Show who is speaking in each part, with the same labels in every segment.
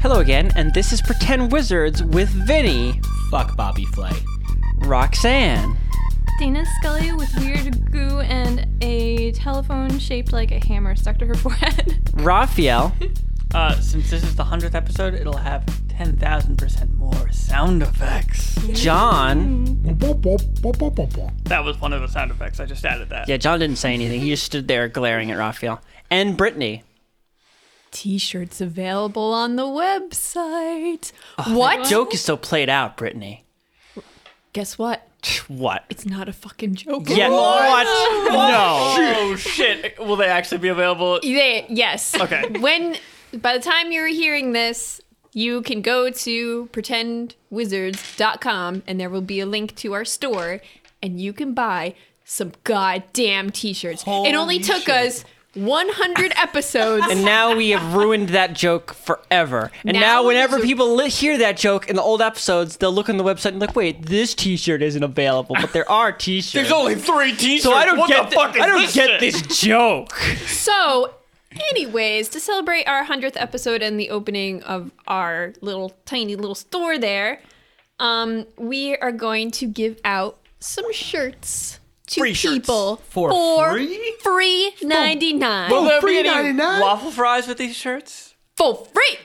Speaker 1: Hello again, and this is Pretend Wizards with Vinny,
Speaker 2: Fuck Bobby Flay.
Speaker 1: Roxanne,
Speaker 3: Dana Scully with weird goo and a telephone shaped like a hammer stuck to her forehead.
Speaker 1: Raphael,
Speaker 4: Uh, since this is the hundredth episode, it'll have ten thousand percent more sound effects.
Speaker 1: John.
Speaker 4: That was one of the sound effects. I just added that.
Speaker 1: Yeah, John didn't say anything. He just stood there glaring at Raphael. And Brittany.
Speaker 5: T-shirts available on the website.
Speaker 4: Oh,
Speaker 5: what?
Speaker 1: Joke is so played out, Brittany.
Speaker 5: Guess what?
Speaker 1: What?
Speaker 5: It's not a fucking joke.
Speaker 1: Yeah. What? No.
Speaker 4: Oh shit! Will they actually be available?
Speaker 5: They- yes.
Speaker 4: Okay.
Speaker 5: When by the time you're hearing this, you can go to pretendwizards.com and there will be a link to our store and you can buy some goddamn t-shirts. it only
Speaker 4: Holy
Speaker 5: took
Speaker 4: shit.
Speaker 5: us 100 episodes.
Speaker 1: And now we have ruined that joke forever. And now,
Speaker 5: Now
Speaker 1: whenever
Speaker 5: it's a-
Speaker 1: people li- hear that joke in the old episodes, they'll look on the website and like, wait, this T-shirt isn't available, but there are T-shirts.
Speaker 4: There's only three T-shirts.
Speaker 1: so I don't
Speaker 4: what
Speaker 1: get
Speaker 4: the
Speaker 1: thi-
Speaker 4: fuck is
Speaker 1: I don't
Speaker 4: this
Speaker 1: get
Speaker 4: shit?
Speaker 1: this joke.
Speaker 5: So, anyways, to celebrate our 100th episode and the opening of our little tiny little store there, um, we are going to give out some shirts to
Speaker 4: Free shirts.
Speaker 5: people
Speaker 2: For free?
Speaker 5: free 99
Speaker 4: Will there be
Speaker 2: Free
Speaker 4: any
Speaker 2: 99?
Speaker 4: waffle fries with these shirts?
Speaker 5: for free.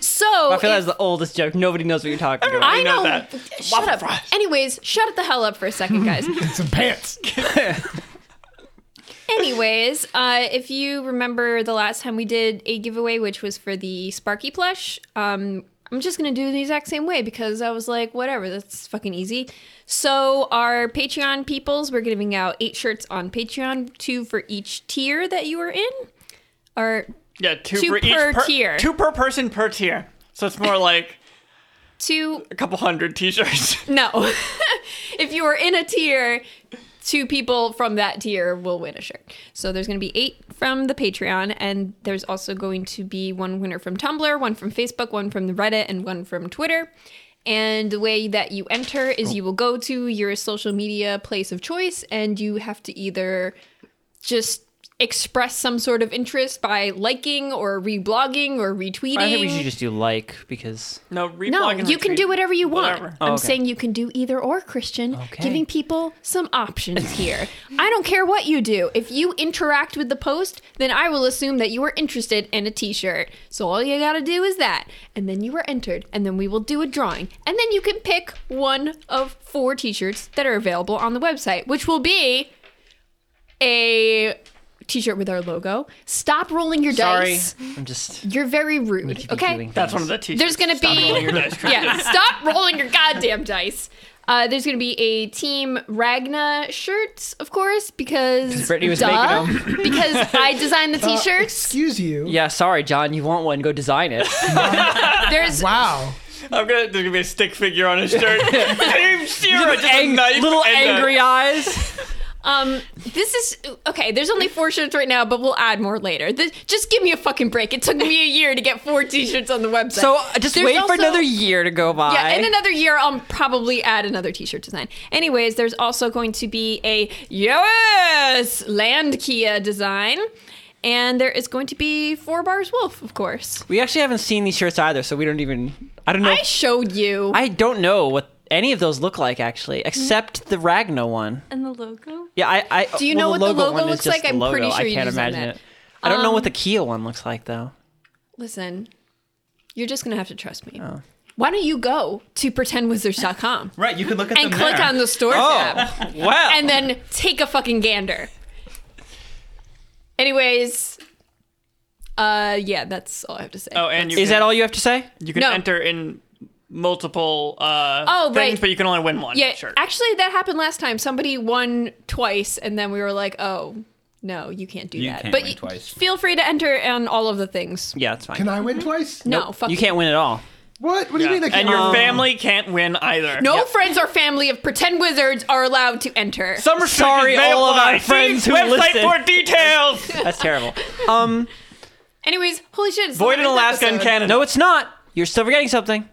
Speaker 5: so,
Speaker 1: I feel that's
Speaker 5: if-
Speaker 1: the oldest joke. Nobody knows what you're talking about.
Speaker 5: I
Speaker 4: know
Speaker 5: know.
Speaker 4: that.
Speaker 5: Shut
Speaker 4: Waffle
Speaker 5: up.
Speaker 4: fries.
Speaker 5: Anyways, shut the hell up for a second, guys.
Speaker 2: Some pants.
Speaker 5: Anyways, uh, if you remember the last time we did a giveaway, which was for the Sparky plush, um, I'm just gonna do it the exact same way because I was like, whatever, that's fucking easy. So our Patreon peoples, we're giving out eight shirts on Patreon, two for each tier that you are in. Or
Speaker 4: Yeah, two,
Speaker 5: Two
Speaker 4: for each
Speaker 5: per tier.
Speaker 4: Two per person per tier. So it's more like
Speaker 5: two
Speaker 4: a couple hundred T-shirts.
Speaker 5: no. if you are in a tier, two people from that tier will win a shirt. So there's going to be eight from the Patreon, and there's also going to be one winner from Tumblr, one from Facebook, one from Reddit, and one from Twitter. And the way that you enter is you will go to your social media place of choice, and you have to either just express some sort of interest by liking or reblogging or retweeting.
Speaker 1: I think we should just do like because
Speaker 4: No, reblog
Speaker 5: No,
Speaker 4: and
Speaker 5: you can
Speaker 4: retweet.
Speaker 5: do whatever you want.
Speaker 4: Whatever.
Speaker 1: Oh,
Speaker 5: I'm
Speaker 1: okay.
Speaker 5: saying you can do either or, Christian.
Speaker 1: Okay.
Speaker 5: Giving people some options here. I don't care what you do. If you interact with the post, then I will assume that you are interested in a t-shirt. So all you got to do is that, and then you are entered, and then we will do a drawing. And then you can pick one of four t-shirts that are available on the website, which will be a t-shirt with our logo. Stop rolling your
Speaker 1: sorry,
Speaker 5: dice.
Speaker 1: I'm just
Speaker 5: You're very
Speaker 1: need to
Speaker 5: rude.
Speaker 1: be
Speaker 5: Okay?
Speaker 1: doing
Speaker 4: That's
Speaker 1: things.
Speaker 4: one of the T-shirts.
Speaker 5: There's gonna
Speaker 4: Stop
Speaker 5: be-
Speaker 4: rolling your dice.
Speaker 5: yeah, stop rolling your goddamn dice. Uh, there's gonna be a Team Ragna shirt, of course, because
Speaker 1: Brittany was
Speaker 5: duh,
Speaker 1: making
Speaker 5: because I designed the t-shirts.
Speaker 2: Uh, Excuse you.
Speaker 1: Yeah, sorry, John. You want one? Go design it.
Speaker 5: there's
Speaker 2: Wow.
Speaker 4: I'm gonna. There's gonna be a stick figure on his shirt. Team Zero, just a
Speaker 1: Ang-
Speaker 4: knife
Speaker 1: little
Speaker 4: and a-
Speaker 1: angry eyes.
Speaker 5: um, this is okay. There's only four shirts right now, but we'll add more later. Th- just give me a fucking break. It took me a year to get four t-shirts on the website.
Speaker 1: So uh, just
Speaker 5: There's
Speaker 1: wait for
Speaker 5: also-
Speaker 1: another year to go by.
Speaker 5: Yeah, in another year, I'll probably add another T-shirt design. Anyways, there's also going to be a yes land Kia design, and there is going to be four bars wolf, of course.
Speaker 1: we actually haven't seen these shirts either, so we don't even. I don't know.
Speaker 5: I
Speaker 1: if-
Speaker 5: showed you.
Speaker 1: I don't know what any of those look like actually, except the Ragna one.
Speaker 3: And the logo?
Speaker 1: Yeah, I. I
Speaker 5: Do you
Speaker 1: well,
Speaker 5: know what the logo
Speaker 1: one is
Speaker 5: looks
Speaker 1: just
Speaker 5: like?
Speaker 1: the
Speaker 5: I'm pretty
Speaker 1: logo.
Speaker 5: sure
Speaker 1: I
Speaker 5: you
Speaker 1: can't
Speaker 5: designed
Speaker 1: imagine
Speaker 5: that. Um,
Speaker 1: it. I don't know what the Kia one looks like though.
Speaker 5: Listen, you're just gonna have to trust me. Why don't you go to pretendwizards.com
Speaker 2: Right, you can look at
Speaker 5: and click on the store tab?
Speaker 1: wow.
Speaker 5: and then take a fucking gander. Anyways, uh, yeah, that's all I have to say.
Speaker 4: Oh, and you
Speaker 1: is
Speaker 4: can,
Speaker 1: that all you have to say?
Speaker 4: You can
Speaker 5: No.
Speaker 4: enter in multiple uh,
Speaker 5: Oh,
Speaker 4: things,
Speaker 5: right.
Speaker 4: but you can only win one
Speaker 5: yeah,
Speaker 4: shirt.
Speaker 5: actually, that happened last time. Somebody won twice, and then we were like, "Oh, no, you can't do
Speaker 2: You
Speaker 5: that."
Speaker 2: can't
Speaker 5: but
Speaker 2: win
Speaker 5: you-
Speaker 2: twice.
Speaker 5: feel free to enter on all of the things.
Speaker 1: Yeah, that's fine.
Speaker 6: Can I win twice?
Speaker 5: No, Oh, fuck
Speaker 1: you can't win at all.
Speaker 6: What? What do you mean I
Speaker 4: and
Speaker 6: can't?
Speaker 4: your
Speaker 6: win?
Speaker 4: family can't win either.
Speaker 5: um, No friends or family of pretend wizards are allowed to enter.
Speaker 1: Some are sorry,
Speaker 4: They
Speaker 1: all of
Speaker 4: apply.
Speaker 1: our friends
Speaker 4: See
Speaker 1: who
Speaker 4: website
Speaker 1: listed.
Speaker 4: for details.
Speaker 1: That's terrible. Um,
Speaker 5: Anyways, holy shit! it's the
Speaker 4: Void in
Speaker 5: 100th
Speaker 4: Alaska and
Speaker 5: episode.
Speaker 4: Canada.
Speaker 1: no, it's not. You're still forgetting something.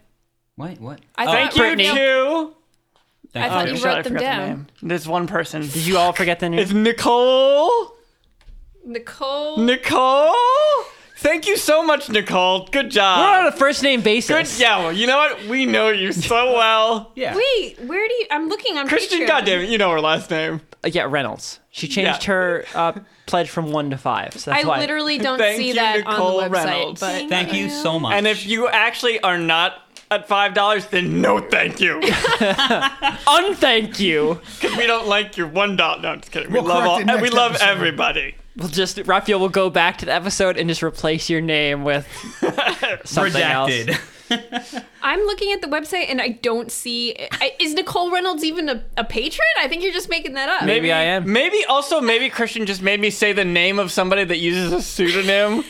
Speaker 2: Wait, what?
Speaker 5: I thought
Speaker 4: Thank
Speaker 5: Brittany-
Speaker 4: you to.
Speaker 5: I thought you
Speaker 4: Shit, I
Speaker 5: wrote them
Speaker 4: forgot the
Speaker 5: down.
Speaker 4: name. There's one person.
Speaker 1: Did you all forget the name?
Speaker 4: It's Nicole.
Speaker 5: Nicole.
Speaker 4: Nicole.
Speaker 6: Thank you so much, Nicole. Good job.
Speaker 1: We're on a first name
Speaker 6: Good.
Speaker 1: basis.
Speaker 6: Yeah. Well, you know what? We know you so well.
Speaker 2: Yeah.
Speaker 5: Wait, where do you? I'm looking on
Speaker 6: Christian,
Speaker 5: Patreon.
Speaker 6: goddamn it, you know her last name.
Speaker 1: Uh, yeah, Reynolds. She changed
Speaker 6: Yeah.
Speaker 1: her uh, pledge from one to five. So
Speaker 5: I
Speaker 1: that's why.
Speaker 5: literally don't
Speaker 6: Thank
Speaker 5: see
Speaker 6: you,
Speaker 5: that
Speaker 6: Nicole
Speaker 5: on the website.
Speaker 6: Reynolds.
Speaker 5: But
Speaker 2: Thank you so much.
Speaker 6: And if you actually are not at five dollars, then no, thank you.
Speaker 1: unthank you.
Speaker 6: Because we don't like your one dollar. No, I'm just kidding. We
Speaker 2: We'll
Speaker 6: love
Speaker 2: correct
Speaker 6: all.
Speaker 2: it
Speaker 6: and We
Speaker 2: next
Speaker 6: love
Speaker 2: episode.
Speaker 6: everybody.
Speaker 1: We'll just Raphael will go back to the episode and just replace your name with something
Speaker 2: redacted.
Speaker 1: else.
Speaker 5: I'm looking at the website and I don't see. I, is Nicole Reynolds even a, a patron? I think you're just making that up.
Speaker 1: Maybe I am.
Speaker 6: Maybe also maybe Christian just made me say the name of somebody that uses a pseudonym.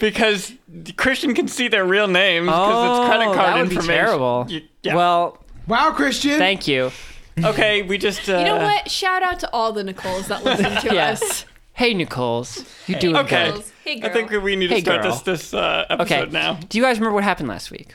Speaker 6: Because Christian can see their real names because
Speaker 1: Oh,
Speaker 6: it's credit card
Speaker 1: that would be
Speaker 6: information.
Speaker 1: terrible.
Speaker 6: You- yeah.
Speaker 1: Well,
Speaker 7: Wow, Christian.
Speaker 1: thank you.
Speaker 6: okay, we just. Uh,
Speaker 5: You know what? Shout out to all the Nicoles that listen to
Speaker 1: Yeah.
Speaker 5: us.
Speaker 1: Hey, Nicole's. You doing
Speaker 6: Okay.
Speaker 1: good?
Speaker 5: Hey,
Speaker 6: I
Speaker 5: girl.
Speaker 6: think we need to
Speaker 1: Hey,
Speaker 6: start
Speaker 1: girl.
Speaker 6: this this uh,
Speaker 1: Okay.
Speaker 6: episode now.
Speaker 1: Do you guys remember what happened last week?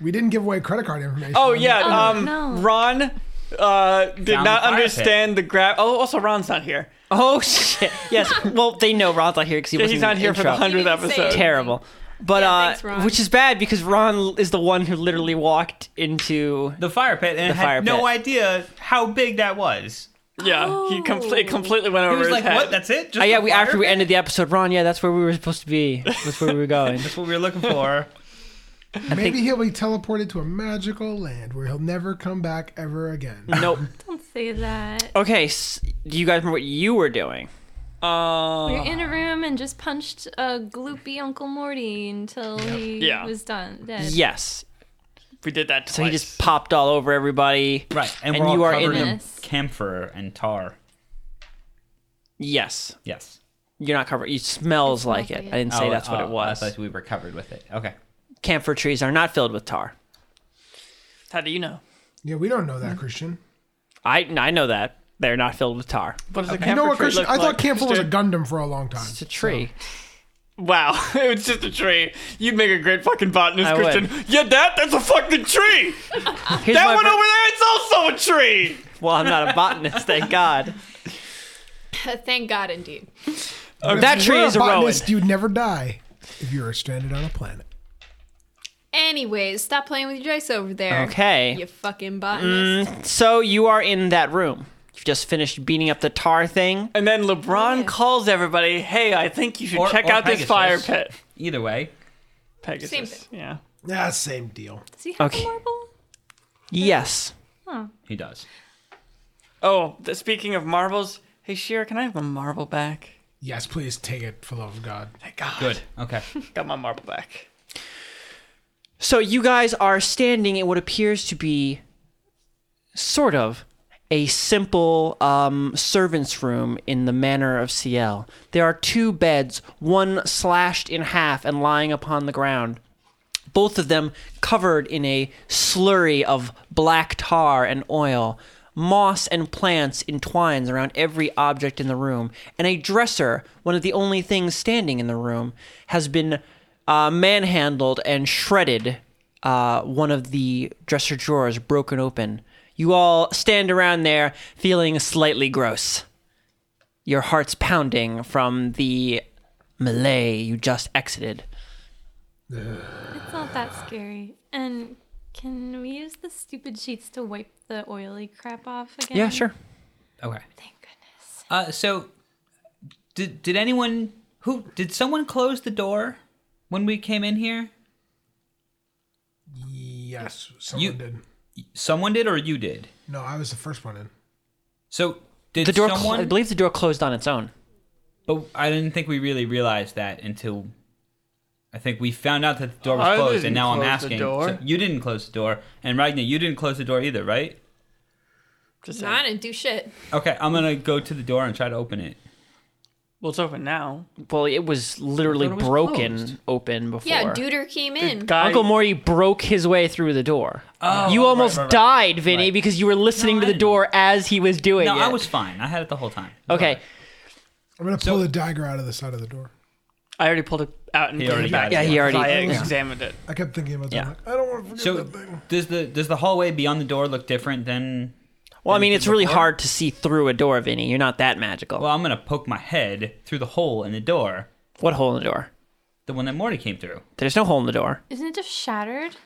Speaker 7: We didn't give away credit card information.
Speaker 6: Oh yeah, um,
Speaker 5: no.
Speaker 6: Ron uh, did not
Speaker 2: Found the fire
Speaker 6: understand the grab. Oh, also Ron's not here.
Speaker 1: Oh shit. Yes. well, they know Ron's not here because he
Speaker 6: Yeah,
Speaker 1: wasn't
Speaker 6: he's
Speaker 1: in
Speaker 6: not here for the
Speaker 1: intro.
Speaker 6: hundredth
Speaker 5: didn't say
Speaker 6: episode.
Speaker 5: it.
Speaker 1: Terrible. But
Speaker 5: Yeah,
Speaker 1: uh,
Speaker 5: thanks, Ron.
Speaker 1: which is bad because Ron is the one who literally walked into
Speaker 2: the fire pit and
Speaker 1: The fire
Speaker 2: had no
Speaker 1: pit.
Speaker 2: idea how big that was.
Speaker 6: Yeah, he
Speaker 5: Oh.
Speaker 6: compl- it completely went over
Speaker 2: He was
Speaker 6: his
Speaker 2: like,
Speaker 6: head.
Speaker 2: "What? That's it?" Just
Speaker 1: Oh, yeah,
Speaker 2: the
Speaker 1: we
Speaker 2: fire
Speaker 1: after we
Speaker 2: pit?
Speaker 1: ended the episode, Ron. Yeah, that's where we were supposed to be. That's where we were going.
Speaker 2: That's what we were looking for.
Speaker 7: Maybe he'll be teleported to a magical land where he'll never come back ever again.
Speaker 1: nope.
Speaker 3: Don't say that.
Speaker 1: Okay, s do you guys remember what you were doing?
Speaker 3: We were in a room and just punched a gloopy Uncle Morty until he
Speaker 6: Yeah.
Speaker 3: was done. Dead.
Speaker 1: Yes.
Speaker 6: we did that twice.
Speaker 1: So he just popped all over everybody.
Speaker 2: right, and,
Speaker 1: And
Speaker 2: we're all
Speaker 1: you are
Speaker 2: covered
Speaker 1: in
Speaker 2: in
Speaker 3: this.
Speaker 2: camphor and tar.
Speaker 1: Yes.
Speaker 2: Yes.
Speaker 1: You're not covered. It smells, like it. I didn't say
Speaker 2: Oh,
Speaker 1: that's what
Speaker 2: oh,
Speaker 1: it was.
Speaker 2: I thought we were covered with it. Okay.
Speaker 1: Camphor trees are not filled with tar.
Speaker 4: How do you know?
Speaker 7: Yeah, we don't know that, Christian.
Speaker 1: I I know that they're not filled with tar.
Speaker 6: What does a
Speaker 7: You know
Speaker 6: camphor
Speaker 7: what,
Speaker 6: tree
Speaker 7: Christian?
Speaker 6: look
Speaker 7: I thought
Speaker 6: like?
Speaker 7: Camphor was a
Speaker 6: Just-
Speaker 7: Gundam for a long time.
Speaker 1: It's a tree.
Speaker 6: Oh. Wow, it was just a tree. You'd make a great fucking botanist,
Speaker 1: I would.
Speaker 6: Christian. Yeah, that that's a fucking tree.
Speaker 1: Here's
Speaker 6: That
Speaker 1: my
Speaker 6: one
Speaker 1: ver-
Speaker 6: over there, it's also a tree.
Speaker 1: well, I'm not a botanist, thank God.
Speaker 5: Thank God, indeed.
Speaker 7: But if
Speaker 1: that
Speaker 7: you
Speaker 1: tree
Speaker 7: were
Speaker 1: is a
Speaker 7: a
Speaker 1: rowan.
Speaker 7: botanist, You'd never die if you were stranded on a planet.
Speaker 5: Anyways, stop playing with your dice over there.
Speaker 1: Okay.
Speaker 5: You fucking botanist.
Speaker 1: So you are in that room. You've just finished beating up the tar thing.
Speaker 6: And then
Speaker 5: Oh,
Speaker 6: LeBron calls everybody, "Hey, I think you should
Speaker 2: Or-
Speaker 6: check
Speaker 2: or
Speaker 6: out this fire
Speaker 2: Pegasus.
Speaker 6: pit."
Speaker 2: Either way,
Speaker 6: Pegasus.
Speaker 5: Same thing.
Speaker 6: Yeah.
Speaker 7: Yeah, Ah, same deal.
Speaker 3: Does he have
Speaker 1: Mm, Okay.
Speaker 3: a marble?
Speaker 1: Yes.
Speaker 2: he does.
Speaker 6: Oh, th- speaking of marbles, hey Shira, can I have my marble back?
Speaker 7: Yes, please take it for the love of God.
Speaker 6: Thank God.
Speaker 2: Good. Okay.
Speaker 6: Got my marble back.
Speaker 1: So you guys are standing in what appears to be sort of a simple um, servants' room in the manor of Ciel. There are two beds, one slashed in half and lying upon the ground. Both of them covered in a slurry of black tar and oil. Moss and plants entwines around every object in the room, and a dresser, one of the only things standing in the room, has been uh, manhandled and shredded. Uh, one of the dresser drawers broken open. You all stand around there feeling slightly gross. Your hearts pounding from the melee you just exited.
Speaker 3: It's not that scary. And can we use the stupid sheets to wipe the oily crap off again?
Speaker 1: Yeah, sure.
Speaker 2: Okay.
Speaker 3: Thank goodness.
Speaker 2: Uh, so, did did anyone who did someone close the door when we came in here?
Speaker 7: Yes, someone
Speaker 2: You-
Speaker 7: did.
Speaker 2: Someone did, or you did?
Speaker 7: No, I was the first one in.
Speaker 2: So did
Speaker 1: The door, cl-
Speaker 2: someone?
Speaker 1: I believe the door closed on its own.
Speaker 2: but I didn't think we really realized that until I think we found out that the door was
Speaker 6: I
Speaker 2: closed,
Speaker 6: didn't
Speaker 2: and now I'm
Speaker 6: close the
Speaker 2: asking.
Speaker 6: door.
Speaker 2: so you didn't close the door, and Ragnar, you didn't close the door either, right?
Speaker 6: Just
Speaker 5: No,
Speaker 6: saying.
Speaker 5: I didn't do shit.
Speaker 2: Okay, I'm gonna go to the door and try to open it.
Speaker 4: Well, it's open now.
Speaker 1: Well, it was literally
Speaker 2: door was
Speaker 1: broken
Speaker 2: closed.
Speaker 1: open before.
Speaker 5: Yeah, Duder came in.
Speaker 6: Guy-
Speaker 1: Uncle Morty broke his way through the door.
Speaker 2: Oh,
Speaker 1: you
Speaker 2: right,
Speaker 1: almost
Speaker 2: right, right.
Speaker 1: died, Vinny,
Speaker 2: Right.
Speaker 1: because you were listening
Speaker 2: No,
Speaker 1: to
Speaker 2: I
Speaker 1: the
Speaker 2: didn't.
Speaker 1: door as he was doing
Speaker 2: No,
Speaker 1: it.
Speaker 2: I was fine. I had it the whole time.
Speaker 1: okay.
Speaker 7: I'm gonna pull the dagger out of the side of the door.
Speaker 6: I already pulled it out and
Speaker 2: He
Speaker 6: put
Speaker 2: already
Speaker 6: it back.
Speaker 2: got it. Yeah,
Speaker 1: he already-
Speaker 6: I
Speaker 1: yeah.
Speaker 6: examined it.
Speaker 7: I kept thinking about that.
Speaker 1: Yeah.
Speaker 7: I'm like, I don't want to forget
Speaker 2: So
Speaker 7: that thing.
Speaker 2: does the does the hallway beyond the door look different than?
Speaker 1: Well, I mean, it's really
Speaker 2: before?
Speaker 1: hard to see through a door, Vinny. You're not that magical.
Speaker 2: Well, I'm gonna poke my head through the hole in the door.
Speaker 1: what hole in the door?
Speaker 2: The one that Morty came through.
Speaker 1: There's no hole in the door.
Speaker 3: Isn't it just shattered?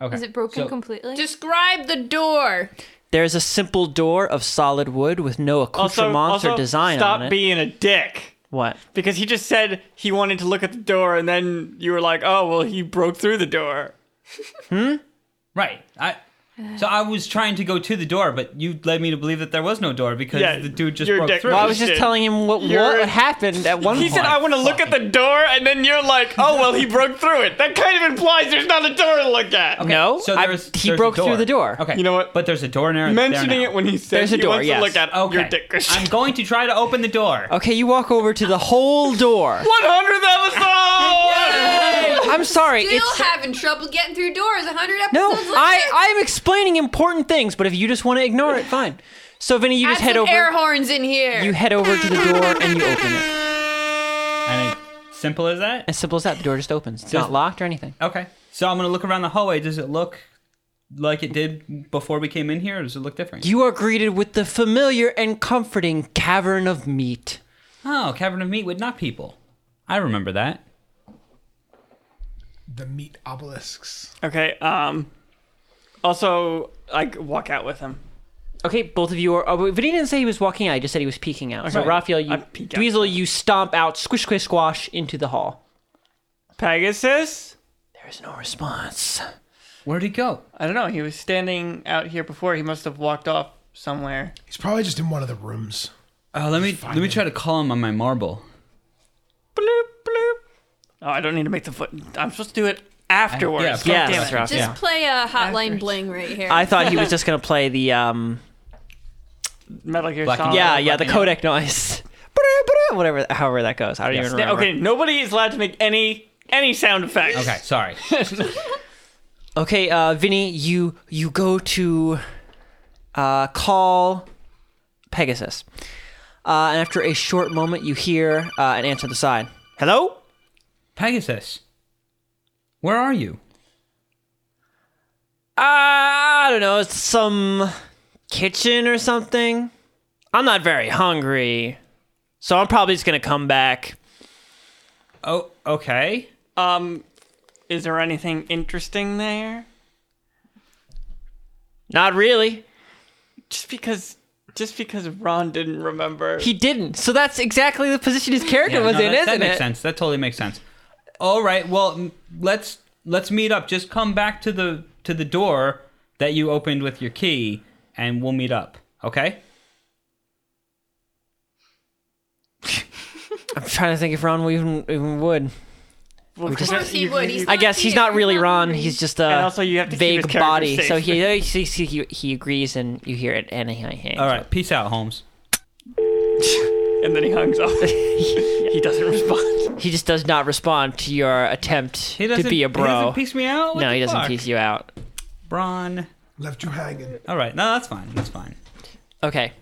Speaker 2: Okay.
Speaker 3: Is it broken
Speaker 2: so-
Speaker 3: completely?
Speaker 5: Describe the door.
Speaker 1: There's a simple door of solid wood with no
Speaker 6: Also,
Speaker 1: accoutrements
Speaker 6: also
Speaker 1: or design
Speaker 6: stop
Speaker 1: on it.
Speaker 6: being a dick.
Speaker 1: what?
Speaker 6: Because he just said he wanted to look at the door, and then you were like, "Oh, well, he broke through the door."
Speaker 2: Right. I. So I was trying to go to the door, but you led me to believe that there was no door because
Speaker 6: Yeah,
Speaker 2: the dude just
Speaker 6: you're a
Speaker 2: broke
Speaker 6: dick.
Speaker 2: through.
Speaker 6: Well,
Speaker 1: I was just
Speaker 6: Shit.
Speaker 1: telling him what,
Speaker 6: You're-
Speaker 1: what happened at one
Speaker 6: he
Speaker 1: point.
Speaker 6: said, "I want to look at the door," and then you're like, "Oh, well, he broke through it." That kind of implies there's not a door to look at.
Speaker 2: "Oh, Okay,
Speaker 1: No,
Speaker 2: so
Speaker 1: I-
Speaker 2: there's,
Speaker 1: he
Speaker 2: there's a
Speaker 1: broke through the door.
Speaker 2: Okay,
Speaker 6: You know what?
Speaker 2: But there's a door there. there
Speaker 6: Mentioning
Speaker 2: now.
Speaker 6: it when he says
Speaker 1: There's a
Speaker 6: he
Speaker 1: door,
Speaker 6: wants
Speaker 1: yes.
Speaker 6: to look at
Speaker 2: Okay.
Speaker 6: your dick.
Speaker 2: I'm going to try to open the door.
Speaker 1: okay, you walk over to the whole door.
Speaker 6: 100th episode.
Speaker 1: I'm sorry.
Speaker 5: Still
Speaker 1: it's
Speaker 5: having trouble getting through doors. hundred episodes.
Speaker 1: no.
Speaker 5: later.
Speaker 1: I I'm explaining important things, but if you just want to ignore it, fine. So Vinny, you
Speaker 5: Add
Speaker 1: just head
Speaker 5: some
Speaker 1: over.
Speaker 5: air horns in here.
Speaker 1: you head over to the door and you open it.
Speaker 2: And it, simple as that.
Speaker 1: As simple as that. The door just opens. It's
Speaker 2: Just-
Speaker 1: not locked or anything.
Speaker 2: Okay. So I'm gonna look around the hallway. Does it look like it did before we came in here, or does it look different?
Speaker 1: You are greeted with the familiar and comforting cavern of meat.
Speaker 2: oh, cavern of meat would not people. I remember that.
Speaker 7: The meat obelisks.
Speaker 6: Okay. Um. Also, I walk out with him.
Speaker 1: Okay, both of you are. Oh, Vinny didn't say he was walking out. He just said he was peeking out. So
Speaker 6: Right.
Speaker 1: Raphael,
Speaker 6: I
Speaker 1: you
Speaker 6: peek out.
Speaker 1: Dweezil, you stomp out, squish, squish, squash into the hall.
Speaker 6: Pegasus.
Speaker 1: There is no response.
Speaker 2: Where'd he go?
Speaker 6: I don't know. He was standing out here before. He must have walked off somewhere.
Speaker 7: He's probably just in one of the rooms.
Speaker 2: Oh, let me let me try to call him on my marble.
Speaker 6: Bloop bloop. Oh, I don't need to make the foot. I'm supposed to do it afterwards.
Speaker 2: Yeah,
Speaker 6: God
Speaker 1: Yes,
Speaker 6: damn it.
Speaker 1: Raphael.
Speaker 5: Just play a hotline bling right here.
Speaker 1: I thought he was just gonna play the um.
Speaker 6: Metal Gear
Speaker 2: Black and
Speaker 6: Solid.
Speaker 1: Yeah,
Speaker 2: Oh,
Speaker 1: yeah, the
Speaker 2: yeah.
Speaker 1: codec noise. Ba-da-ba-da, Whatever, however that goes. I don't even
Speaker 6: Yeah,
Speaker 1: remember.
Speaker 6: Okay, nobody is allowed to make any any sound effects.
Speaker 2: Okay, sorry.
Speaker 1: Okay, uh, Vinny, you you go to uh, call Pegasus, uh, and after a short moment, you hear uh, an answer on the side. Hello.
Speaker 2: Pegasus, where are you?
Speaker 1: Uh, I don't know, it's some kitchen or something. I'm not very hungry, so I'm probably just gonna come back.
Speaker 2: Oh, okay.
Speaker 6: Um, is there anything interesting there?
Speaker 1: Not really.
Speaker 6: Just because, just because Ron didn't remember.
Speaker 1: He didn't. So that's exactly the position his character
Speaker 2: Yeah,
Speaker 1: was
Speaker 2: no,
Speaker 1: in,
Speaker 2: that,
Speaker 1: isn't
Speaker 2: that makes
Speaker 1: it?
Speaker 2: sense. That totally makes sense. All right. Well, m- let's let's meet up. Just come back to the to the door that you opened with your key, and we'll meet up. Okay.
Speaker 1: I'm trying to think if Ron even, even would.
Speaker 6: Well,
Speaker 1: just-
Speaker 5: Of course he would. He's
Speaker 1: I
Speaker 5: not
Speaker 1: guess he's
Speaker 5: here.
Speaker 1: not really Ron.
Speaker 3: hungry.
Speaker 1: He's just a
Speaker 6: And also you have to keep his
Speaker 1: vague
Speaker 6: character
Speaker 1: body.
Speaker 6: safe.
Speaker 1: So he, he he he agrees, and you hear it, and he hangs.
Speaker 2: All right. Peace out, Holmes.
Speaker 6: and then he hangs up. he doesn't respond.
Speaker 1: He just does not respond to your attempt
Speaker 2: He
Speaker 1: to
Speaker 2: doesn't
Speaker 1: be a
Speaker 2: He
Speaker 1: bro.
Speaker 2: doesn't piece me out. What
Speaker 1: no,
Speaker 2: the
Speaker 1: he doesn't
Speaker 2: fuck?
Speaker 1: tease you out.
Speaker 2: Bron.
Speaker 7: Left you hanging.
Speaker 2: All right. No, that's fine. That's fine.
Speaker 1: Okay.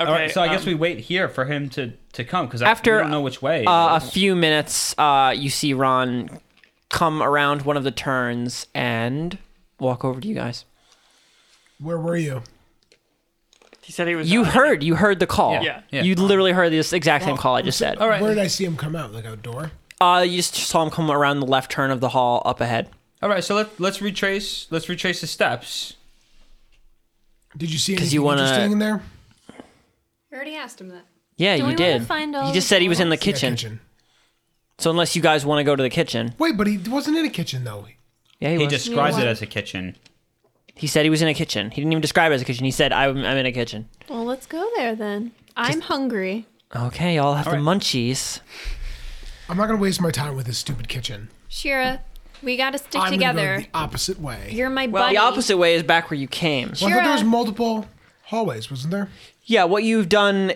Speaker 6: Okay,
Speaker 2: All right. So I guess
Speaker 6: um,
Speaker 2: we wait here for him to to come because
Speaker 1: After,
Speaker 2: I don't know which way.
Speaker 1: Uh, a few minutes, uh, you see Ron come around one of the turns and walk over to you guys.
Speaker 7: Where were you?
Speaker 6: He said he was.
Speaker 1: You heard, you heard the call.
Speaker 6: Yeah.
Speaker 2: Yeah.
Speaker 1: You literally heard this exact same call I just said. All
Speaker 7: Where did I see him come out? Like a door?
Speaker 1: Uh, you just saw him come around the left turn of the hall up ahead.
Speaker 2: All right. So let let's retrace let's retrace the steps.
Speaker 7: Did you see
Speaker 1: 'Cause
Speaker 7: anything
Speaker 1: you wanna-
Speaker 7: interesting in there?
Speaker 5: I already asked him that.
Speaker 1: Yeah,
Speaker 3: Do
Speaker 1: you
Speaker 3: we wanna
Speaker 1: did.
Speaker 3: find all
Speaker 1: he just
Speaker 3: the
Speaker 1: said he was in the
Speaker 7: Yeah,
Speaker 1: kitchen. So unless you guys want to go to the kitchen,
Speaker 7: Wait, but he wasn't in a kitchen though.
Speaker 1: yeah, he,
Speaker 2: He
Speaker 1: was.
Speaker 2: describes it
Speaker 3: what?
Speaker 2: as a kitchen.
Speaker 1: He said he was in a kitchen. He didn't even describe it as a kitchen. He said, "I'm, I'm in a kitchen."
Speaker 5: Well, let's go there then. I'm hungry.
Speaker 1: Okay, y'all have the
Speaker 2: right.
Speaker 1: munchies.
Speaker 7: I'm not gonna waste my time with this stupid kitchen.
Speaker 5: Shira, we gotta stick
Speaker 7: I'm
Speaker 5: together.
Speaker 7: Gonna go the opposite way.
Speaker 5: You're my
Speaker 1: Well,
Speaker 5: buddy.
Speaker 1: the opposite way is back where you came.
Speaker 7: Well, I thought there was
Speaker 5: Shira.
Speaker 7: multiple hallways, wasn't there?
Speaker 1: Yeah, what you've done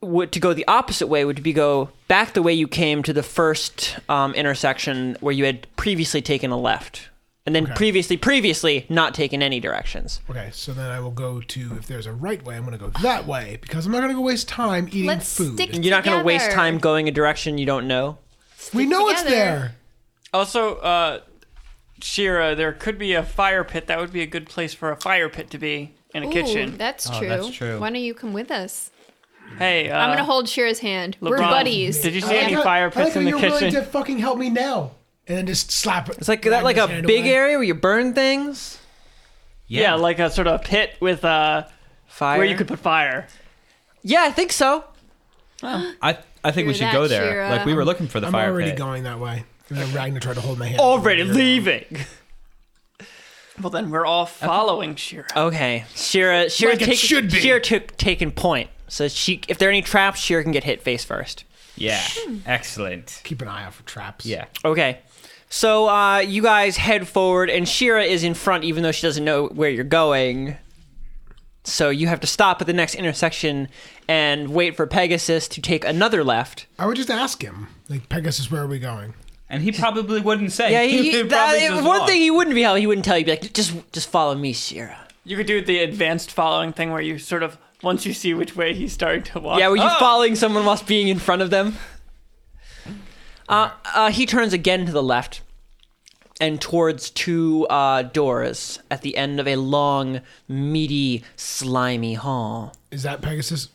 Speaker 1: would, to go the opposite way would be go back the way you came to the first um, intersection where you had previously taken a left, and then previously, previously not taken any directions.
Speaker 7: Okay, so then I will go to if there's a right way, I'm gonna go that way because I'm not gonna go waste time eating
Speaker 5: Let's
Speaker 7: food.
Speaker 5: stick
Speaker 1: You're not going to waste
Speaker 5: Together.
Speaker 1: time going a direction you don't know.
Speaker 7: we know it's
Speaker 5: together.
Speaker 7: there.
Speaker 6: Also, uh, Shira, there could be a fire pit. That would be a good place for a fire pit to be in a
Speaker 5: Ooh,
Speaker 6: kitchen.
Speaker 5: That's
Speaker 2: Oh,
Speaker 5: true.
Speaker 2: that's true.
Speaker 5: Why don't you come with us?
Speaker 4: Hey, uh,
Speaker 5: I'm gonna hold Shira's hand. We're
Speaker 4: LeBron,
Speaker 5: buddies.
Speaker 6: Did you see
Speaker 7: I
Speaker 6: any
Speaker 7: like how-
Speaker 6: fire
Speaker 7: I
Speaker 6: pits
Speaker 7: like how
Speaker 6: in the
Speaker 7: you're willing
Speaker 6: kitchen?
Speaker 7: to fucking help me now, and then just slap it.
Speaker 1: It's like that, like a big area where you burn things.
Speaker 2: Yeah,
Speaker 4: yeah. like a sort of pit with uh,
Speaker 1: Fire.
Speaker 4: where you could put fire.
Speaker 1: Yeah, I think so.
Speaker 2: I I think we
Speaker 5: Hear
Speaker 2: should
Speaker 5: that,
Speaker 2: go there.
Speaker 5: Shira?
Speaker 2: Like we were looking for the
Speaker 7: I'm
Speaker 2: fire
Speaker 7: already
Speaker 2: pit.
Speaker 7: going that way. And then Ragnar tried to hold my hand.
Speaker 1: Oh.
Speaker 4: Already leaving. Well, then we're all following Shira.
Speaker 1: Okay, Shira. Shira
Speaker 7: Like it
Speaker 1: take,
Speaker 7: should be.
Speaker 1: Shira took taken point. So she, if there are any traps, Shira can get hit face first.
Speaker 2: Yeah,
Speaker 1: Hmm.
Speaker 2: excellent.
Speaker 7: Keep an eye out for traps.
Speaker 2: Yeah,
Speaker 1: Okay. So uh, you guys head forward, and Shira is in front, even though she doesn't know where you're going. So you have to stop at the next intersection and wait for Pegasus to take another left.
Speaker 7: I would just ask him, like Pegasus, where are we going?
Speaker 2: and he probably wouldn't say.
Speaker 1: Yeah, he,
Speaker 2: He'd
Speaker 1: that-
Speaker 2: probably just
Speaker 1: one
Speaker 2: walk.
Speaker 1: thing he wouldn't be he wouldn't tell you. He'd be like, just just follow me, Shira.
Speaker 4: You could do the advanced following thing where you sort of once you see which way he's starting to walk.
Speaker 1: Yeah, were you
Speaker 4: Oh!
Speaker 1: following someone whilst being in front of them? Uh, uh, he turns again to the left and towards two uh, doors at the end of a long, meaty, slimy hall.
Speaker 7: Is that Pegasus?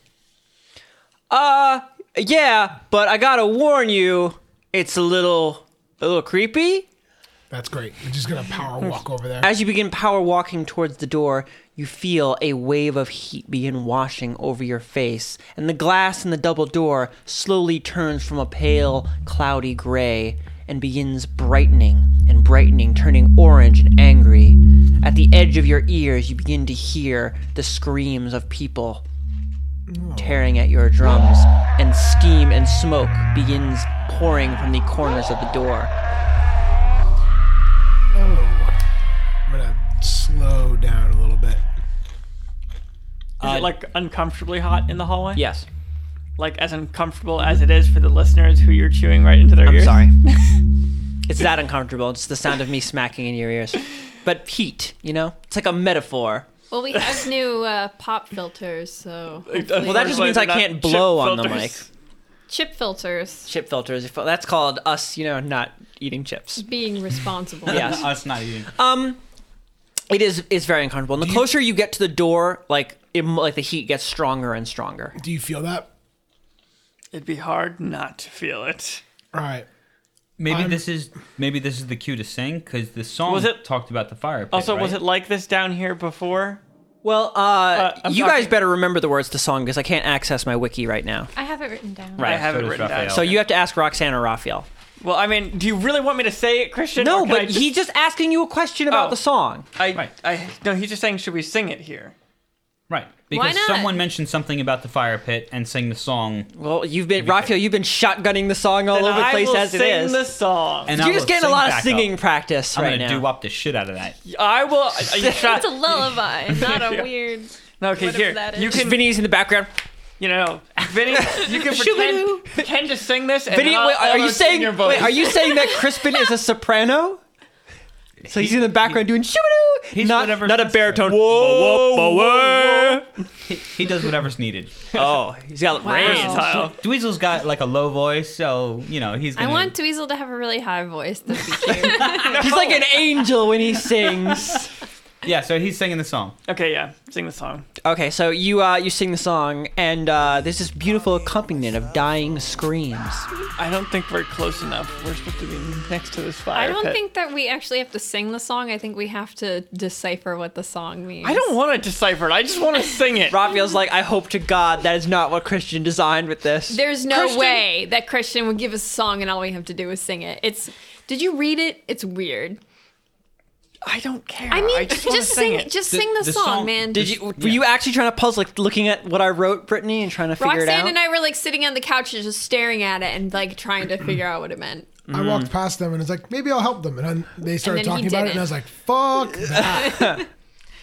Speaker 1: Uh, yeah, but I gotta warn you, it's a little, a little creepy.
Speaker 7: That's great. We're just gonna power walk over there.
Speaker 1: As you begin power walking towards the door, you feel a wave of heat begin washing over your face, and the glass in the double door slowly turns from a pale, cloudy gray and begins brightening and brightening, turning orange and angry. At the edge of your ears, you begin to hear the screams of people tearing at your drums, and steam and smoke begins pouring from the corners of the door.
Speaker 7: Oh, I'm gonna slow down a little
Speaker 4: Is
Speaker 7: bit.
Speaker 1: uh,
Speaker 4: it like uncomfortably hot in the hallway?
Speaker 1: Yes.
Speaker 4: Like as uncomfortable as it is for the listeners who you're chewing right into their
Speaker 1: I'm
Speaker 4: ears.
Speaker 1: sorry. it's that uncomfortable. It's the sound of me smacking in your ears. But heat, you know? It's like a metaphor.
Speaker 5: Well, we have new uh, pop filters, so
Speaker 1: Well, that just means I can't blow on the mic.
Speaker 5: chip filters.
Speaker 1: Chip filters. if- That's called us, you know, not eating chips.
Speaker 5: Being responsible.
Speaker 1: Yes.
Speaker 2: Us not even.
Speaker 1: Uh, It is it's very uncomfortable. And the closer you get to the door, like it, like the heat gets stronger and stronger.
Speaker 7: Do you feel that?
Speaker 4: It'd be hard not to feel it.
Speaker 7: All right.
Speaker 2: Maybe
Speaker 1: um,
Speaker 7: I'm-
Speaker 2: this is maybe this is the cue to sing because the song
Speaker 4: Was it-
Speaker 2: talked about the fire pit.
Speaker 4: Also,
Speaker 2: right?
Speaker 4: was it like this down here before?
Speaker 1: Well, uh,
Speaker 4: I'm
Speaker 1: you guys
Speaker 4: talking-
Speaker 1: better remember the words to the song because I can't access my wiki right now.
Speaker 3: I have it written down.
Speaker 4: I
Speaker 1: Right.
Speaker 4: have
Speaker 2: so
Speaker 4: it
Speaker 2: does
Speaker 4: written down.
Speaker 2: Raphael.
Speaker 1: So you have to ask Roxanne or Raphael.
Speaker 4: Well, I mean, do you really want me to say it, Christian?
Speaker 1: No,
Speaker 4: or can I
Speaker 1: but
Speaker 4: just,
Speaker 1: he's just asking you a question about
Speaker 4: Oh.
Speaker 1: the song.
Speaker 4: I,
Speaker 2: Right.
Speaker 4: I, no, he's just saying, should we sing it here?
Speaker 2: right? Because
Speaker 5: not?
Speaker 2: someone mentioned something about the fire pit and sang the song,
Speaker 1: Well, you've been Raphael. You've been shotgunning the song all
Speaker 4: Then
Speaker 1: over the
Speaker 4: I
Speaker 1: place
Speaker 4: will
Speaker 1: as
Speaker 4: sing
Speaker 1: it is.
Speaker 4: the song.
Speaker 2: and I
Speaker 1: You're just
Speaker 2: will
Speaker 1: getting a
Speaker 2: sing
Speaker 1: lot of
Speaker 2: back
Speaker 1: singing
Speaker 2: Up.
Speaker 1: practice
Speaker 2: I'm
Speaker 1: right
Speaker 2: gonna
Speaker 1: now.
Speaker 2: do up the shit out of that.
Speaker 4: I will. Are you shot?
Speaker 5: It's a lullaby, not a weird.
Speaker 4: No, okay,
Speaker 5: whatever
Speaker 4: here.
Speaker 5: that is.
Speaker 4: You
Speaker 1: Just
Speaker 4: can,
Speaker 1: Vinny's in the background.
Speaker 4: you know, Vinny, you can pretend, pretend to sing this. And
Speaker 1: Vinny,
Speaker 4: then I'll-
Speaker 1: wait,
Speaker 4: I'll
Speaker 1: are you
Speaker 4: sing
Speaker 1: saying?
Speaker 4: your
Speaker 1: Wait,
Speaker 4: voice.
Speaker 1: are you saying that Crispin is a soprano? So he's in the background doing shoo
Speaker 2: He's
Speaker 1: not
Speaker 2: whatever
Speaker 1: not a
Speaker 2: fits
Speaker 1: baritone.
Speaker 2: him.
Speaker 1: Whoa, whoa, whoa,
Speaker 2: He does whatever's needed.
Speaker 1: Oh, he's got range.
Speaker 4: Versatile.
Speaker 2: Dweezil's got like a low voice, so you know he's.
Speaker 5: I
Speaker 2: Gonna,
Speaker 5: want Dweezil to have a really high voice. That'd be cute.
Speaker 1: He's like an angel when he sings.
Speaker 2: Yeah, so he's singing the song.
Speaker 4: Okay, yeah, sing the song.
Speaker 1: Okay, so you uh, you sing the song, and uh, there's this beautiful accompaniment of dying screams.
Speaker 4: I don't think we're close enough. We're supposed to be next to this fire.
Speaker 5: I don't
Speaker 4: pit.
Speaker 5: think that we actually have to sing the song. I think we have to decipher what the song means.
Speaker 4: I don't want to decipher it. I just want to sing it.
Speaker 1: Raphael's like, I hope to God that is not what Christian designed with this.
Speaker 5: There's no
Speaker 4: Christian-
Speaker 5: way that Christian would give us a song and all we have to do is sing it. It's. Did you read it? It's weird.
Speaker 4: I don't care.
Speaker 5: I mean,
Speaker 4: I
Speaker 5: just,
Speaker 4: just, want to
Speaker 5: sing,
Speaker 4: it.
Speaker 5: Just
Speaker 2: The-
Speaker 5: sing the,
Speaker 2: the
Speaker 5: song,
Speaker 2: song-
Speaker 5: man.
Speaker 1: Did you were you actually trying to puzzle like looking at what I wrote, Brittany, and trying to figure it
Speaker 5: Roxanne
Speaker 1: out?
Speaker 5: and I were like sitting on the couch and just staring at it and like trying to figure out what it meant.
Speaker 7: I
Speaker 1: Mm-hmm.
Speaker 7: walked past them and I was like, maybe I'll help them. And then they started
Speaker 5: then
Speaker 7: talking
Speaker 5: he
Speaker 7: about it, and I
Speaker 5: didn't.
Speaker 7: was like, fuck. that.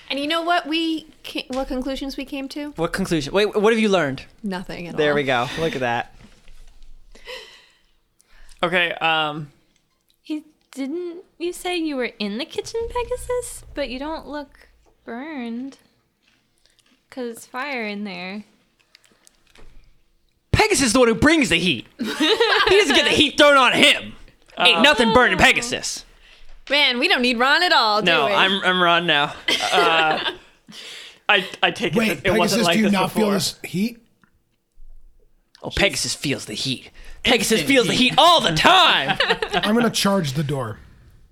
Speaker 5: And you know what we ca- what conclusions we came to?
Speaker 1: what conclusion? Wait, what have you learned?
Speaker 5: Nothing at all.
Speaker 1: There we go.
Speaker 4: Uh-huh.
Speaker 1: Look at that.
Speaker 4: Okay. Um.
Speaker 3: He didn't. You say you were in the kitchen, Pegasus, but you don't look burned. Cause it's fire in there.
Speaker 1: Pegasus is the one who brings the heat. he doesn't get the heat thrown on him. Ain't
Speaker 4: Uh-huh.
Speaker 1: nothing burning Pegasus.
Speaker 5: Man, we don't need Ron at all. do
Speaker 1: No,
Speaker 5: we?
Speaker 1: I'm I'm Ron now.
Speaker 4: I I take it.
Speaker 7: Wait,
Speaker 4: that it
Speaker 7: Pegasus,
Speaker 4: wasn't like
Speaker 7: do you
Speaker 4: this
Speaker 7: not
Speaker 4: before.
Speaker 7: feel this heat?
Speaker 1: Oh, Pegasus feels the heat. Pegasus feels the heat all the time.
Speaker 7: I'm gonna charge the door.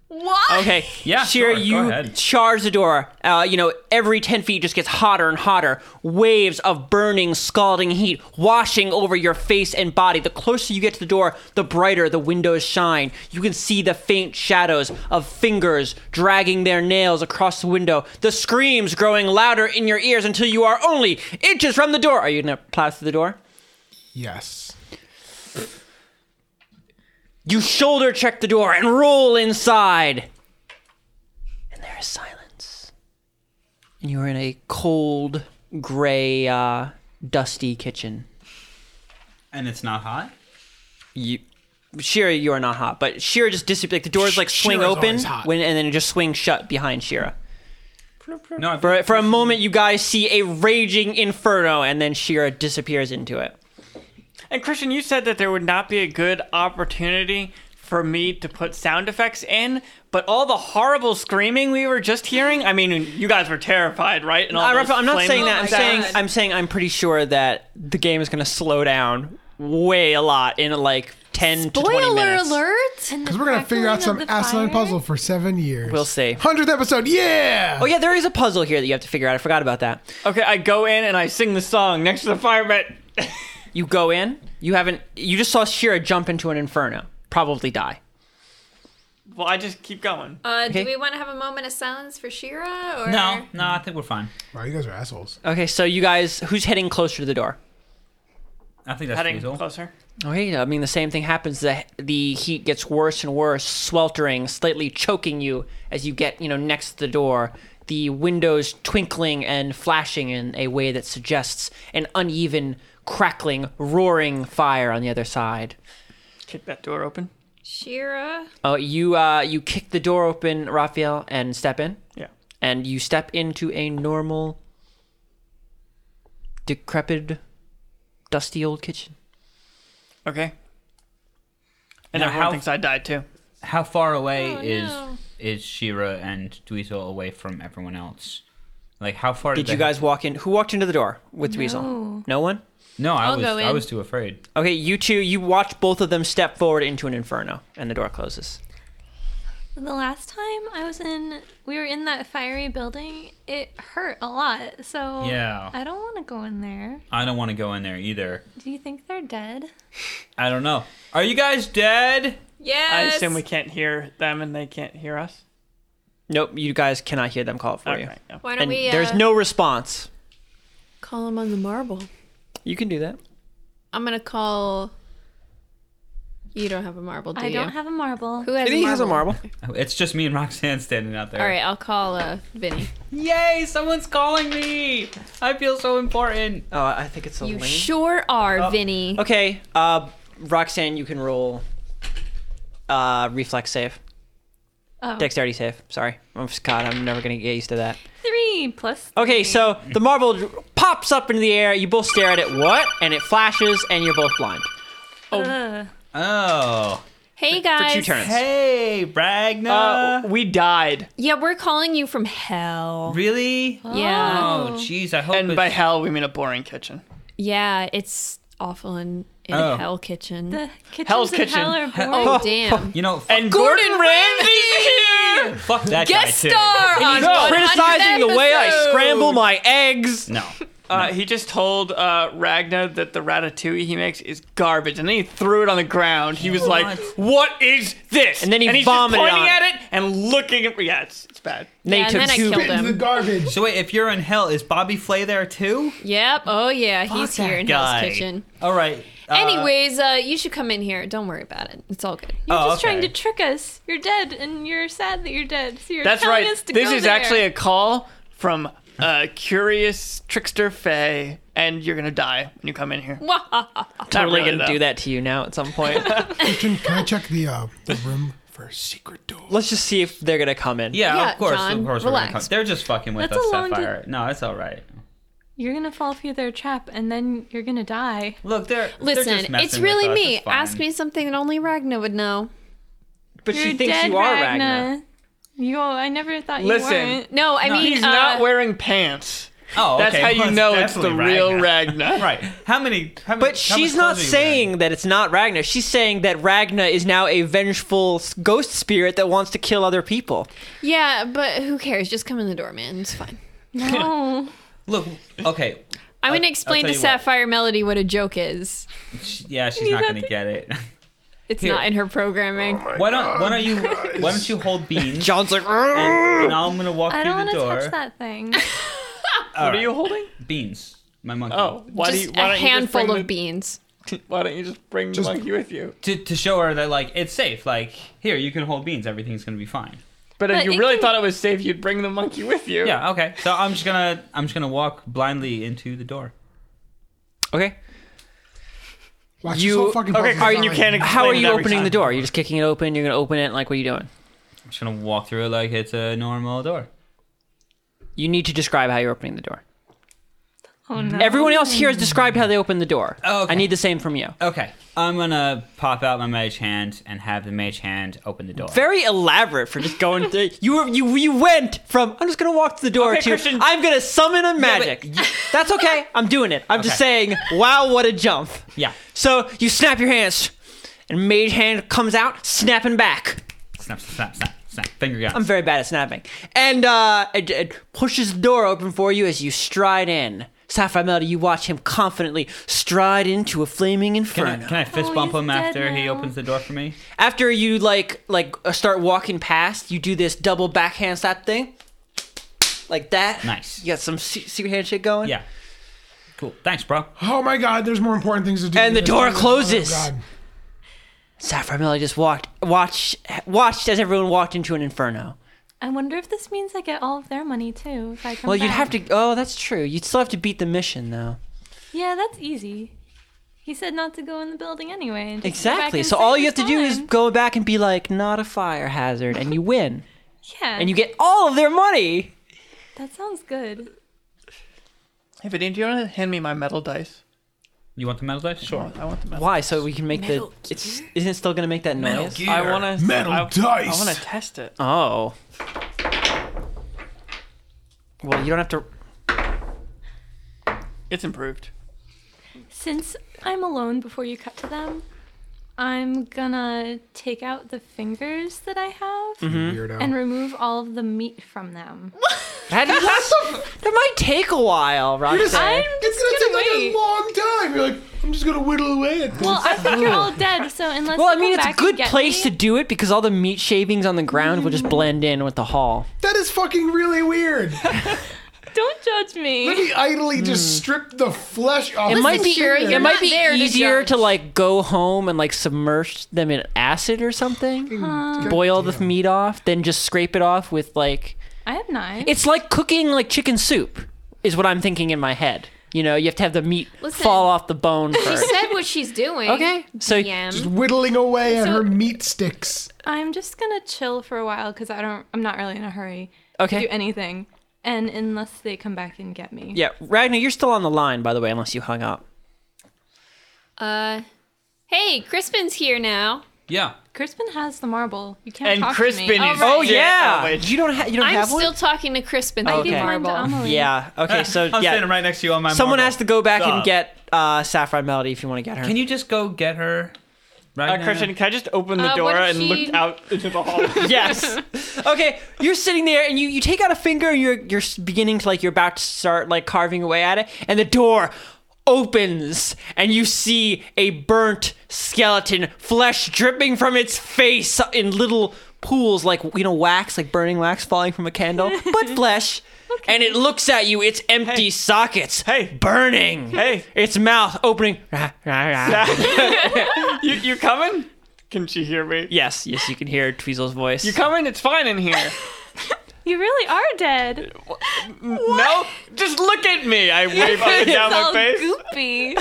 Speaker 5: What?
Speaker 1: Okay.
Speaker 2: Yeah,
Speaker 1: Shira,
Speaker 2: sure, go
Speaker 1: you
Speaker 2: ahead.
Speaker 1: charge the door. Uh, you know, every 10 feet just gets hotter and hotter. Waves of burning, scalding heat washing over your face and body. The closer you get to the door, the brighter the windows shine. You can see the faint shadows of fingers dragging their nails across the window. The screams growing louder in your ears until you are only inches from the door. Are you going to plow through the door?
Speaker 7: Yes.
Speaker 1: You shoulder check the door and roll inside. And there is silence. And you are in a cold, gray, uh, dusty kitchen.
Speaker 2: And it's not hot.
Speaker 1: You, Shira, you are not hot, but Shira just disappears. Like the doors like swing
Speaker 7: Shira's
Speaker 1: open,
Speaker 7: always hot.
Speaker 1: when, and then it just swings shut behind Shira.
Speaker 2: No, I
Speaker 1: For, for a moment, you guys see a raging inferno, and then Shira disappears into it.
Speaker 6: And Christian, you said that there would not be a good opportunity for me to put sound effects in, but all the horrible screaming we were just hearing, I mean, you guys were terrified, right? And all
Speaker 1: I,
Speaker 6: those
Speaker 1: am not
Speaker 6: flame
Speaker 1: saying that. Uh, I'm
Speaker 6: sounds.
Speaker 5: Oh
Speaker 1: saying I'm saying I'm pretty sure that the game is going to slow down way a lot in like 10 to 20
Speaker 5: Spoiler
Speaker 1: minutes.
Speaker 5: alert!
Speaker 3: And the
Speaker 7: Because we're gonna figure out
Speaker 3: crackling
Speaker 7: some
Speaker 3: of the
Speaker 7: asinine
Speaker 3: fire?
Speaker 7: puzzle for seven years.
Speaker 1: We'll see.
Speaker 7: Hundredth episode, yeah.
Speaker 1: Oh yeah, there is a puzzle here that you have to figure out. I forgot about that.
Speaker 6: Okay, I go in and I sing the song next to the fire pit.
Speaker 1: You go in. You haven't. You just saw Shira jump into an inferno. Probably die.
Speaker 6: Well, I just keep going.
Speaker 5: Uh,
Speaker 1: Okay.
Speaker 5: Do we want to have a moment of silence for Shira? Or...
Speaker 2: No, no, I think we're fine.
Speaker 7: Wow, you guys are assholes.
Speaker 1: Okay, so you guys, who's heading closer to the door?
Speaker 2: I think that's
Speaker 6: Heading
Speaker 2: reasonable.
Speaker 6: closer.
Speaker 1: Okay, Oh, I mean the same thing happens. The the heat gets worse and worse, sweltering, slightly choking you as you get you know next to the door. The windows twinkling and flashing in a way that suggests an uneven, crackling, roaring fire on the other side.
Speaker 6: Kick that door open.
Speaker 5: Shira.
Speaker 1: Oh, you uh, you kick the door open, Raphael, and step in.
Speaker 6: Yeah.
Speaker 1: and you step into a normal, decrepit, dusty old kitchen.
Speaker 6: Okay. And
Speaker 2: Now,
Speaker 6: everyone
Speaker 2: how-
Speaker 6: thinks I died too.
Speaker 2: How far away
Speaker 5: Oh,
Speaker 2: is
Speaker 5: no.
Speaker 2: is Shira and Dweezil away from everyone else? Like how far
Speaker 1: Did
Speaker 2: they-
Speaker 1: you guys walk in? Who walked into the door with Dweezil? No one.
Speaker 2: No, I
Speaker 3: I'll
Speaker 2: was
Speaker 3: go
Speaker 2: I
Speaker 3: in.
Speaker 2: was too afraid.
Speaker 1: Okay, you two. You watch both of them step forward into an inferno, and the door closes.
Speaker 3: The last time I was in, we were in that fiery building. It hurt a lot, so
Speaker 2: Yeah.
Speaker 3: I don't want to go in there.
Speaker 2: I don't want to go in there either.
Speaker 3: Do you think they're dead?
Speaker 2: I don't know. Are you guys dead?
Speaker 6: I
Speaker 5: Yes.
Speaker 6: assume we can't hear them and they can't hear us.
Speaker 1: Nope, you guys cannot hear them call it for
Speaker 6: Okay.
Speaker 1: you.
Speaker 6: yeah.
Speaker 5: Why don't
Speaker 1: And
Speaker 5: we? Uh,
Speaker 1: there's no response.
Speaker 5: call him on the marble.
Speaker 1: You can do that.
Speaker 5: I'm gonna call. You don't have a marble, do
Speaker 3: I
Speaker 5: you?
Speaker 3: don't have a marble.
Speaker 5: Who has a
Speaker 1: He
Speaker 5: marble?
Speaker 1: has a marble.
Speaker 2: It's just me and Roxanne standing out there.
Speaker 5: All right, I'll call uh, Vinny.
Speaker 2: Yay, someone's calling me. I feel so important.
Speaker 6: Uh,
Speaker 1: Oh, I think it's a
Speaker 5: You
Speaker 1: lane.
Speaker 5: sure are, Vinny.
Speaker 1: Oh, okay, uh, Roxanne, you can roll. Uh, reflex save,
Speaker 3: Oh,
Speaker 1: dexterity save. Sorry, I'm God. I'm never gonna get used to that.
Speaker 3: three plus.
Speaker 1: Okay, so the marble pops up into the air. You both stare at it. What? And it flashes, and you're both blind
Speaker 3: Ugh.
Speaker 2: Oh.
Speaker 5: Hey
Speaker 1: for
Speaker 5: guys.
Speaker 1: two turns.
Speaker 2: Hey, Bragna.
Speaker 6: Uh, we died.
Speaker 5: Yeah, we're calling you from hell.
Speaker 2: really?
Speaker 5: Yeah.
Speaker 2: Oh, jeez. I hope
Speaker 6: And
Speaker 2: it's-
Speaker 6: by hell, we mean a boring kitchen.
Speaker 5: Yeah, it's awful in, in
Speaker 2: Oh.
Speaker 5: hell kitchen.
Speaker 3: The kitchens
Speaker 6: Hell's
Speaker 3: in
Speaker 6: Kitchen.
Speaker 3: Hell are boring.
Speaker 5: oh damn.
Speaker 2: you know, fuck,
Speaker 6: And Gordon Ramsay here.
Speaker 2: fuck that
Speaker 5: Guest
Speaker 2: guy too.
Speaker 5: star on
Speaker 1: Stop
Speaker 5: 100
Speaker 1: criticizing the way I
Speaker 5: episodes.
Speaker 1: scramble my eggs.
Speaker 2: No.
Speaker 6: Uh, he just told uh, Ragna that the ratatouille he makes is garbage, and then he threw it on the ground. He was like, "What is this?"
Speaker 1: And then he
Speaker 6: and he's just
Speaker 1: vomited
Speaker 6: pointing
Speaker 1: on
Speaker 6: at it and looking at. Yeah, it's, it's bad.
Speaker 1: They
Speaker 5: Yeah, and
Speaker 1: took
Speaker 5: then I
Speaker 1: two-
Speaker 5: killed
Speaker 7: Bit into the
Speaker 5: him.
Speaker 7: garbage.
Speaker 2: So wait, if you're in hell, is Bobby Flay there too?
Speaker 5: Yep. Oh yeah, he's
Speaker 2: Fuck
Speaker 5: here in
Speaker 2: that guy.
Speaker 5: hell's kitchen.
Speaker 2: All right. uh,
Speaker 5: Anyways, uh, you should come in here. Don't worry about it. It's all good.
Speaker 3: You're
Speaker 2: Oh,
Speaker 3: just trying
Speaker 2: okay.
Speaker 3: to trick us. You're dead, and you're sad that you're dead. So you're
Speaker 6: That's
Speaker 3: telling
Speaker 6: right.
Speaker 3: us to
Speaker 6: This
Speaker 3: go
Speaker 6: is
Speaker 3: there.
Speaker 6: actually a call from uh, curious trickster Faye, and you're gonna die when you come in here.
Speaker 1: Totally
Speaker 6: really,
Speaker 1: gonna
Speaker 6: though.
Speaker 1: do that to you now at some point.
Speaker 7: Can, can I check the uh, the room for a secret door?
Speaker 1: Let's just see if they're gonna come in.
Speaker 2: yeah,
Speaker 5: Yeah,
Speaker 2: of course,
Speaker 5: John,
Speaker 2: of course. We're gonna
Speaker 5: relax.
Speaker 2: come. They're just fucking with
Speaker 3: That's
Speaker 2: us,
Speaker 3: a long
Speaker 2: Sapphire. No, it's all right.
Speaker 3: You're gonna fall through their trap, and then you're gonna die.
Speaker 2: Look, they're They're just
Speaker 5: Listen,
Speaker 2: messing
Speaker 5: it's really
Speaker 2: with us.
Speaker 5: me.
Speaker 2: It's fine.
Speaker 5: Ask me something that only Ragna would know.
Speaker 1: but she
Speaker 3: You're
Speaker 1: thinks
Speaker 3: dead,
Speaker 1: you are
Speaker 3: Ragna.
Speaker 1: Ragnar.
Speaker 3: You, I never thought you
Speaker 6: Listen.
Speaker 3: weren't.
Speaker 5: No, I mean
Speaker 6: He's
Speaker 5: uh,
Speaker 6: not wearing pants.
Speaker 2: Oh,
Speaker 6: That's
Speaker 2: okay.
Speaker 6: how you
Speaker 2: Well, it's
Speaker 6: know it's the
Speaker 2: definitely
Speaker 6: real
Speaker 2: Ragnar.
Speaker 6: Ragnar.
Speaker 2: Right. How many? How many
Speaker 1: But she's not saying that it's not Ragna. She's saying that Ragna is now a vengeful s- ghost spirit that wants to kill other people.
Speaker 5: Yeah, but who cares? Just come in the door, man. It's fine.
Speaker 3: No.
Speaker 2: Look. Okay.
Speaker 5: I'm going
Speaker 2: I'll-
Speaker 5: to
Speaker 2: I'll
Speaker 5: explain
Speaker 2: tell
Speaker 5: to
Speaker 2: you what.
Speaker 5: Sapphire Melody what a joke is.
Speaker 2: She- Yeah, she's not gonna get it.
Speaker 5: It's
Speaker 2: Here.
Speaker 5: not in her programming.
Speaker 2: Why don't Why don't you Why don't you hold beans?
Speaker 1: John's like,
Speaker 2: And I'm gonna walk
Speaker 3: I don't
Speaker 2: through
Speaker 3: want
Speaker 2: the
Speaker 3: to touch
Speaker 2: door.
Speaker 3: that thing.
Speaker 2: All
Speaker 6: What are
Speaker 2: right.
Speaker 6: you holding?
Speaker 2: Beans. My monkey.
Speaker 6: Oh, why
Speaker 5: just
Speaker 6: do you, why don't
Speaker 5: a
Speaker 6: you just
Speaker 5: handful
Speaker 6: bring
Speaker 5: of
Speaker 6: the,
Speaker 5: beans.
Speaker 6: Why don't you just bring the monkey with you?
Speaker 2: To to show her that like it's safe. Like here, you can hold beans. Everything's gonna be fine.
Speaker 6: But if
Speaker 3: But
Speaker 6: you
Speaker 3: it
Speaker 6: really
Speaker 3: can-
Speaker 6: thought it was safe, you'd bring the monkey with you.
Speaker 2: Yeah. Okay. So I'm just gonna I'm just gonna walk blindly into the door.
Speaker 1: okay.
Speaker 7: Watch
Speaker 1: You-
Speaker 7: this whole fucking
Speaker 6: Okay,
Speaker 7: puzzle
Speaker 6: Karin, you
Speaker 7: design.
Speaker 6: can't. Explain
Speaker 1: How are
Speaker 6: it
Speaker 1: you
Speaker 6: every
Speaker 1: opening
Speaker 6: time.
Speaker 1: the door? You're just kicking it open. You're gonna open it. Like, what are you doing?
Speaker 2: I'm just gonna walk through it like it's a normal door.
Speaker 1: You need to describe how you're opening the door.
Speaker 3: Oh no.
Speaker 1: Everyone else here has described how they open the door.
Speaker 2: Oh, okay.
Speaker 1: I need the same from you.
Speaker 2: Okay. I'm gonna pop out my mage hand and have the mage hand open the door.
Speaker 1: Very elaborate for just going. through. You were- you you went from I'm just gonna walk to the door
Speaker 6: Okay,
Speaker 1: to
Speaker 6: Christian.
Speaker 1: I'm gonna summon a
Speaker 2: but
Speaker 1: magic. That's okay. I'm doing it. I'm just saying. Wow, what a jump!
Speaker 2: yeah.
Speaker 1: So you snap your hands, and mage hand comes out, snapping back.
Speaker 2: Snap, snap, snap, snap. Finger guns.
Speaker 1: I'm very bad at snapping. And uh, it, it pushes the door open for you as you stride in. Sapphire Melody, you watch him confidently stride into a flaming
Speaker 2: Can I,
Speaker 1: inferno.
Speaker 2: can I fist
Speaker 3: Oh,
Speaker 2: bump
Speaker 3: he's
Speaker 2: him
Speaker 3: dead
Speaker 2: after he
Speaker 3: now.
Speaker 2: opens the door for me?
Speaker 1: After you like like uh, start walking past, you do this double backhand slap thing, like that.
Speaker 2: Nice.
Speaker 1: You got some se- secret hand shit going.
Speaker 2: Yeah. Cool. Thanks, bro.
Speaker 7: Oh my god, there's more important things to do.
Speaker 1: And the
Speaker 7: than
Speaker 1: door
Speaker 7: this.
Speaker 1: closes.
Speaker 7: Oh, God.
Speaker 1: Sapphire Melody just walked, watched, watched as everyone walked into an inferno.
Speaker 3: I wonder if this means I get all of their money too. If I come
Speaker 1: Well, you'd
Speaker 3: back.
Speaker 1: have to. Oh, that's true. You'd still have to beat the mission though.
Speaker 3: Yeah, that's easy. He said not to go in the building anyway. and just go back
Speaker 1: Exactly.
Speaker 3: and
Speaker 1: So
Speaker 3: say
Speaker 1: all you have
Speaker 3: it's
Speaker 1: to do is
Speaker 3: fine.
Speaker 1: go back and be like, not a fire hazard, and you win.
Speaker 3: Yeah.
Speaker 1: and you get all of their money.
Speaker 3: That sounds good.
Speaker 6: Hey, Vadim, do you want to hand me my metal dice?
Speaker 2: You want the metal dice? Sure.
Speaker 6: I want the metal.
Speaker 1: Why? So we can make the. It's isn't it still gonna make that noise?
Speaker 4: I want to.
Speaker 7: Metal
Speaker 4: I,
Speaker 7: dice.
Speaker 4: I want to test it.
Speaker 2: Uh.
Speaker 1: Oh. Well, you don't have to.
Speaker 6: It's improved.
Speaker 3: Since I'm alone before you cut to them, I'm gonna take out the fingers that I have
Speaker 1: Mm-hmm.
Speaker 7: Weirdo.
Speaker 3: and remove all of the meat from them.
Speaker 1: That, that might take a while, Roxanne.
Speaker 7: it's gonna,
Speaker 3: gonna
Speaker 7: take
Speaker 3: wait.
Speaker 7: like a long time. You're like, I'm just gonna whittle away at this.
Speaker 3: Well, I think you're all dead, so unless
Speaker 1: Well, I
Speaker 3: you
Speaker 1: mean, it's
Speaker 3: come
Speaker 1: a
Speaker 3: back
Speaker 1: good
Speaker 3: and get
Speaker 1: place to
Speaker 3: me-
Speaker 1: do it because all the meat shavings on the ground will just
Speaker 5: Mm.
Speaker 1: blend in with the hall.
Speaker 7: that is fucking really weird.
Speaker 3: Don't judge me.
Speaker 7: He idly just stripped the flesh off.
Speaker 1: Hmm. It
Speaker 7: the
Speaker 1: might be
Speaker 5: sure,
Speaker 1: it
Speaker 5: you're
Speaker 1: might
Speaker 5: not
Speaker 1: be
Speaker 5: there to
Speaker 1: easier
Speaker 5: judge.
Speaker 1: to like go home and like submerge them in acid or something, boil the meat off, then just scrape it off with like
Speaker 3: I have knives.
Speaker 1: It's like cooking like chicken soup, is what I'm thinking in my head. You know, you have to have the meat
Speaker 5: Listen.
Speaker 1: fall off the bone
Speaker 5: She
Speaker 1: first.
Speaker 5: said what she's doing.
Speaker 1: Okay, so
Speaker 5: DM.
Speaker 7: whittling away at
Speaker 3: So-
Speaker 7: her meat sticks.
Speaker 3: I'm just gonna chill for a while because I don't. I'm not really in a hurry to do
Speaker 1: okay,
Speaker 3: anything, and unless they come back and get me.
Speaker 1: yeah, Ragnar, you're still on the line, by the way, unless you hung up.
Speaker 5: Uh, hey, Crispin's here now.
Speaker 2: Yeah.
Speaker 3: Crispin has the marble. You can't
Speaker 6: And
Speaker 3: talk to
Speaker 6: Crispin
Speaker 3: me.
Speaker 6: is.
Speaker 3: Oh,
Speaker 1: Oh
Speaker 3: right.
Speaker 6: dead.
Speaker 1: yeah,
Speaker 6: Oh, wait.
Speaker 1: you don't have you don't
Speaker 5: I'm
Speaker 1: have
Speaker 5: still
Speaker 1: one.
Speaker 5: talking to Crispin through
Speaker 1: Okay.
Speaker 5: the
Speaker 3: Mine to
Speaker 5: marble.
Speaker 3: Amelie.
Speaker 1: Yeah. Okay. So
Speaker 2: I'm
Speaker 1: yeah,
Speaker 2: standing right next to you on my.
Speaker 1: someone
Speaker 2: marble.
Speaker 1: has to go back and
Speaker 2: Stop.
Speaker 1: get uh, Sapphire Melody if you want to get her.
Speaker 2: Can you just go get her?
Speaker 6: Uh,
Speaker 2: Right.
Speaker 6: Christian, can I just open the
Speaker 5: Uh,
Speaker 6: door
Speaker 5: what
Speaker 6: and
Speaker 5: if she-
Speaker 6: look out into the hall?
Speaker 1: yes. Okay, you're sitting there and you, you take out a finger and you're you're s- beginning to like you're about to start like carving away at it and the door opens and you see a burnt skeleton, flesh dripping from its face in little pools like you know wax, like burning wax falling from a candle, but flesh. And it looks at you, its empty sockets.
Speaker 6: Hey.
Speaker 1: Burning.
Speaker 6: Hey.
Speaker 1: Its mouth opening.
Speaker 6: you, you coming? Can she hear me?
Speaker 1: yes, yes, you can hear Tweezle's voice.
Speaker 6: You coming? It's fine in here.
Speaker 3: You really are dead.
Speaker 6: No, Oh, just look at me. I wave up and down my
Speaker 3: All
Speaker 6: face.
Speaker 3: goopy.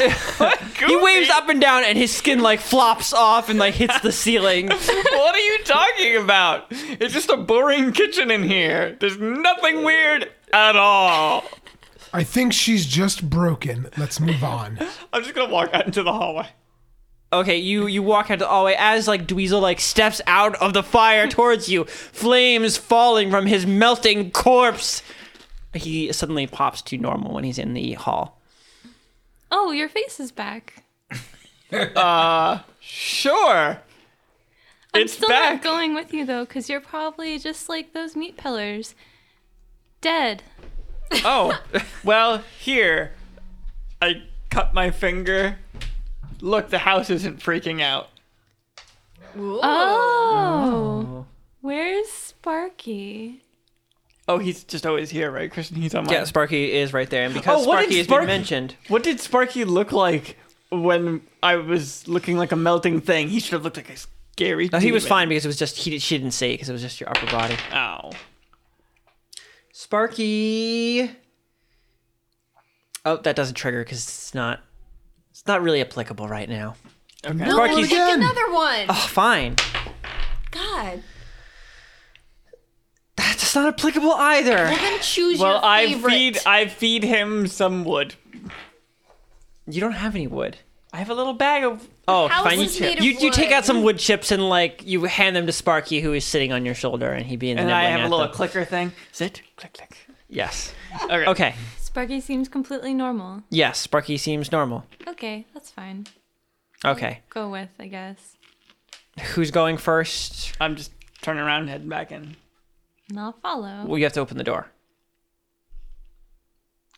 Speaker 1: He
Speaker 6: Goofy.
Speaker 1: waves up and down, and his skin like flops off and like hits the ceiling.
Speaker 6: What are you talking about? It's just a boring kitchen in here. There's nothing weird at all.
Speaker 7: I think she's just broken. Let's move on.
Speaker 6: I'm just gonna walk out into the hallway.
Speaker 1: Okay, you you walk out the hallway as like Dweezil like steps out of the fire towards you, flames falling from his melting corpse. he suddenly pops to normal when he's in the hall.
Speaker 3: Oh, your face is back.
Speaker 6: Sure.
Speaker 3: I'm
Speaker 6: It's
Speaker 3: still not
Speaker 6: back.
Speaker 3: going with you though, because you're probably just like those meat pillars, dead.
Speaker 6: Oh, well, here. I cut my finger. Look, the house isn't freaking out.
Speaker 3: Oh, where's Sparky?
Speaker 6: Oh, he's just always here, right, Christian? He's on my.
Speaker 1: Yeah, Sparky is right there, and because
Speaker 6: Oh, what did
Speaker 1: Sparky has
Speaker 6: Sparky-
Speaker 1: been mentioned,
Speaker 6: What did Sparky look like when I was looking like a melting thing? He should have looked like a scary.
Speaker 1: no, he was
Speaker 6: demon. Oh.
Speaker 1: fine because it was just he she didn't say because it was just your upper body.
Speaker 6: Ow.
Speaker 1: Sparky. Oh, that doesn't trigger because it's not. It's not really applicable right now.
Speaker 7: Okay.
Speaker 1: Sparky's-
Speaker 5: Pick another one.
Speaker 1: Oh, fine.
Speaker 5: God.
Speaker 1: That's not applicable either.
Speaker 5: Well, then choose
Speaker 6: Well,
Speaker 5: your
Speaker 6: I
Speaker 5: favorite.
Speaker 6: feed I feed him some wood.
Speaker 1: You don't have any wood.
Speaker 6: I have a little bag of.
Speaker 1: Oh,
Speaker 5: house
Speaker 1: fine. You,
Speaker 5: is made of
Speaker 1: you, you take
Speaker 5: wood.
Speaker 1: out some wood chips and like you hand them to Sparky, who is sitting on your shoulder, and he being
Speaker 6: And I have
Speaker 1: at
Speaker 6: a little
Speaker 1: them.
Speaker 6: clicker thing. Sit. Click click.
Speaker 1: Yes.
Speaker 6: Okay.
Speaker 1: Okay.
Speaker 3: Sparky seems completely normal.
Speaker 1: Yes. Sparky seems normal.
Speaker 3: Okay, that's fine.
Speaker 1: Okay.
Speaker 3: Go with, I guess.
Speaker 1: Who's going first?
Speaker 6: I'm just turning around, and heading back in.
Speaker 3: And I'll follow.
Speaker 1: Well, you have to open the door.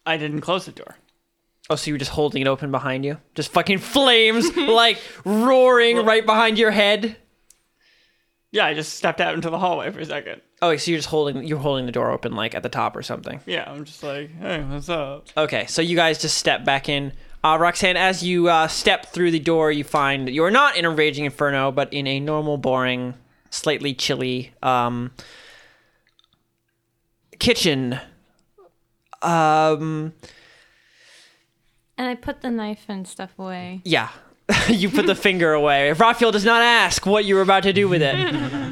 Speaker 6: I didn't close the door.
Speaker 1: Oh, so you were just holding it open behind you? Just fucking flames, like roaring right behind your head.
Speaker 6: Yeah, I just stepped out into the hallway for a second.
Speaker 1: Oh, so you're just holding you're holding the door open like at the top or something.
Speaker 6: Yeah, I'm just like, hey, what's up?
Speaker 1: Okay, so you guys just step back in. Uh, Roxanne, as you uh, step through the door, you find that you are not in a raging inferno, but in a normal, boring, slightly chilly um, kitchen. Um,
Speaker 3: And I put the knife and stuff away.
Speaker 1: yeah, you put the finger away. Raphael does not ask what you were about to do with it.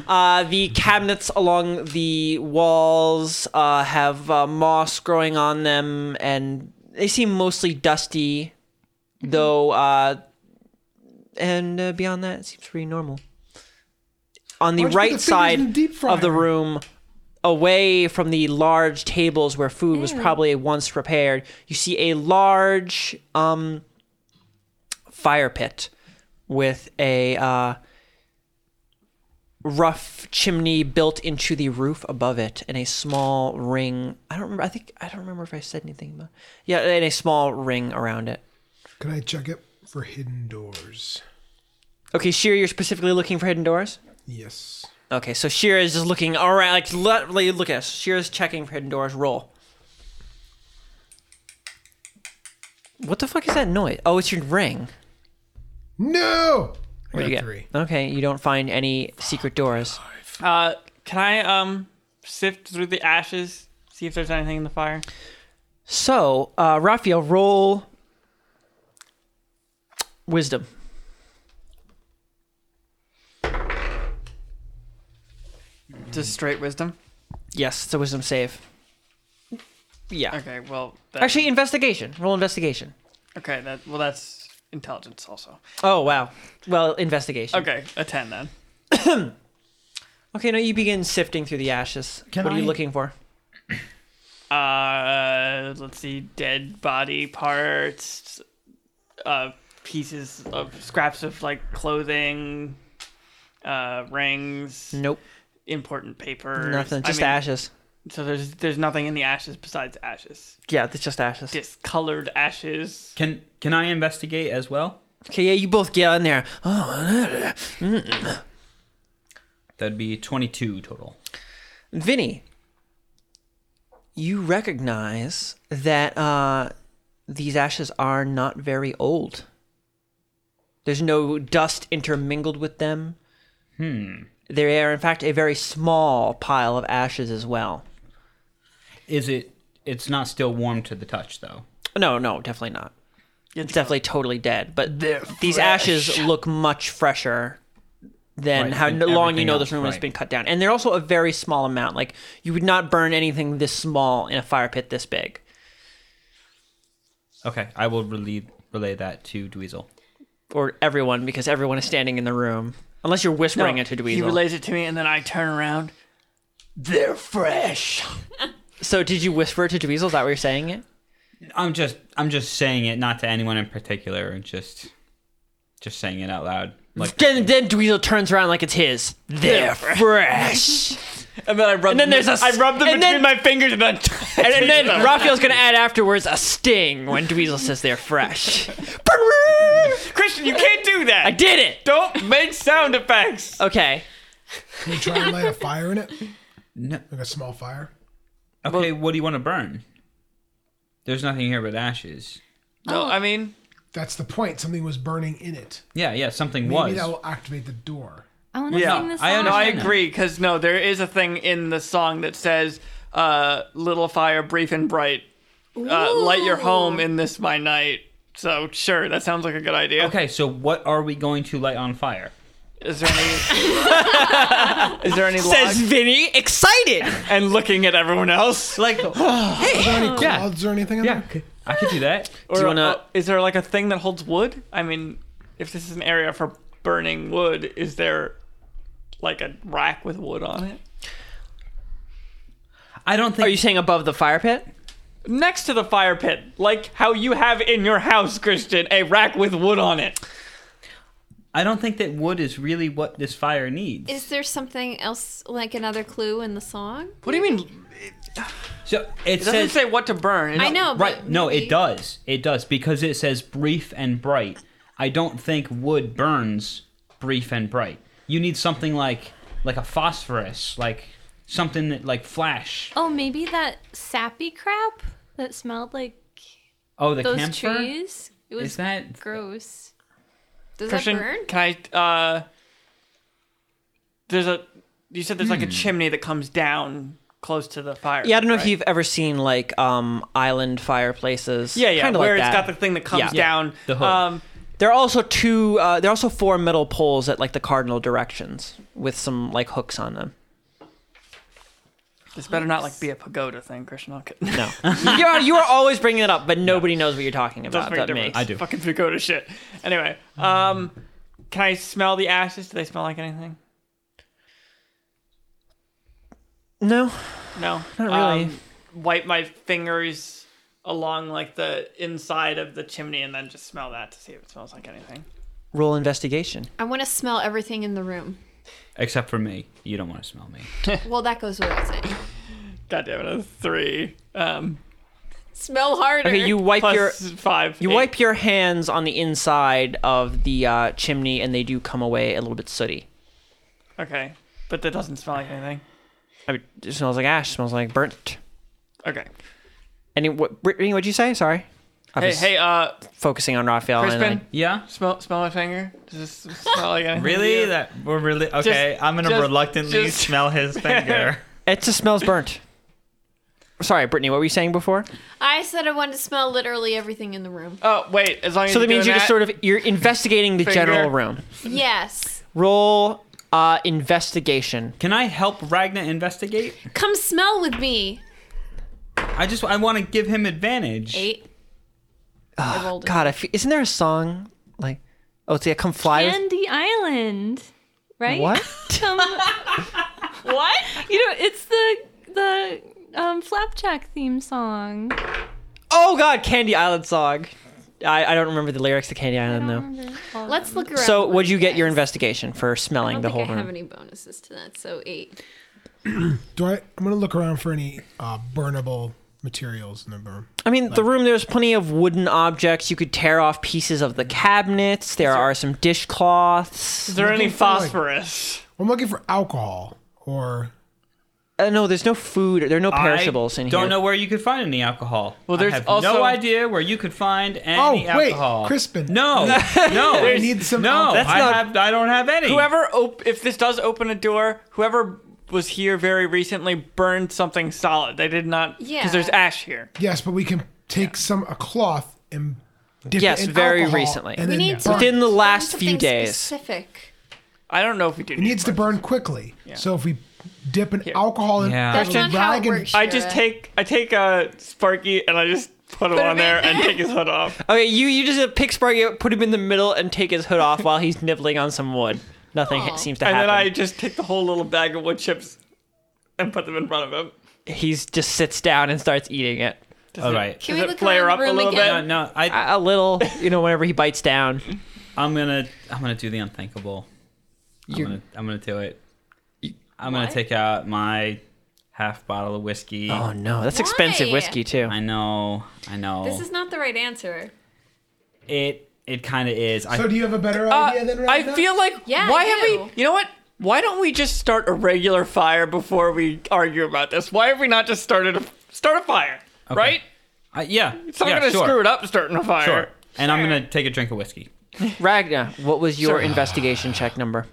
Speaker 1: Uh, the cabinets along the walls uh, have uh, moss growing on them, and they seem mostly dusty,
Speaker 7: Mm-hmm.
Speaker 1: though. Uh, and uh, beyond that, it seems pretty normal. On the
Speaker 7: Why'd you put
Speaker 1: right
Speaker 7: the fingers in the
Speaker 1: side
Speaker 7: deep
Speaker 1: of the
Speaker 7: fryer?
Speaker 1: room, away from the large tables where food was probably once prepared, you see a large um, fire pit with a. Uh, rough chimney built into the roof above it and a small ring i don't remember i think i don't remember if i said anything about yeah and a small ring around it
Speaker 7: Can I check it for hidden doors?
Speaker 1: okay sheer you're specifically looking for hidden doors
Speaker 7: Yes.
Speaker 1: okay so sheer is just looking around like let, like, look at us sheer is checking for hidden doors roll what the fuck is that noise oh it's your ring
Speaker 7: No. I
Speaker 1: what do you
Speaker 7: got
Speaker 1: get
Speaker 7: three.
Speaker 1: okay you don't find any secret doors
Speaker 6: Uh, can I um sift through the ashes, see if there's anything in the fire?
Speaker 1: so uh raphael roll wisdom
Speaker 6: Just straight wisdom.
Speaker 1: Yes, it's a wisdom save. Yeah.
Speaker 6: Okay, well, that,
Speaker 1: Actually, investigation. Roll investigation.
Speaker 6: okay, that well, that's intelligence also.
Speaker 1: Oh wow. Well, investigation.
Speaker 6: Okay, a ten then.
Speaker 1: Okay. Now you begin sifting through the ashes.
Speaker 7: Can
Speaker 1: what are you
Speaker 7: I-
Speaker 1: looking for?
Speaker 6: Uh, let's see, dead body parts, uh, pieces of scraps of like clothing, uh, rings,
Speaker 1: Nope.
Speaker 6: important papers.
Speaker 1: Nothing.
Speaker 6: I
Speaker 1: Just
Speaker 6: mean,
Speaker 1: ashes.
Speaker 6: So there's there's nothing in the ashes besides ashes,
Speaker 1: Yeah, it's just ashes.
Speaker 6: discolored ashes.
Speaker 2: Can can I investigate as well?
Speaker 1: Okay. Yeah, you both get in there. Oh,
Speaker 2: That'd be 22 total.
Speaker 1: Vinny, you recognize that uh, these ashes are not very old. There's no dust intermingled with them. Hmm. They are, in fact, a very small pile of ashes as well.
Speaker 2: Is it? It's not still warm to the touch though.
Speaker 1: No, no, definitely not. It's definitely totally dead. But these ashes look much fresher than
Speaker 2: Right,
Speaker 1: how
Speaker 2: than
Speaker 1: long you
Speaker 2: everything
Speaker 1: know this
Speaker 2: else,
Speaker 1: room has
Speaker 2: right.
Speaker 1: been cut down. And they're also a very small amount. Like you would not burn anything this small in a fire pit this big.
Speaker 2: Okay, I will relay relay that to Dweezil.
Speaker 1: Or everyone, because everyone is standing in the room. Unless you're whispering it to Dweezil.
Speaker 6: He relays it to me, and then I turn around. They're fresh.
Speaker 1: So did you whisper it to Dweezil? Is that what you're saying it?
Speaker 2: I'm just I'm just saying it not to anyone in particular, just just saying it out loud. Like
Speaker 1: Then then Dweezil turns around like it's his. They're fresh.
Speaker 6: And then I rub.
Speaker 1: And then there's a
Speaker 6: I rub them between
Speaker 1: and then-
Speaker 6: my fingers and then.
Speaker 1: And, and then Raphael's gonna add afterwards a sting when Dweezil says they're fresh.
Speaker 6: Christian, you can't do that.
Speaker 1: I did it.
Speaker 6: Don't make sound effects.
Speaker 1: Okay.
Speaker 7: Can you try and light a fire in it?
Speaker 2: No.
Speaker 7: Like a small fire?
Speaker 2: Okay, what do you want to burn? There's nothing here but ashes.
Speaker 6: No, I mean,
Speaker 7: That's the point. Something was burning in it.
Speaker 2: Yeah, yeah, something
Speaker 7: Maybe
Speaker 2: was.
Speaker 7: that will activate the door.
Speaker 3: I want to
Speaker 6: yeah.
Speaker 3: sing this song.
Speaker 2: I
Speaker 6: no, I
Speaker 2: understand that.
Speaker 6: agree because no, there is a thing in the song that says, uh, "Little fire, brief and bright, uh, light your home in this my night." So sure, that sounds like a good idea.
Speaker 2: Okay, so what are we going to light on fire?
Speaker 6: Is there any? is there any?
Speaker 1: Says
Speaker 6: log?
Speaker 1: Vinny, excited.
Speaker 6: and looking at everyone else.
Speaker 2: Like, yeah,
Speaker 7: Clouds or anything in
Speaker 2: yeah,
Speaker 7: there?
Speaker 2: c- I could do that.
Speaker 6: Or,
Speaker 1: you wanna-
Speaker 6: uh, is there like a thing that holds wood? I mean, if this is an area for burning wood, is there like a rack with wood on it?
Speaker 2: I don't think.
Speaker 1: Are you saying above the fire pit?
Speaker 6: Next to the fire pit, like how you have in your house, Christian, a rack with wood on it.
Speaker 2: I don't think that wood is really what this fire needs.
Speaker 5: Is there something else, like another clue in the song?
Speaker 6: What do you mean?
Speaker 2: so it
Speaker 6: It doesn't
Speaker 2: says
Speaker 6: say what to burn.
Speaker 5: I know, but
Speaker 2: right. No,
Speaker 5: maybe-
Speaker 2: it does. It does because it says brief and bright. I don't think wood burns brief and bright. You need something like like a phosphorus, like something that like flash.
Speaker 3: Oh, maybe that sappy crap that smelled like
Speaker 2: Oh, the
Speaker 3: those
Speaker 2: camphor.
Speaker 3: trees. It was
Speaker 2: Is that
Speaker 3: gross.
Speaker 5: Does
Speaker 6: Christian,
Speaker 5: that burn?
Speaker 6: can I? uh There's a. You said there's like a chimney that comes down close to the fire.
Speaker 1: Hmm. Yeah, I don't know
Speaker 6: right?
Speaker 1: if you've ever seen like um island fireplaces.
Speaker 6: Yeah, yeah,
Speaker 1: Kinda
Speaker 6: where
Speaker 1: like
Speaker 6: it's
Speaker 1: that.
Speaker 6: got the thing that comes
Speaker 1: Yeah. Yeah.
Speaker 6: down.
Speaker 2: The hood.
Speaker 6: Um,
Speaker 1: There are also two. Uh, there are also four metal poles at like the cardinal directions with some like hooks on them.
Speaker 6: this better not like be a pagoda thing, Christian. I'll get-
Speaker 1: No, you are you are always bringing it up, but nobody knows what you're talking
Speaker 6: doesn't
Speaker 1: about.
Speaker 6: make a
Speaker 1: That
Speaker 6: difference.
Speaker 1: makes.
Speaker 2: I do.
Speaker 6: Fucking Dakota shit. Anyway, um, can I smell the ashes? Do they smell like anything?
Speaker 1: No,
Speaker 6: No, not
Speaker 1: really.
Speaker 6: wipe my fingers along like the inside of the chimney and then just smell that to see if it smells like anything.
Speaker 1: roll investigation.
Speaker 5: I want to smell everything in the room.
Speaker 2: Except for me. You don't want to smell me.
Speaker 5: Well, that goes without saying.
Speaker 6: God damn it, a three. Um,
Speaker 5: Smell harder.
Speaker 1: Okay, you wipe
Speaker 6: plus
Speaker 1: your
Speaker 6: five.
Speaker 1: you
Speaker 6: eight.
Speaker 1: wipe your hands on the inside of the uh, chimney, and they do come away a little bit sooty.
Speaker 6: Okay, but that doesn't smell like anything.
Speaker 1: I mean, it smells like ash. Smells like burnt.
Speaker 6: Okay.
Speaker 1: Any what? Brittany, what'd you say? Sorry. I
Speaker 6: Hey,
Speaker 1: was
Speaker 6: hey, uh,
Speaker 1: focusing on Raphael. and
Speaker 6: Crispin,
Speaker 2: Yeah.
Speaker 6: smell, smell my finger. Does this smell like anything? to
Speaker 8: Really?
Speaker 6: you?
Speaker 8: That we're really okay. I'm gonna
Speaker 6: just-
Speaker 8: reluctantly
Speaker 6: just-
Speaker 8: smell his finger.
Speaker 1: I- it just smells burnt. Sorry, Brittany. What were you saying before?
Speaker 5: I said I wanted to smell literally everything in the room.
Speaker 6: Oh wait, as long as
Speaker 1: So that means you're
Speaker 6: doing
Speaker 1: just sort of you're investigating the
Speaker 6: Finger.
Speaker 1: general room.
Speaker 5: Yes.
Speaker 1: Roll uh, investigation.
Speaker 2: Can I help Ragna investigate?
Speaker 5: Come smell with me.
Speaker 2: I just I want to give him advantage.
Speaker 5: Eight. I rolled
Speaker 1: God, I fe- isn't there a song like? Oh, it's yeah, come fly. with-
Speaker 3: Candy Island, right?
Speaker 1: What?
Speaker 3: Um, what? You know, it's the the um, flapjack theme song.
Speaker 1: Oh God, Candy Island song. I, I don't remember the lyrics to Candy Island though.
Speaker 5: Let's look around.
Speaker 1: So, what'd you get your
Speaker 5: guys.
Speaker 1: investigation for
Speaker 5: I
Speaker 1: smelling
Speaker 5: don't
Speaker 1: the
Speaker 5: think
Speaker 1: whole
Speaker 5: I have
Speaker 1: room?
Speaker 5: any bonuses to that, so eight.
Speaker 7: Do I? I'm gonna look around for any uh, burnable materials in the room.
Speaker 1: I mean, the room. There's plenty of wooden objects. You could tear off pieces of the cabinets. There are some
Speaker 6: Is
Speaker 1: dishcloths.
Speaker 6: there any
Speaker 7: Looking for, like-
Speaker 6: phosphorus?
Speaker 7: I'm looking for alcohol or
Speaker 1: Uh, no, there's no food. There are no
Speaker 2: I
Speaker 1: perishables in
Speaker 2: don't
Speaker 1: here.
Speaker 2: know where you could find any alcohol. Well,
Speaker 6: there's
Speaker 2: I have
Speaker 6: also-
Speaker 2: no idea where you could find
Speaker 7: Oh,
Speaker 2: any
Speaker 7: wait,
Speaker 2: alcohol.
Speaker 7: Crispin.
Speaker 2: No, no,
Speaker 7: I need some.
Speaker 2: no.
Speaker 7: alcohol.
Speaker 1: That's
Speaker 2: I
Speaker 1: not-
Speaker 2: have. I don't have any.
Speaker 6: Whoever, op- if this does open a door, whoever was here very recently burned something solid. They did not.
Speaker 5: Yeah.
Speaker 6: Because there's ash here.
Speaker 7: Yes, but we can take some a cloth and dip
Speaker 1: Yes,
Speaker 7: it in
Speaker 1: very
Speaker 7: alcohol
Speaker 1: recently.
Speaker 7: and
Speaker 5: We
Speaker 7: then
Speaker 5: need to
Speaker 7: burn.
Speaker 1: Within the
Speaker 5: burn
Speaker 1: last few
Speaker 5: something
Speaker 1: days.
Speaker 5: Specific.
Speaker 6: I don't know if we do.
Speaker 7: It needs to burn quickly. So if we dip an alcohol in
Speaker 2: Yeah.
Speaker 7: a
Speaker 5: That's not how it
Speaker 7: rag and-
Speaker 5: works.
Speaker 6: I just
Speaker 5: Shira.
Speaker 6: take I take uh, Sparky and I just put him on there and take his hood off.
Speaker 1: Okay, you you just uh, pick Sparky, up, put him in the middle, and take his hood off while he's nibbling on some wood. Nothing ha- seems to
Speaker 6: And
Speaker 1: happen.
Speaker 6: then I just take the whole little bag of wood chips and put them in front of him.
Speaker 1: He just sits down and starts eating it.
Speaker 8: All right.
Speaker 5: Can
Speaker 6: Does
Speaker 5: we
Speaker 6: it
Speaker 5: look
Speaker 6: flare
Speaker 5: around
Speaker 6: up a
Speaker 5: the room
Speaker 6: little bit?
Speaker 5: again?
Speaker 2: No, no, I,
Speaker 1: A a little, you know, whenever he bites down.
Speaker 2: I'm gonna, I'm gonna do the unthinkable. I'm gonna, I'm gonna do it. I'm gonna take out my half bottle of whiskey.
Speaker 1: Oh no, that's expensive
Speaker 5: Why?
Speaker 1: whiskey too.
Speaker 2: I know, I know.
Speaker 5: This is not the right answer.
Speaker 2: it, it kind of is. I,
Speaker 7: So do you have a better
Speaker 6: Uh,
Speaker 7: idea than
Speaker 6: I
Speaker 7: Ragnar?
Speaker 6: feel like
Speaker 5: Yeah,
Speaker 6: why
Speaker 5: I
Speaker 6: have
Speaker 5: do.
Speaker 6: we? You know what? Why don't we just start a regular fire before we argue about this? Why have we not just started a start a fire? Right?
Speaker 2: I- yeah,
Speaker 6: It's not
Speaker 2: yeah,
Speaker 6: gonna
Speaker 2: sure,
Speaker 6: screw it up starting a fire.
Speaker 2: Sure. And I'm gonna take a drink of whiskey.
Speaker 1: Ragna, what was your investigation check number?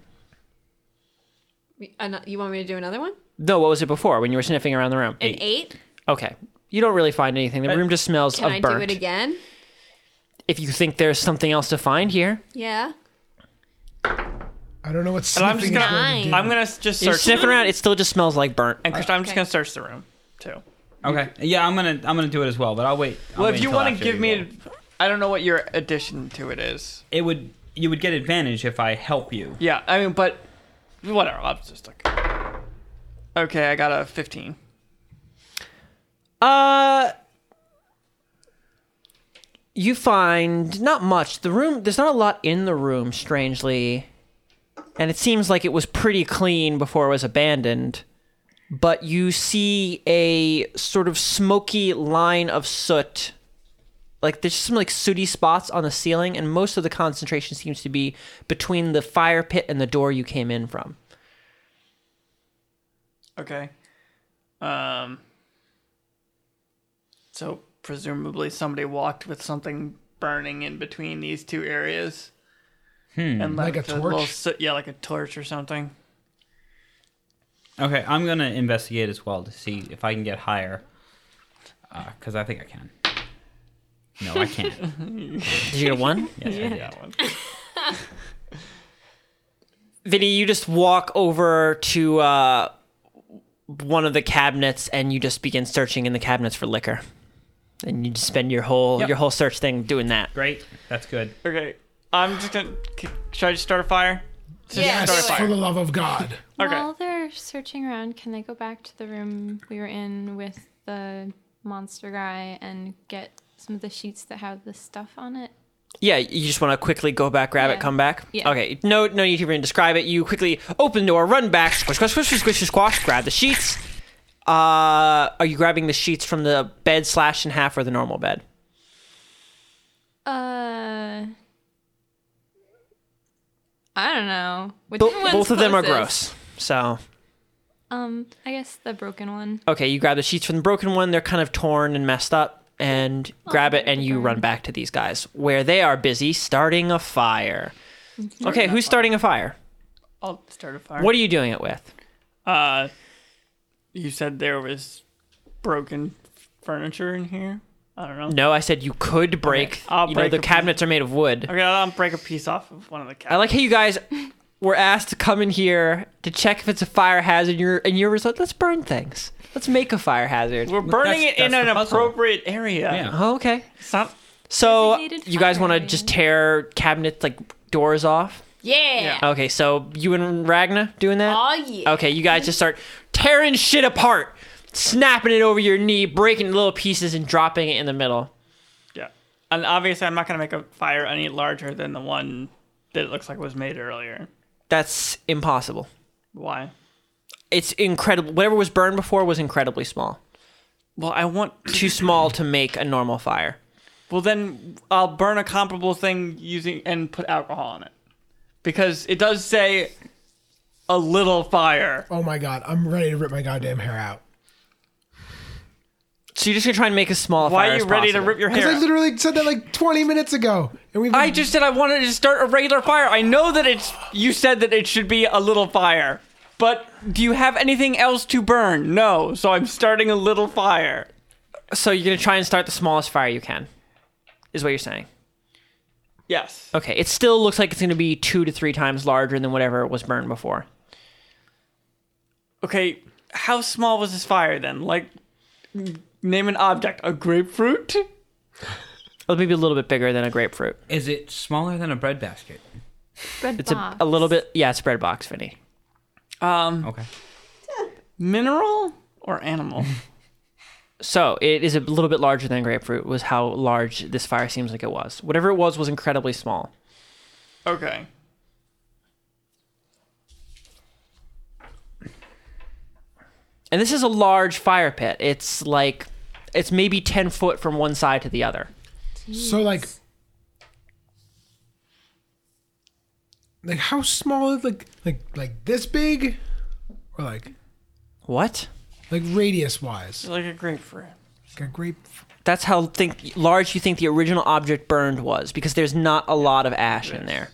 Speaker 5: We- ano- You want me to do another one?
Speaker 1: No, what was it before when you were sniffing around the room?
Speaker 5: An eight?
Speaker 1: Okay. You don't really find anything. The room just smells
Speaker 5: Can
Speaker 1: of
Speaker 5: I
Speaker 1: burnt.
Speaker 5: do it again?
Speaker 1: If you think there's something else to find here,
Speaker 5: Yeah.
Speaker 7: I don't know what
Speaker 6: And
Speaker 7: sniffing
Speaker 6: I'm just gonna
Speaker 7: is going
Speaker 5: Nine.
Speaker 7: to do.
Speaker 6: I'm gonna s- just
Speaker 1: you
Speaker 6: search
Speaker 1: sniff
Speaker 6: the room.
Speaker 1: around, it still just smells like burnt.
Speaker 6: and Christian, I'm just
Speaker 5: Okay.
Speaker 6: gonna search the room too.
Speaker 2: Okay. Yeah, I'm gonna, I'm gonna do it as well. But I'll wait. I'll
Speaker 6: Well,
Speaker 2: wait
Speaker 6: if you
Speaker 2: until
Speaker 6: want to
Speaker 2: after
Speaker 6: give me,
Speaker 2: roll.
Speaker 6: a- I don't know what your addition to it is.
Speaker 2: it would, you would get advantage if I help you.
Speaker 6: Yeah, I mean, but whatever. I'm just like, okay, I got a 15.
Speaker 1: Uh you find not much. The room there's not a lot in the room, strangely. And it seems like it was pretty clean before it was abandoned. But you see a sort of smoky line of soot. Like there's some like sooty spots on the ceiling, and most of the concentration seems to be between the fire pit and the door you came in from.
Speaker 6: Okay. Um. So presumably somebody walked with something burning in between these two areas. Hmm. And
Speaker 7: Like
Speaker 6: left
Speaker 7: a
Speaker 6: little
Speaker 7: torch?
Speaker 6: soot- yeah, like a torch or something.
Speaker 2: Okay, I'm gonna investigate as well to see if I can get higher. Because I think I can. No, I can't.
Speaker 1: Did you get a one?
Speaker 2: yes, I did.
Speaker 1: Vinny, you just walk over to uh, one of the cabinets and you just begin searching in the cabinets for liquor. And you just spend your whole
Speaker 2: Yep.
Speaker 1: your whole search thing doing that.
Speaker 2: Great. That's good.
Speaker 6: Okay. I'm just gonna. c- Should I just start a fire? Just
Speaker 5: Yeah,
Speaker 6: start
Speaker 5: do
Speaker 6: a
Speaker 7: Yes,
Speaker 5: it.
Speaker 7: for
Speaker 6: fire.
Speaker 7: the love of God.
Speaker 6: Okay.
Speaker 3: While they're searching around, can I go back to the room we were in with the monster guy and get some of the sheets that have the stuff on it?
Speaker 1: Yeah, you just want to quickly go back, grab it,
Speaker 3: Yeah.
Speaker 1: come back.
Speaker 3: Yeah.
Speaker 1: Okay. No, no need to even describe it. You quickly open the door, run back, squish, squish, squish, squish, squish, squash, grab the sheets. Uh, are you grabbing the sheets from the bed slashed in half or the normal bed?
Speaker 3: Uh, I don't know. Which
Speaker 1: Bo-
Speaker 3: one's
Speaker 1: both of them are
Speaker 3: closest?
Speaker 1: gross. So
Speaker 3: Um, I guess the broken one.
Speaker 1: Okay, you grab the sheets from the broken one. They're kind of torn and messed up, and grab it, and you
Speaker 3: darn.
Speaker 1: run back to these guys where they are busy starting a fire. Okay, who's starting a fire?
Speaker 6: I'll start a fire.
Speaker 1: What are you doing it with?
Speaker 6: Uh, you said there was broken furniture in here. I don't know.
Speaker 1: No, I said you could break.
Speaker 6: Okay, I'll
Speaker 1: you
Speaker 6: break
Speaker 1: know, the
Speaker 6: a piece.
Speaker 1: cabinets are made of wood.
Speaker 6: Okay, I'll break a piece off of one of the cats.
Speaker 1: I like how you guys were asked to come in here to check if it's a fire hazard, and you're, and you were like, let's burn things. Let's make a fire hazard.
Speaker 6: We're burning
Speaker 2: that's-
Speaker 6: it in
Speaker 2: that's
Speaker 6: an
Speaker 2: the puzzle.
Speaker 6: appropriate area.
Speaker 2: Yeah. Uh-huh.
Speaker 1: Oh, okay.
Speaker 6: It's not.
Speaker 1: So
Speaker 3: Designated
Speaker 1: you guys
Speaker 3: fire
Speaker 1: want to
Speaker 3: area.
Speaker 1: just tear cabinets, like doors off?
Speaker 5: Yeah.
Speaker 1: Okay, so you and Ragna doing that?
Speaker 5: Oh yeah.
Speaker 1: Okay, you guys just start tearing shit apart, snapping it over your knee, breaking little pieces, and dropping it in the middle.
Speaker 6: Yeah. And obviously, I'm not going to make a fire any larger than the one that it looks like was made earlier.
Speaker 1: That's impossible.
Speaker 6: Why?
Speaker 1: It's incredible. Whatever was burned before was incredibly small.
Speaker 6: Well, I want.
Speaker 1: Too small to make a normal fire.
Speaker 6: Well, then I'll burn a comparable thing using and put alcohol on it because it does say a little fire.
Speaker 7: Oh my God, I'm ready to rip my goddamn hair out.
Speaker 1: So you're just gonna try and make as small a
Speaker 6: Why
Speaker 1: fire
Speaker 6: are you
Speaker 1: as
Speaker 6: ready to
Speaker 1: possible.
Speaker 6: rip your
Speaker 7: Because I
Speaker 6: hair? out?
Speaker 7: literally said that like 20 minutes ago, and we've.
Speaker 6: I just said I wanted to start a regular fire. I know that it's. You said that it should be a little fire. But do you have anything else to burn? No, so I'm starting a little fire.
Speaker 1: So you're gonna try and start the smallest fire you can, is what you're saying.
Speaker 6: Yes.
Speaker 1: Okay, it still looks like it's gonna be two to three times larger than whatever was burned before.
Speaker 6: Okay, how small was this fire then? Like, n- name an object. A grapefruit?
Speaker 1: Maybe a little bit bigger than a grapefruit.
Speaker 2: Is it smaller than a bread basket?
Speaker 3: Bread
Speaker 1: It's a, a little bit, yeah, it's a bread box, Vinny.
Speaker 6: Um,
Speaker 2: Okay.
Speaker 6: Mineral or animal?
Speaker 1: So it is a little bit larger than grapefruit. Was how large this fire seems like it was. Whatever it was was incredibly small.
Speaker 6: Okay.
Speaker 1: And this is a large fire pit. It's like, it's maybe ten foot from one side to the other.
Speaker 7: So like, like how small is like like like this big, or like
Speaker 1: What?
Speaker 7: like radius wise?
Speaker 6: Like a grapefruit.
Speaker 7: Like a grape.
Speaker 1: That's how think large you think the original object burned was, because there's not a lot of ash in there.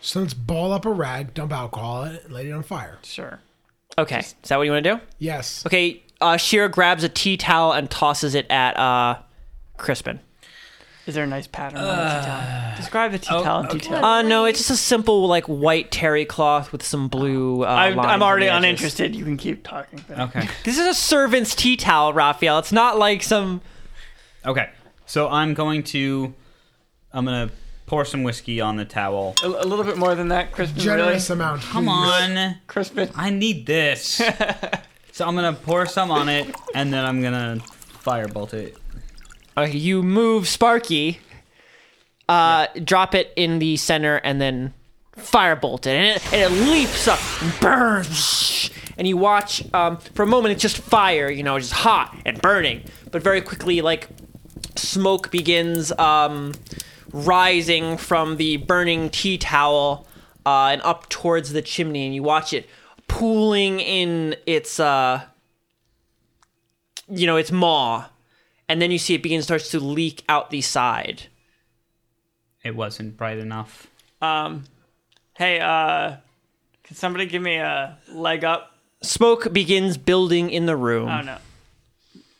Speaker 7: So let's ball up a rag, dump alcohol in it, and light it on fire.
Speaker 6: Sure.
Speaker 1: Okay, is that what you want to do?
Speaker 7: Yes.
Speaker 1: Okay, uh, Shira grabs a tea towel and tosses it at uh, Crispin.
Speaker 6: Is there a nice pattern on the tea towel? Describe the tea towel in detail.
Speaker 1: Uh, no, it's just a simple like white terry cloth with some blue. Uh,
Speaker 6: I'm,
Speaker 1: lines on
Speaker 6: I'm
Speaker 1: the
Speaker 6: already
Speaker 1: edges. Oh.
Speaker 6: uninterested. You can keep talking.
Speaker 2: Okay.
Speaker 1: This is a servant's tea towel, Raphael. It's not like some.
Speaker 2: Okay. So I'm going to I'm gonna pour some whiskey on the towel.
Speaker 6: A, a little bit more than that, Crispin. Really?
Speaker 7: Generous amount.
Speaker 2: Come on.
Speaker 6: Crispin.
Speaker 2: I need this. so I'm gonna pour some on it and then I'm gonna firebolt it.
Speaker 1: Uh, you move Sparky, uh, drop it in the center, and then firebolt it, and it, and it leaps up, and burns, and you watch. Um, for a moment, it's just fire, you know, just hot and burning, but very quickly, like smoke begins um, rising from the burning tea towel uh, and up towards the chimney, and you watch it pooling in its, uh, you know, its maw, and then you see it begins starts to leak out the side.
Speaker 2: It wasn't bright enough.
Speaker 6: Um, hey, uh, can somebody give me a leg up?
Speaker 1: Smoke begins building in the room.
Speaker 6: Oh no.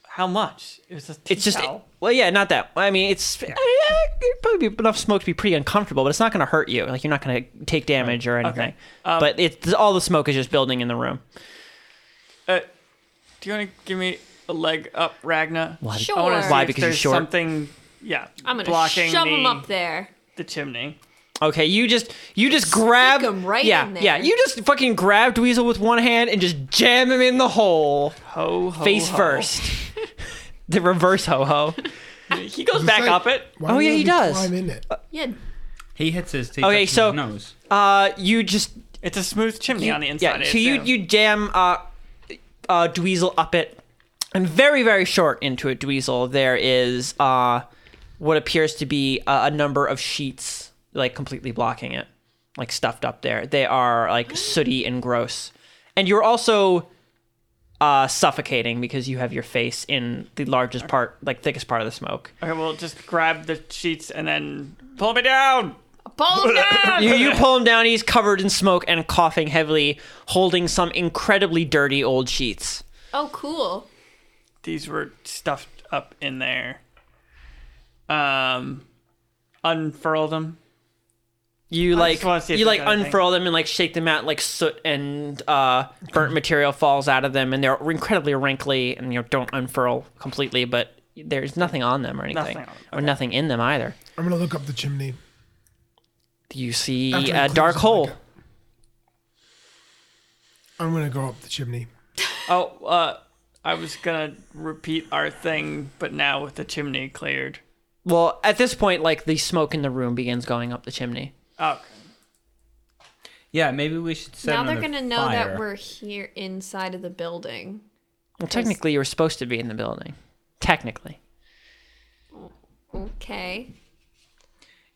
Speaker 6: How much? It was a tea
Speaker 1: It's just
Speaker 6: towel.
Speaker 1: well, yeah, not that. I mean, it's I mean, eh, it'd probably be enough smoke to be pretty uncomfortable, but it's not going to hurt you. Like you're not going to take damage or anything.
Speaker 6: Um,
Speaker 1: but it's all the smoke is just building in the room.
Speaker 6: uh, do you want to give me a leg up, Ragna?
Speaker 1: Why?
Speaker 5: Sure.
Speaker 6: I want to
Speaker 5: Or-
Speaker 6: see
Speaker 1: Why?
Speaker 6: if
Speaker 1: Because you're
Speaker 6: there's
Speaker 1: short.
Speaker 6: something. Yeah.
Speaker 5: I'm gonna
Speaker 6: blocking
Speaker 5: shove
Speaker 6: the,
Speaker 5: him up there.
Speaker 6: the chimney.
Speaker 1: Okay, you just you just grab
Speaker 5: 'em right
Speaker 1: yeah,
Speaker 5: in there.
Speaker 1: Yeah, you just fucking grabbed Weasel with one hand and just jam him in the hole
Speaker 6: Ho ho.
Speaker 1: face
Speaker 6: ho.
Speaker 1: first. the reverse ho ho.
Speaker 6: He goes back
Speaker 7: like-
Speaker 6: up it.
Speaker 7: Why
Speaker 1: Oh,
Speaker 7: do
Speaker 1: yeah,
Speaker 7: you
Speaker 1: he
Speaker 7: have to
Speaker 1: does. Uh,
Speaker 7: Climb in it.
Speaker 5: Yeah,
Speaker 2: He hits his teeth.
Speaker 1: Okay,
Speaker 2: up to
Speaker 1: so-
Speaker 2: his nose.
Speaker 1: Uh, you just
Speaker 6: It's a smooth chimney on the inside.
Speaker 1: yeah.
Speaker 6: I
Speaker 1: So you
Speaker 6: assume.
Speaker 1: you jam uh, uh, Dweezil up it, and very very short into it, Dweezil, there is uh, what appears to be a, a number of sheets like completely blocking it, like stuffed up there. They are like sooty and gross, and you're also uh, suffocating because you have your face in the largest part, like thickest part of the smoke.
Speaker 6: Okay, well, just grab the sheets and then pull me down.
Speaker 5: pull him down.
Speaker 1: you, you pull him down. He's covered in smoke and coughing heavily, holding some incredibly dirty old sheets.
Speaker 5: Oh, cool.
Speaker 6: These were stuffed up in there. Um, unfurl them.
Speaker 1: You like
Speaker 6: just wanna see if
Speaker 1: you
Speaker 6: there's
Speaker 1: like
Speaker 6: anything.
Speaker 1: unfurl them and like shake them out like soot and uh, burnt material falls out of them and they're incredibly wrinkly and you know, don't unfurl completely but there's nothing on them or anything
Speaker 6: Nothing on them,
Speaker 1: or nothing in them either.
Speaker 7: I'm gonna look up the chimney.
Speaker 1: You see
Speaker 7: After he
Speaker 1: a
Speaker 7: cleans
Speaker 1: dark
Speaker 7: it,
Speaker 1: hole.
Speaker 7: like a- I'm gonna go up the chimney.
Speaker 6: Oh, uh, I was gonna repeat our thing, but now with the chimney cleared.
Speaker 1: Well, at this point, like the smoke in the room begins going up the chimney.
Speaker 6: Okay.
Speaker 2: Yeah, maybe we should set
Speaker 5: now they're
Speaker 2: another
Speaker 5: gonna know
Speaker 2: fire.
Speaker 5: that we're here inside of the building.
Speaker 1: Well, technically, you were supposed to be in the building. Technically,
Speaker 5: Okay.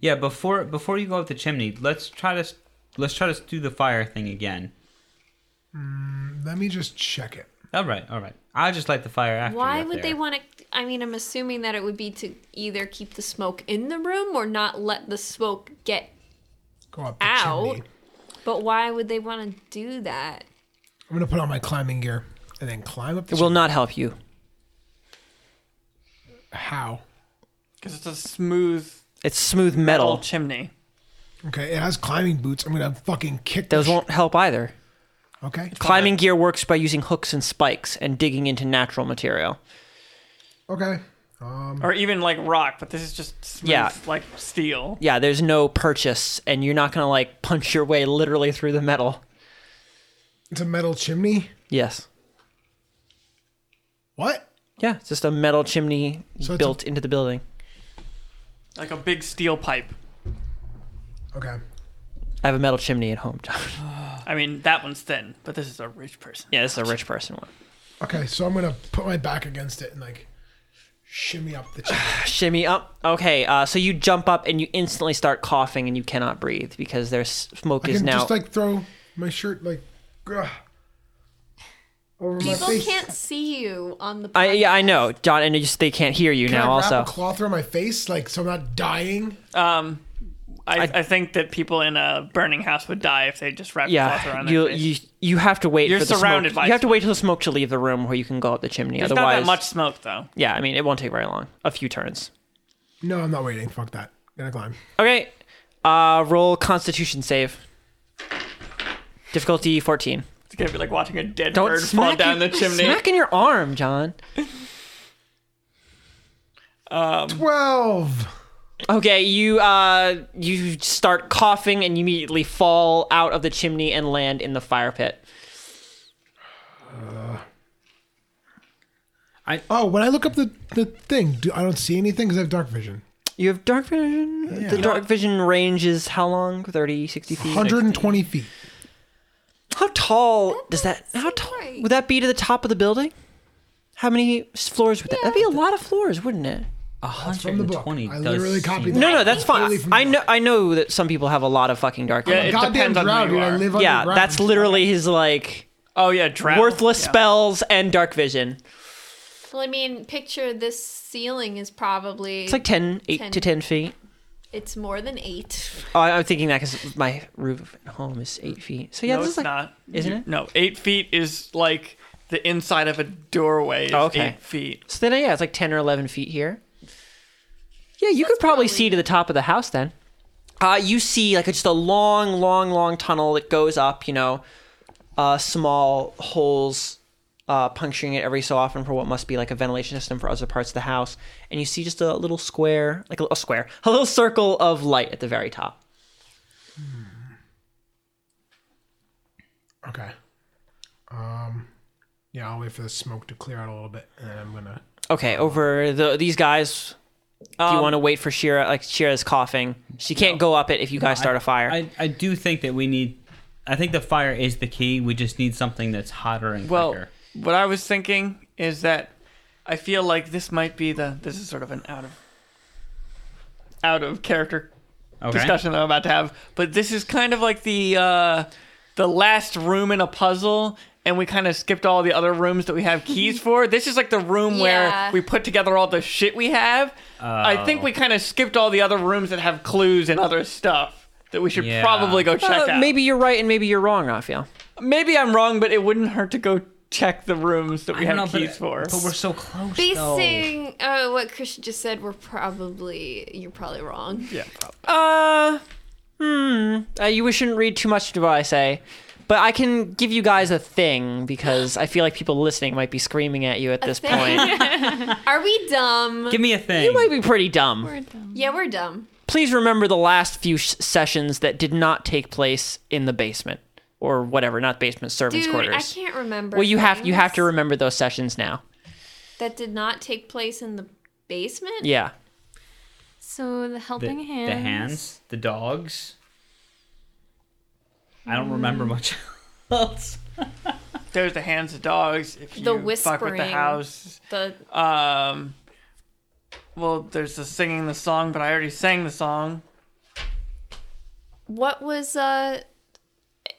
Speaker 2: Yeah, before before you go up the chimney, let's try to s- let's try to do the fire thing again.
Speaker 7: Let me just check it.
Speaker 2: All right, all right. I'll just light the fire after.
Speaker 5: Why
Speaker 2: you're up
Speaker 5: would they
Speaker 2: there.
Speaker 5: want to? I mean, I'm assuming that it would be to either keep the smoke in the room or not let the smoke get
Speaker 7: Go up the
Speaker 5: out.
Speaker 7: chimney.
Speaker 5: But why would they want to do that?
Speaker 7: I'm gonna put on my climbing gear and then climb up the
Speaker 1: it will not help you.
Speaker 7: chimney. How?
Speaker 6: Because it's a smooth
Speaker 1: It's smooth
Speaker 6: old
Speaker 1: metal.
Speaker 6: chimney.
Speaker 7: Okay, it has climbing boots. I'm gonna fucking kick the
Speaker 1: Those
Speaker 7: sh-
Speaker 1: won't help either.
Speaker 7: Okay.
Speaker 1: Climbing gear works by using hooks and spikes and digging into natural material.
Speaker 7: Okay.
Speaker 6: Or even like rock, but this is just smooth,
Speaker 1: Yeah.
Speaker 6: like steel.
Speaker 1: Yeah, there's no purchase, and you're not gonna like punch your way literally through the metal.
Speaker 7: It's a metal chimney.
Speaker 1: Yes.
Speaker 7: What?
Speaker 1: Yeah, it's just a metal chimney
Speaker 7: So it's
Speaker 1: built into the building.
Speaker 6: Like a big steel pipe.
Speaker 7: Okay.
Speaker 1: I have a metal chimney at home. John.
Speaker 6: I mean, that one's thin, but this is a rich person.
Speaker 1: yeah, this is a rich person one.
Speaker 7: Okay, so I'm gonna put my back against it and like shimmy up the chimney.
Speaker 1: Shimmy up. Okay, uh, so you jump up and you instantly start coughing and you cannot breathe because there's smoke
Speaker 7: I
Speaker 1: is
Speaker 7: can
Speaker 1: now.
Speaker 7: just like throw my shirt like ugh, over my
Speaker 5: People
Speaker 7: face.
Speaker 5: can't see you on the.
Speaker 1: I yeah I
Speaker 5: podcast.
Speaker 1: know John and they just they can't hear you
Speaker 7: Can
Speaker 1: now
Speaker 7: I wrap
Speaker 1: also.
Speaker 7: a cloth around my face like so I'm not dying?
Speaker 6: Um, I, I, think that people in a burning house would die if they just wrapped cloth
Speaker 1: yeah,
Speaker 6: around
Speaker 1: you
Speaker 6: their face.
Speaker 1: you you have to wait.
Speaker 6: You're
Speaker 1: for the
Speaker 6: surrounded
Speaker 1: smoke.
Speaker 6: by
Speaker 1: You have to
Speaker 6: smoke.
Speaker 1: wait till the smoke to leave the room where you can go up the chimney.
Speaker 6: There's
Speaker 1: Otherwise,
Speaker 6: not that much smoke, though.
Speaker 1: yeah, I mean it won't take very long. A few turns.
Speaker 7: No, I'm not waiting. Fuck that. Gonna climb.
Speaker 1: Okay, uh, roll Constitution save. Difficulty fourteen.
Speaker 6: It's gonna be like watching a dead
Speaker 1: Don't
Speaker 6: bird fall
Speaker 1: smack
Speaker 6: down
Speaker 1: your-
Speaker 6: the chimney.
Speaker 1: Smack in your arm, John.
Speaker 7: Twelve.
Speaker 1: Okay, you uh you start coughing and you immediately fall out of the chimney and land in the fire pit.
Speaker 7: Oh, when I look up the, the thing, do, I don't see anything because I have dark vision.
Speaker 1: You have dark vision. The dark vision range is how long? 30, 60 feet.
Speaker 7: 120 feet.
Speaker 1: How tall does that? How tall
Speaker 5: right.
Speaker 1: would that be to the top of the building? How many s- floors would that? That'd be a lot of floors, wouldn't it?
Speaker 7: From the book.
Speaker 2: 120
Speaker 7: I
Speaker 2: does
Speaker 7: literally
Speaker 2: seem-
Speaker 7: copied that.
Speaker 1: No, no, that's
Speaker 7: Completely
Speaker 1: fine.
Speaker 7: from the
Speaker 1: I know, I know that some people have a lot of fucking dark.
Speaker 6: Yeah,
Speaker 1: vision.
Speaker 6: it
Speaker 7: Goddamn
Speaker 6: depends on
Speaker 7: drought,
Speaker 6: who you
Speaker 7: dude. I
Speaker 6: are.
Speaker 7: live on
Speaker 1: yeah, that's literally his like
Speaker 6: Oh yeah, drought.
Speaker 1: worthless
Speaker 6: Yeah.
Speaker 1: spells and dark vision.
Speaker 5: Well, I mean, picture this ceiling is probably
Speaker 1: It's like 10, 8
Speaker 5: Ten.
Speaker 1: to ten feet.
Speaker 5: it's more than eight.
Speaker 1: Oh, I- I'm thinking that because my roof at home is eight feet. So yeah,
Speaker 6: no,
Speaker 1: this
Speaker 6: it's
Speaker 1: is like
Speaker 6: not.
Speaker 1: isn't
Speaker 6: You-
Speaker 1: it?
Speaker 6: No, eight feet is like the inside of a doorway. Is
Speaker 1: Oh, okay.
Speaker 6: Eight feet.
Speaker 1: so then yeah, it's like ten or eleven feet here. Yeah, you could probably, see to the top of the house then. Uh, you see like just a long, long, long tunnel that goes up. You know, uh, small holes. Uh, puncturing it every so often for what must be like a ventilation system for other parts of the house, and you see just a little square, like a little square, a little circle of light at the very top.
Speaker 7: Okay. Um. Yeah, I'll wait for the smoke to clear out a little bit, and then I'm gonna.
Speaker 1: Okay, over the these guys. do you want to wait for Shira? Like Shira's coughing. She can't go up it if you guys start a fire.
Speaker 2: I, I do think that we need. I think the fire is the key. We just need something that's hotter and
Speaker 6: Well,
Speaker 2: quicker.
Speaker 6: what I was thinking is that I feel like this might be the. This is sort of an out of out of character
Speaker 2: Okay.
Speaker 6: discussion that I'm about to have, but this is kind of like the uh, the last room in a puzzle, and we kind of skipped all the other rooms that we have keys for. This is like the room
Speaker 5: Yeah.
Speaker 6: where we put together all the shit we have.
Speaker 2: Oh.
Speaker 6: I think we kind of skipped all the other rooms that have clues and other stuff that we should
Speaker 2: Yeah.
Speaker 6: probably go check
Speaker 1: Uh,
Speaker 6: out.
Speaker 1: maybe you're right and maybe you're wrong, Raphael.
Speaker 6: maybe I'm wrong, but it wouldn't hurt to go check the rooms that we
Speaker 2: I
Speaker 6: have
Speaker 2: don't know,
Speaker 6: keys
Speaker 2: but,
Speaker 6: for.
Speaker 2: but we're so close. though.
Speaker 5: Basing uh, what Christian just said, we're probably you're probably wrong.
Speaker 6: yeah, probably.
Speaker 1: Uh, hmm. Uh, you shouldn't read too much into what I say, but I can give you guys a thing because I feel like people listening might be screaming at you at this point.
Speaker 5: Are we dumb?
Speaker 2: Give me a thing.
Speaker 1: You might be pretty dumb.
Speaker 5: yeah, we're dumb.
Speaker 1: Please remember the last few sh- sessions that did not take place in the basement or whatever, not basement servants
Speaker 5: Dude,
Speaker 1: quarters.
Speaker 5: I can't remember.
Speaker 1: well, you have you have to
Speaker 5: things
Speaker 1: remember those sessions now.
Speaker 5: that did not take place in the basement.
Speaker 1: Yeah.
Speaker 3: So the
Speaker 2: the,
Speaker 3: helping
Speaker 2: the
Speaker 3: hand.
Speaker 2: hands, the dogs. I don't remember much else.
Speaker 6: There's the hands of dogs. If you
Speaker 5: The
Speaker 6: fuck with the
Speaker 5: whispering.
Speaker 6: house,
Speaker 5: The
Speaker 6: um, well, there's the singing the song, but I already sang the song.
Speaker 5: what was uh,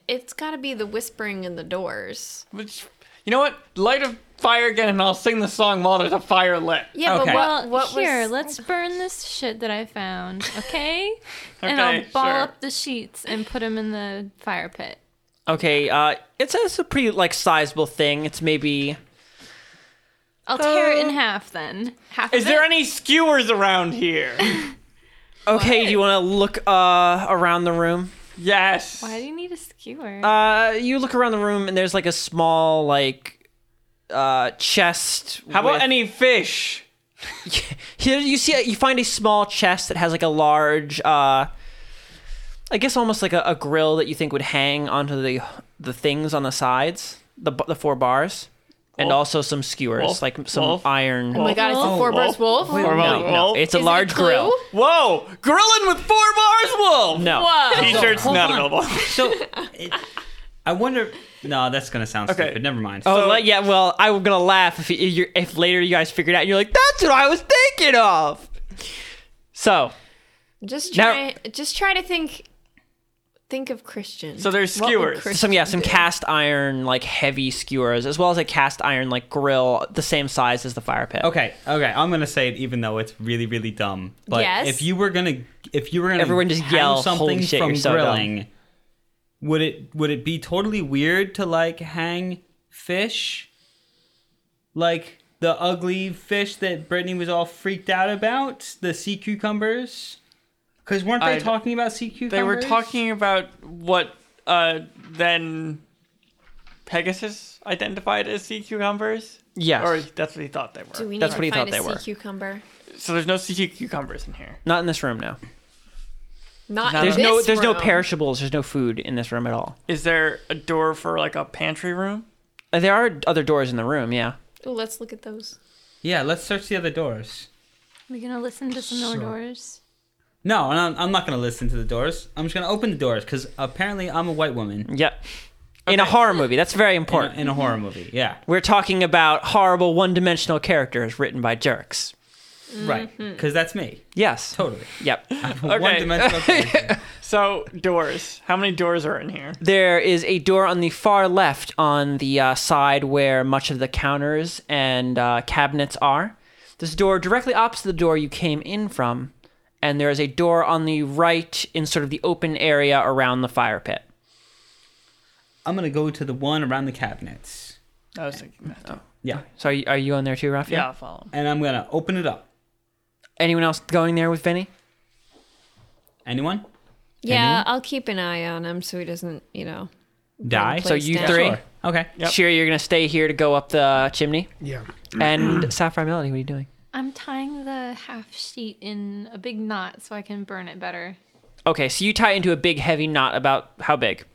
Speaker 5: it's got to be the whispering in the doors.
Speaker 6: Which, you know what? Light a fire again, and I'll sing the song while there's a fire lit.
Speaker 5: Yeah,
Speaker 2: Okay.
Speaker 5: but
Speaker 3: Well,
Speaker 5: what, what
Speaker 3: here,
Speaker 5: was
Speaker 3: let's burn this shit that I found, okay? and
Speaker 6: Okay,
Speaker 3: I'll ball
Speaker 6: sure.
Speaker 3: up the sheets and put them in the fire pit.
Speaker 1: Okay, uh, it's, it's a pretty like sizable thing. It's maybe
Speaker 3: I'll tear it in half then.
Speaker 5: half
Speaker 6: Is
Speaker 5: of
Speaker 6: there
Speaker 5: it?
Speaker 6: any skewers around here?
Speaker 1: okay. Do you want to look uh, around the room?
Speaker 6: yes.
Speaker 3: Why do you need a skewer?
Speaker 1: Uh, you look around the room and there's like a small like uh, chest.
Speaker 6: How about
Speaker 1: with-
Speaker 6: any fish?
Speaker 1: Here you see you find a small chest that has like a large, uh, I guess almost like a, a grill that you think would hang onto the the things on the sides, the b- the four bars. and also some skewers,
Speaker 6: Wolf?
Speaker 1: like some
Speaker 6: Wolf?
Speaker 1: iron.
Speaker 5: Oh my god, it's a
Speaker 6: Wolf.
Speaker 5: four burst wolf.
Speaker 6: Four
Speaker 1: no,
Speaker 6: bars
Speaker 1: no,
Speaker 6: wolf?
Speaker 1: it's a
Speaker 5: Is it
Speaker 1: large
Speaker 5: clue?
Speaker 1: grill.
Speaker 6: Whoa, grilling with four bars wolf.
Speaker 1: No,
Speaker 5: Whoa.
Speaker 6: T-shirt's
Speaker 2: Hold
Speaker 6: not
Speaker 2: on.
Speaker 6: available.
Speaker 2: So, it, I wonder. No, that's gonna sound
Speaker 6: Okay.
Speaker 2: stupid. Never mind.
Speaker 1: Oh
Speaker 6: So-
Speaker 1: like, yeah, well, I'm gonna laugh if you if later you guys figure it out. And you're like, that's what I was thinking of. So
Speaker 5: Just
Speaker 1: Now-
Speaker 5: try just try to think think of Christian.
Speaker 6: So there's
Speaker 5: What would
Speaker 6: skewers.
Speaker 5: Christian
Speaker 1: some yeah, some
Speaker 5: do?
Speaker 1: cast iron like heavy skewers, as well as a cast iron like grill, the same size as the fire pit.
Speaker 2: Okay, okay. I'm gonna say it, even though it's really, really dumb. But
Speaker 5: Yes.
Speaker 2: if you were gonna, if you were gonna,
Speaker 1: Everyone just
Speaker 2: hang
Speaker 1: yell,
Speaker 2: something
Speaker 1: "Holy shit,
Speaker 2: from
Speaker 1: you're so dumb."
Speaker 2: grilling. Would it would it be totally weird to like hang fish, like the ugly fish that Brittany was all freaked out about, the sea cucumbers? Because weren't they
Speaker 6: I'd-
Speaker 2: talking about sea cucumbers?
Speaker 6: They were talking about what uh, then Pegasus identified as sea cucumbers.
Speaker 1: Yes.
Speaker 6: Or that's what he thought they
Speaker 5: Do
Speaker 6: were.
Speaker 5: we need
Speaker 1: That's
Speaker 5: to
Speaker 1: what he
Speaker 5: find
Speaker 1: thought
Speaker 5: a
Speaker 1: they
Speaker 5: sea
Speaker 1: were.
Speaker 5: cucumber?
Speaker 6: So there's no sea cucumbers in here.
Speaker 1: Not in this room now.
Speaker 5: Not in
Speaker 1: There's
Speaker 5: this
Speaker 1: no there's no
Speaker 5: room.
Speaker 1: perishables, there's no food in this room at all.
Speaker 6: Is there a door for like a pantry room?
Speaker 1: Uh, There are other doors in the room, yeah.
Speaker 5: Ooh, let's look at those.
Speaker 2: Yeah, let's search the other doors.
Speaker 3: We're gonna listen to some more
Speaker 7: So-
Speaker 3: doors.
Speaker 2: No, and I'm, I'm not gonna listen to the doors. I'm just gonna open the doors because apparently I'm a white woman
Speaker 1: Yep. In a horror movie, that's very important.
Speaker 2: in a horror movie. Yeah.
Speaker 1: We're talking about horrible one-dimensional characters written by jerks.
Speaker 2: Right,
Speaker 6: Mm-hmm.
Speaker 2: because that's me.
Speaker 1: Yes.
Speaker 2: Totally.
Speaker 1: Yep.
Speaker 2: One dimensional character.
Speaker 6: So doors. How many doors are in here?
Speaker 1: There is a door on the far left on the uh, side where much of the counters and uh, cabinets are. This door directly opposite the door you came in from, and there is a door on the right in sort of the open area around the fire pit.
Speaker 2: I'm gonna go to the one around the cabinets.
Speaker 6: I was thinking that.
Speaker 2: Yeah,
Speaker 1: So are you, are you on there too, Raphael?
Speaker 6: Oh, Yeah, I'll follow. him.
Speaker 2: and I'm gonna open it up.
Speaker 1: Anyone else going there with Vinny?
Speaker 2: Anyone
Speaker 5: Yeah, I'll keep an eye on him so he doesn't, you know.
Speaker 2: die?
Speaker 5: place
Speaker 1: you
Speaker 5: down.
Speaker 1: three?
Speaker 2: Sure. Okay.
Speaker 6: Yep.
Speaker 1: Sure, you're going to stay here to go up the chimney.
Speaker 7: Yeah.
Speaker 1: And Sapphire Melody, what are you doing?
Speaker 3: I'm tying the half sheet in a big knot so I can burn it better.
Speaker 1: Okay, so you tie into a big, heavy knot about how big?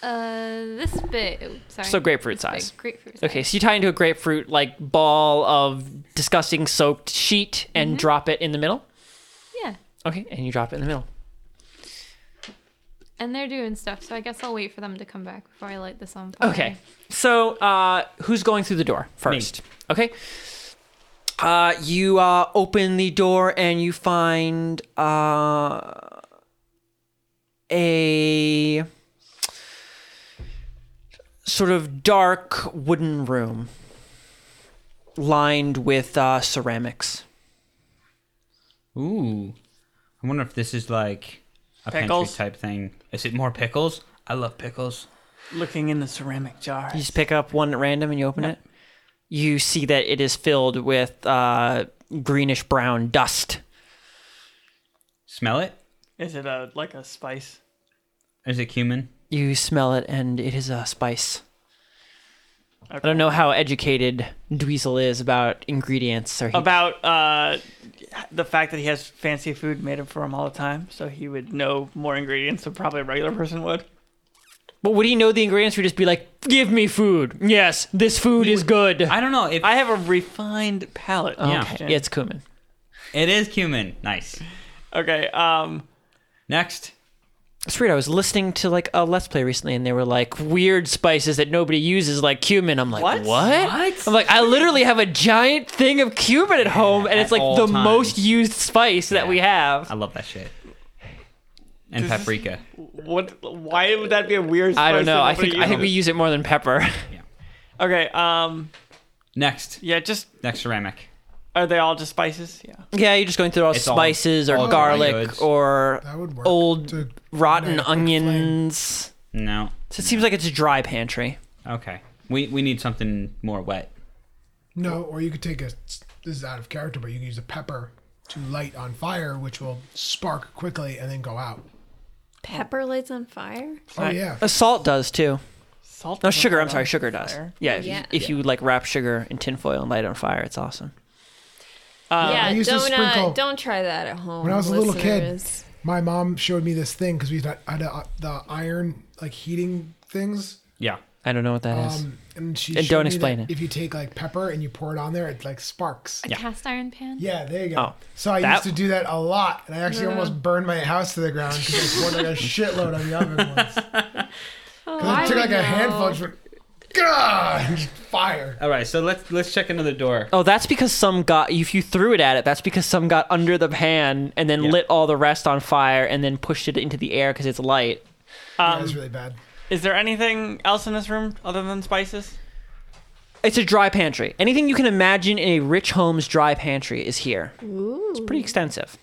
Speaker 3: Uh, this bit. ooh, sorry.
Speaker 1: So grapefruit
Speaker 3: This big
Speaker 1: size.
Speaker 3: grapefruit size.
Speaker 1: Okay, so you tie into a grapefruit like ball of disgusting soaked sheet and drop it in the middle.
Speaker 3: Yeah.
Speaker 1: Okay, and you drop it in the middle.
Speaker 3: And they're doing stuff, so I guess I'll wait for them to come back before I light this on fire.
Speaker 1: Okay, so uh, who's going through the door first? Okay. Uh, you uh, open the door and you find uh, a sort of dark wooden room lined with uh, ceramics.
Speaker 2: Ooh, I wonder if this is like a
Speaker 6: Pickles?
Speaker 2: pantry type thing. Is it more pickles? I love pickles.
Speaker 6: Looking in the ceramic jar.
Speaker 1: You just pick up one at random and you open it. You see that it is filled with uh, greenish brown dust.
Speaker 2: Smell it?
Speaker 6: Is it a like a spice?
Speaker 2: Is it cumin?
Speaker 1: You smell it and it is a spice. I don't know how educated Dweezil is about ingredients or he,
Speaker 6: About uh, the fact that he has fancy food made up for him all the time, so he would know more ingredients than probably a regular person would.
Speaker 1: But would he know the ingredients or just be like, "Give me food. Yes, this food is good."
Speaker 2: I don't know if
Speaker 6: I have a refined palate.
Speaker 1: okay.
Speaker 2: yeah.
Speaker 1: yeah, it's cumin.
Speaker 2: it is cumin. Nice.
Speaker 6: Okay. Um.
Speaker 2: Next.
Speaker 1: It's weird. I was listening to like a Let's Play recently, and they were like weird spices that nobody uses, like cumin. I'm like,
Speaker 6: What?
Speaker 1: what? I'm like, I literally have a giant thing of cumin at home, and
Speaker 2: at
Speaker 1: it's like
Speaker 2: all
Speaker 1: the
Speaker 2: times.
Speaker 1: most used spice that
Speaker 2: Yeah.
Speaker 1: we
Speaker 2: I
Speaker 1: have.
Speaker 2: love that shit. And paprika.
Speaker 6: What? Why would that be a weird? Spice
Speaker 1: I don't know.
Speaker 6: that
Speaker 1: I
Speaker 6: nobody
Speaker 1: think I think we
Speaker 6: uses?
Speaker 1: use it more than pepper.
Speaker 6: Okay. Um.
Speaker 2: Next.
Speaker 6: Yeah. Just
Speaker 2: Next ceramic.
Speaker 6: are they all just spices? Yeah.
Speaker 1: yeah, you're just going through all
Speaker 2: It's all-
Speaker 1: spices or
Speaker 2: all
Speaker 1: garlic
Speaker 2: goods.
Speaker 1: or
Speaker 7: That would work.
Speaker 1: old
Speaker 7: To-
Speaker 1: rotten
Speaker 7: Nice.
Speaker 1: onions.
Speaker 2: No.
Speaker 1: So it seems like it's a dry pantry.
Speaker 2: Okay. We we need something more wet.
Speaker 7: No, or you could take a. This is out of character, but you can use a pepper to light on fire, which will spark quickly and then go out.
Speaker 5: Pepper lights on fire?
Speaker 7: Oh yeah.
Speaker 1: Uh, Salt does too.
Speaker 6: Salt.
Speaker 1: No,
Speaker 6: doesn't
Speaker 1: sugar.
Speaker 6: light
Speaker 1: I'm sorry,
Speaker 6: on
Speaker 1: sugar does.
Speaker 6: fire.
Speaker 1: Yeah, if,
Speaker 5: Yeah.
Speaker 1: You, if you like wrap sugar in tinfoil and light it on fire, it's awesome.
Speaker 5: yeah,
Speaker 7: used to
Speaker 5: don't uh,
Speaker 7: sprinkle-
Speaker 5: don't try that at home.
Speaker 7: When I was a little kid,
Speaker 5: listeners.
Speaker 7: My mom showed me this thing because we had, had uh, the iron like heating things,
Speaker 2: Yeah.
Speaker 1: I don't know what that is.
Speaker 7: um, And she
Speaker 1: And
Speaker 7: showed
Speaker 1: don't
Speaker 7: me
Speaker 1: explain
Speaker 7: that
Speaker 1: it.
Speaker 7: If you take like pepper and you pour it on there, it like sparks.
Speaker 3: A cast iron pan?
Speaker 7: Yeah, there you go.
Speaker 1: Oh.
Speaker 7: so I
Speaker 1: That-
Speaker 7: used to do that a lot, and I actually almost burned my house to the ground because I poured like a shitload on the oven once. 'Cause I took like a handful and just went, "Gah!" and just fire.
Speaker 2: All right, so let's let's check another door.
Speaker 1: Oh, that's because some got if you threw it at it, that's because some got under the pan and then
Speaker 2: Yeah.
Speaker 1: lit all the rest on fire and then pushed it into the air because it's light.
Speaker 7: That
Speaker 1: Um,
Speaker 7: was really bad.
Speaker 6: Is there anything else in this room other than spices?
Speaker 1: It's a dry pantry. Anything you can imagine in a rich home's dry pantry is here. It's pretty extensive.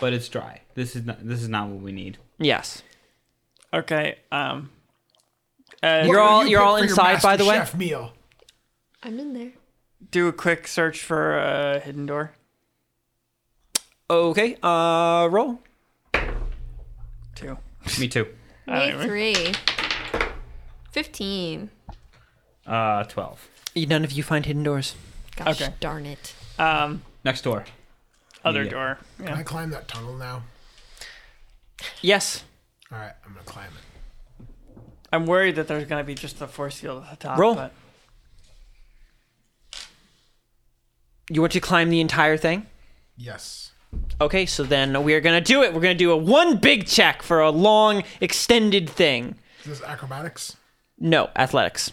Speaker 2: But it's dry. This is not this is not what we need.
Speaker 1: Yes.
Speaker 6: Okay. Um. Uh,
Speaker 1: You're all
Speaker 7: You
Speaker 1: you're
Speaker 7: pick
Speaker 1: all
Speaker 7: for your
Speaker 1: inside by
Speaker 7: master
Speaker 1: the way.
Speaker 7: Chef meal.
Speaker 5: I'm in there.
Speaker 6: do a quick search for a hidden door.
Speaker 1: Okay. Uh roll.
Speaker 6: Two.
Speaker 2: Me too.
Speaker 6: I
Speaker 5: Me
Speaker 6: don't
Speaker 5: three. Fifteen.
Speaker 2: Uh, twelve.
Speaker 1: None of you find hidden doors.
Speaker 5: Gosh
Speaker 6: Okay.
Speaker 5: darn it.
Speaker 6: Um.
Speaker 2: Next door.
Speaker 6: Other
Speaker 2: Yeah.
Speaker 6: door.
Speaker 7: Can
Speaker 6: Yeah.
Speaker 7: I climb that tunnel now?
Speaker 1: Yes.
Speaker 7: All right, I'm gonna climb it.
Speaker 6: I'm worried that there's gonna be just a force field at the top.
Speaker 1: Roll.
Speaker 6: But
Speaker 1: You want to climb the entire thing?
Speaker 7: Yes.
Speaker 1: Okay, so then we are gonna do it. We're gonna do a one big check for a long extended thing.
Speaker 7: Is this acrobatics?
Speaker 1: No, athletics.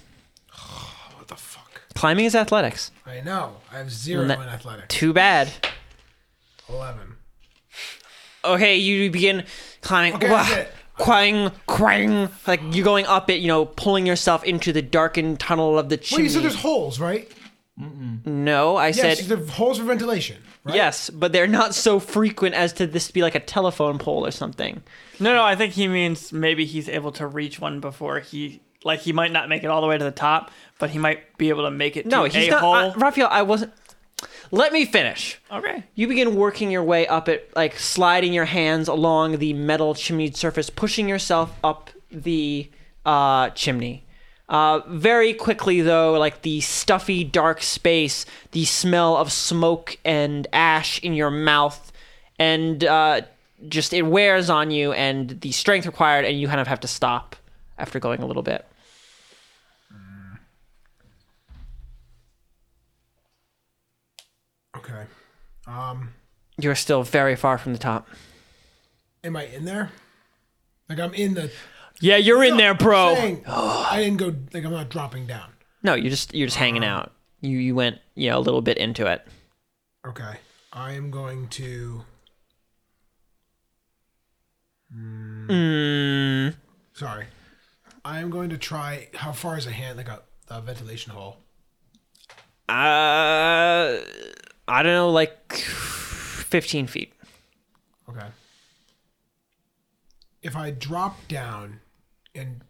Speaker 7: What the fuck?
Speaker 1: Climbing is athletics.
Speaker 7: I know. I have zero
Speaker 1: Ne-
Speaker 7: in athletics.
Speaker 1: Too bad.
Speaker 7: Eleven.
Speaker 1: Okay, you begin climbing.
Speaker 7: Okay,
Speaker 1: Wah,
Speaker 7: I did it.
Speaker 1: Quang, quang. Like you're going up it, you know, pulling yourself into the darkened tunnel of the
Speaker 7: Wait,
Speaker 1: chimney.
Speaker 7: you said there's holes, right?
Speaker 1: no, I
Speaker 7: Yes,
Speaker 1: said
Speaker 7: there's holes for ventilation. Right?
Speaker 1: yes, but they're not so frequent as to this be like a telephone pole or something.
Speaker 6: no, no. I think he means maybe he's able to reach one before he. Like he might not make it all the way to the top, but he might be able to make it
Speaker 1: No,
Speaker 6: to
Speaker 1: he's
Speaker 6: a
Speaker 1: not. uh,
Speaker 6: hole.
Speaker 1: I, Raphael, I wasn't. Let me finish.
Speaker 6: okay.
Speaker 1: You begin working your way up it, like sliding your hands along the metal chimneyed surface, pushing yourself up the uh, chimney. Uh, very quickly, though, like the stuffy, dark space, the smell of smoke and ash in your mouth, and uh, just it wears on you, and the strength required, and you kind of have to stop after going a little bit.
Speaker 7: Okay. Um,
Speaker 1: You're still very far from the top.
Speaker 7: am I in there? Like I'm in the.
Speaker 1: Yeah, you're in there, bro.
Speaker 7: Saying, I didn't go. Like I'm not dropping down.
Speaker 1: No, you're just you're just hanging out. You you went you know a little bit into it.
Speaker 7: Okay. I am going to. Mm.
Speaker 1: Mm.
Speaker 7: Sorry. I am going to try. How far is a hand? Like a, a ventilation hole.
Speaker 1: Uh, I don't know, like fifteen feet.
Speaker 7: Okay. If I drop down and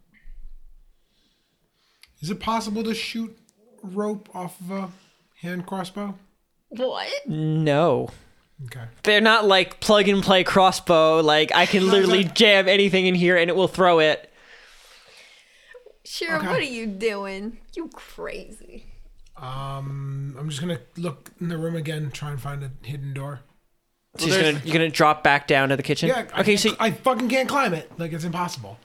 Speaker 7: is it possible to shoot rope off of a hand crossbow?
Speaker 5: What?
Speaker 1: No,
Speaker 7: Okay.
Speaker 1: they're not like plug and play crossbow. Like I can literally
Speaker 7: that-
Speaker 1: jam anything in here and it will throw it.
Speaker 5: Shira,
Speaker 7: Okay.
Speaker 5: what are you doing? You crazy.
Speaker 7: Um I'm just gonna look in the room again, try and find a hidden door.
Speaker 1: So you're, gonna, you're gonna drop back down to the kitchen.
Speaker 7: Yeah, I
Speaker 1: okay,
Speaker 7: can't-
Speaker 1: so you
Speaker 7: I fucking can't climb it. Like it's impossible.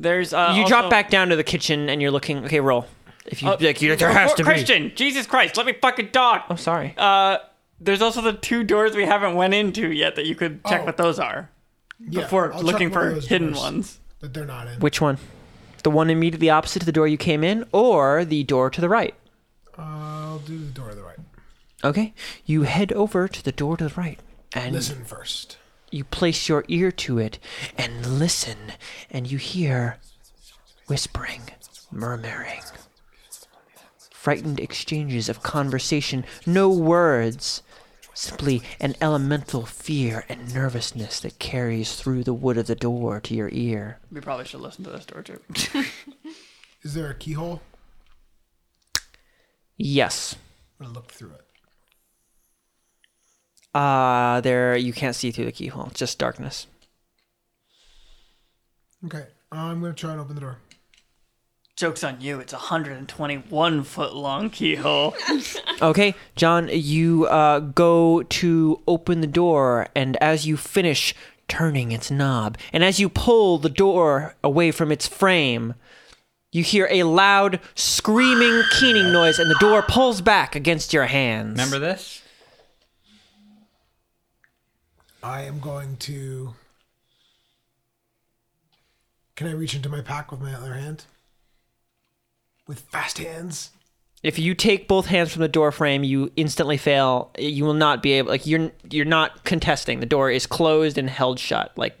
Speaker 6: There's uh, also-
Speaker 1: drop back down to the kitchen and you're looking. Okay, roll. If you
Speaker 7: Uh,
Speaker 1: like, you, there
Speaker 6: Oh,
Speaker 1: has to be.
Speaker 6: Christian, Jesus Christ, let me fucking talk.
Speaker 1: Oh, sorry.
Speaker 6: Uh, there's also the two doors we haven't went into yet that you could check
Speaker 7: Oh.
Speaker 6: what those are
Speaker 7: Yeah,
Speaker 6: before
Speaker 7: I'll check
Speaker 6: looking
Speaker 7: one of
Speaker 6: for
Speaker 7: those
Speaker 6: hidden
Speaker 7: doors
Speaker 6: ones.
Speaker 7: That they're not in.
Speaker 1: Which one? The one immediately opposite to the door you came in, or the door to the right?
Speaker 7: I'll do the door to the right.
Speaker 1: Okay, you head over to the door to the right and
Speaker 7: Listen first.
Speaker 1: you place your ear to it and listen, and you hear whispering, murmuring, frightened exchanges of conversation, no words, simply an elemental fear and nervousness that carries through the wood of the door to your ear.
Speaker 6: We probably should listen to this door too.
Speaker 7: Is there a keyhole?
Speaker 1: Yes.
Speaker 7: I'm gonna look through it.
Speaker 1: Uh there you can't see through the keyhole, it's just darkness.
Speaker 7: Okay. I'm gonna try and open the door.
Speaker 6: Joke's on you. It's a 121 foot long keyhole.
Speaker 1: Okay, John, you uh, go to open the door, and as you finish turning its knob, and as you pull the door away from its frame, You hear a loud screaming, keening noise, and the door pulls back against your hands.
Speaker 2: Remember this?
Speaker 7: I am going to. Can I reach into my pack with my other hand? With fast hands?
Speaker 1: If you take both hands from the door frame, you instantly fail. You will not be able like you're you're not contesting. The door is closed and held shut. Like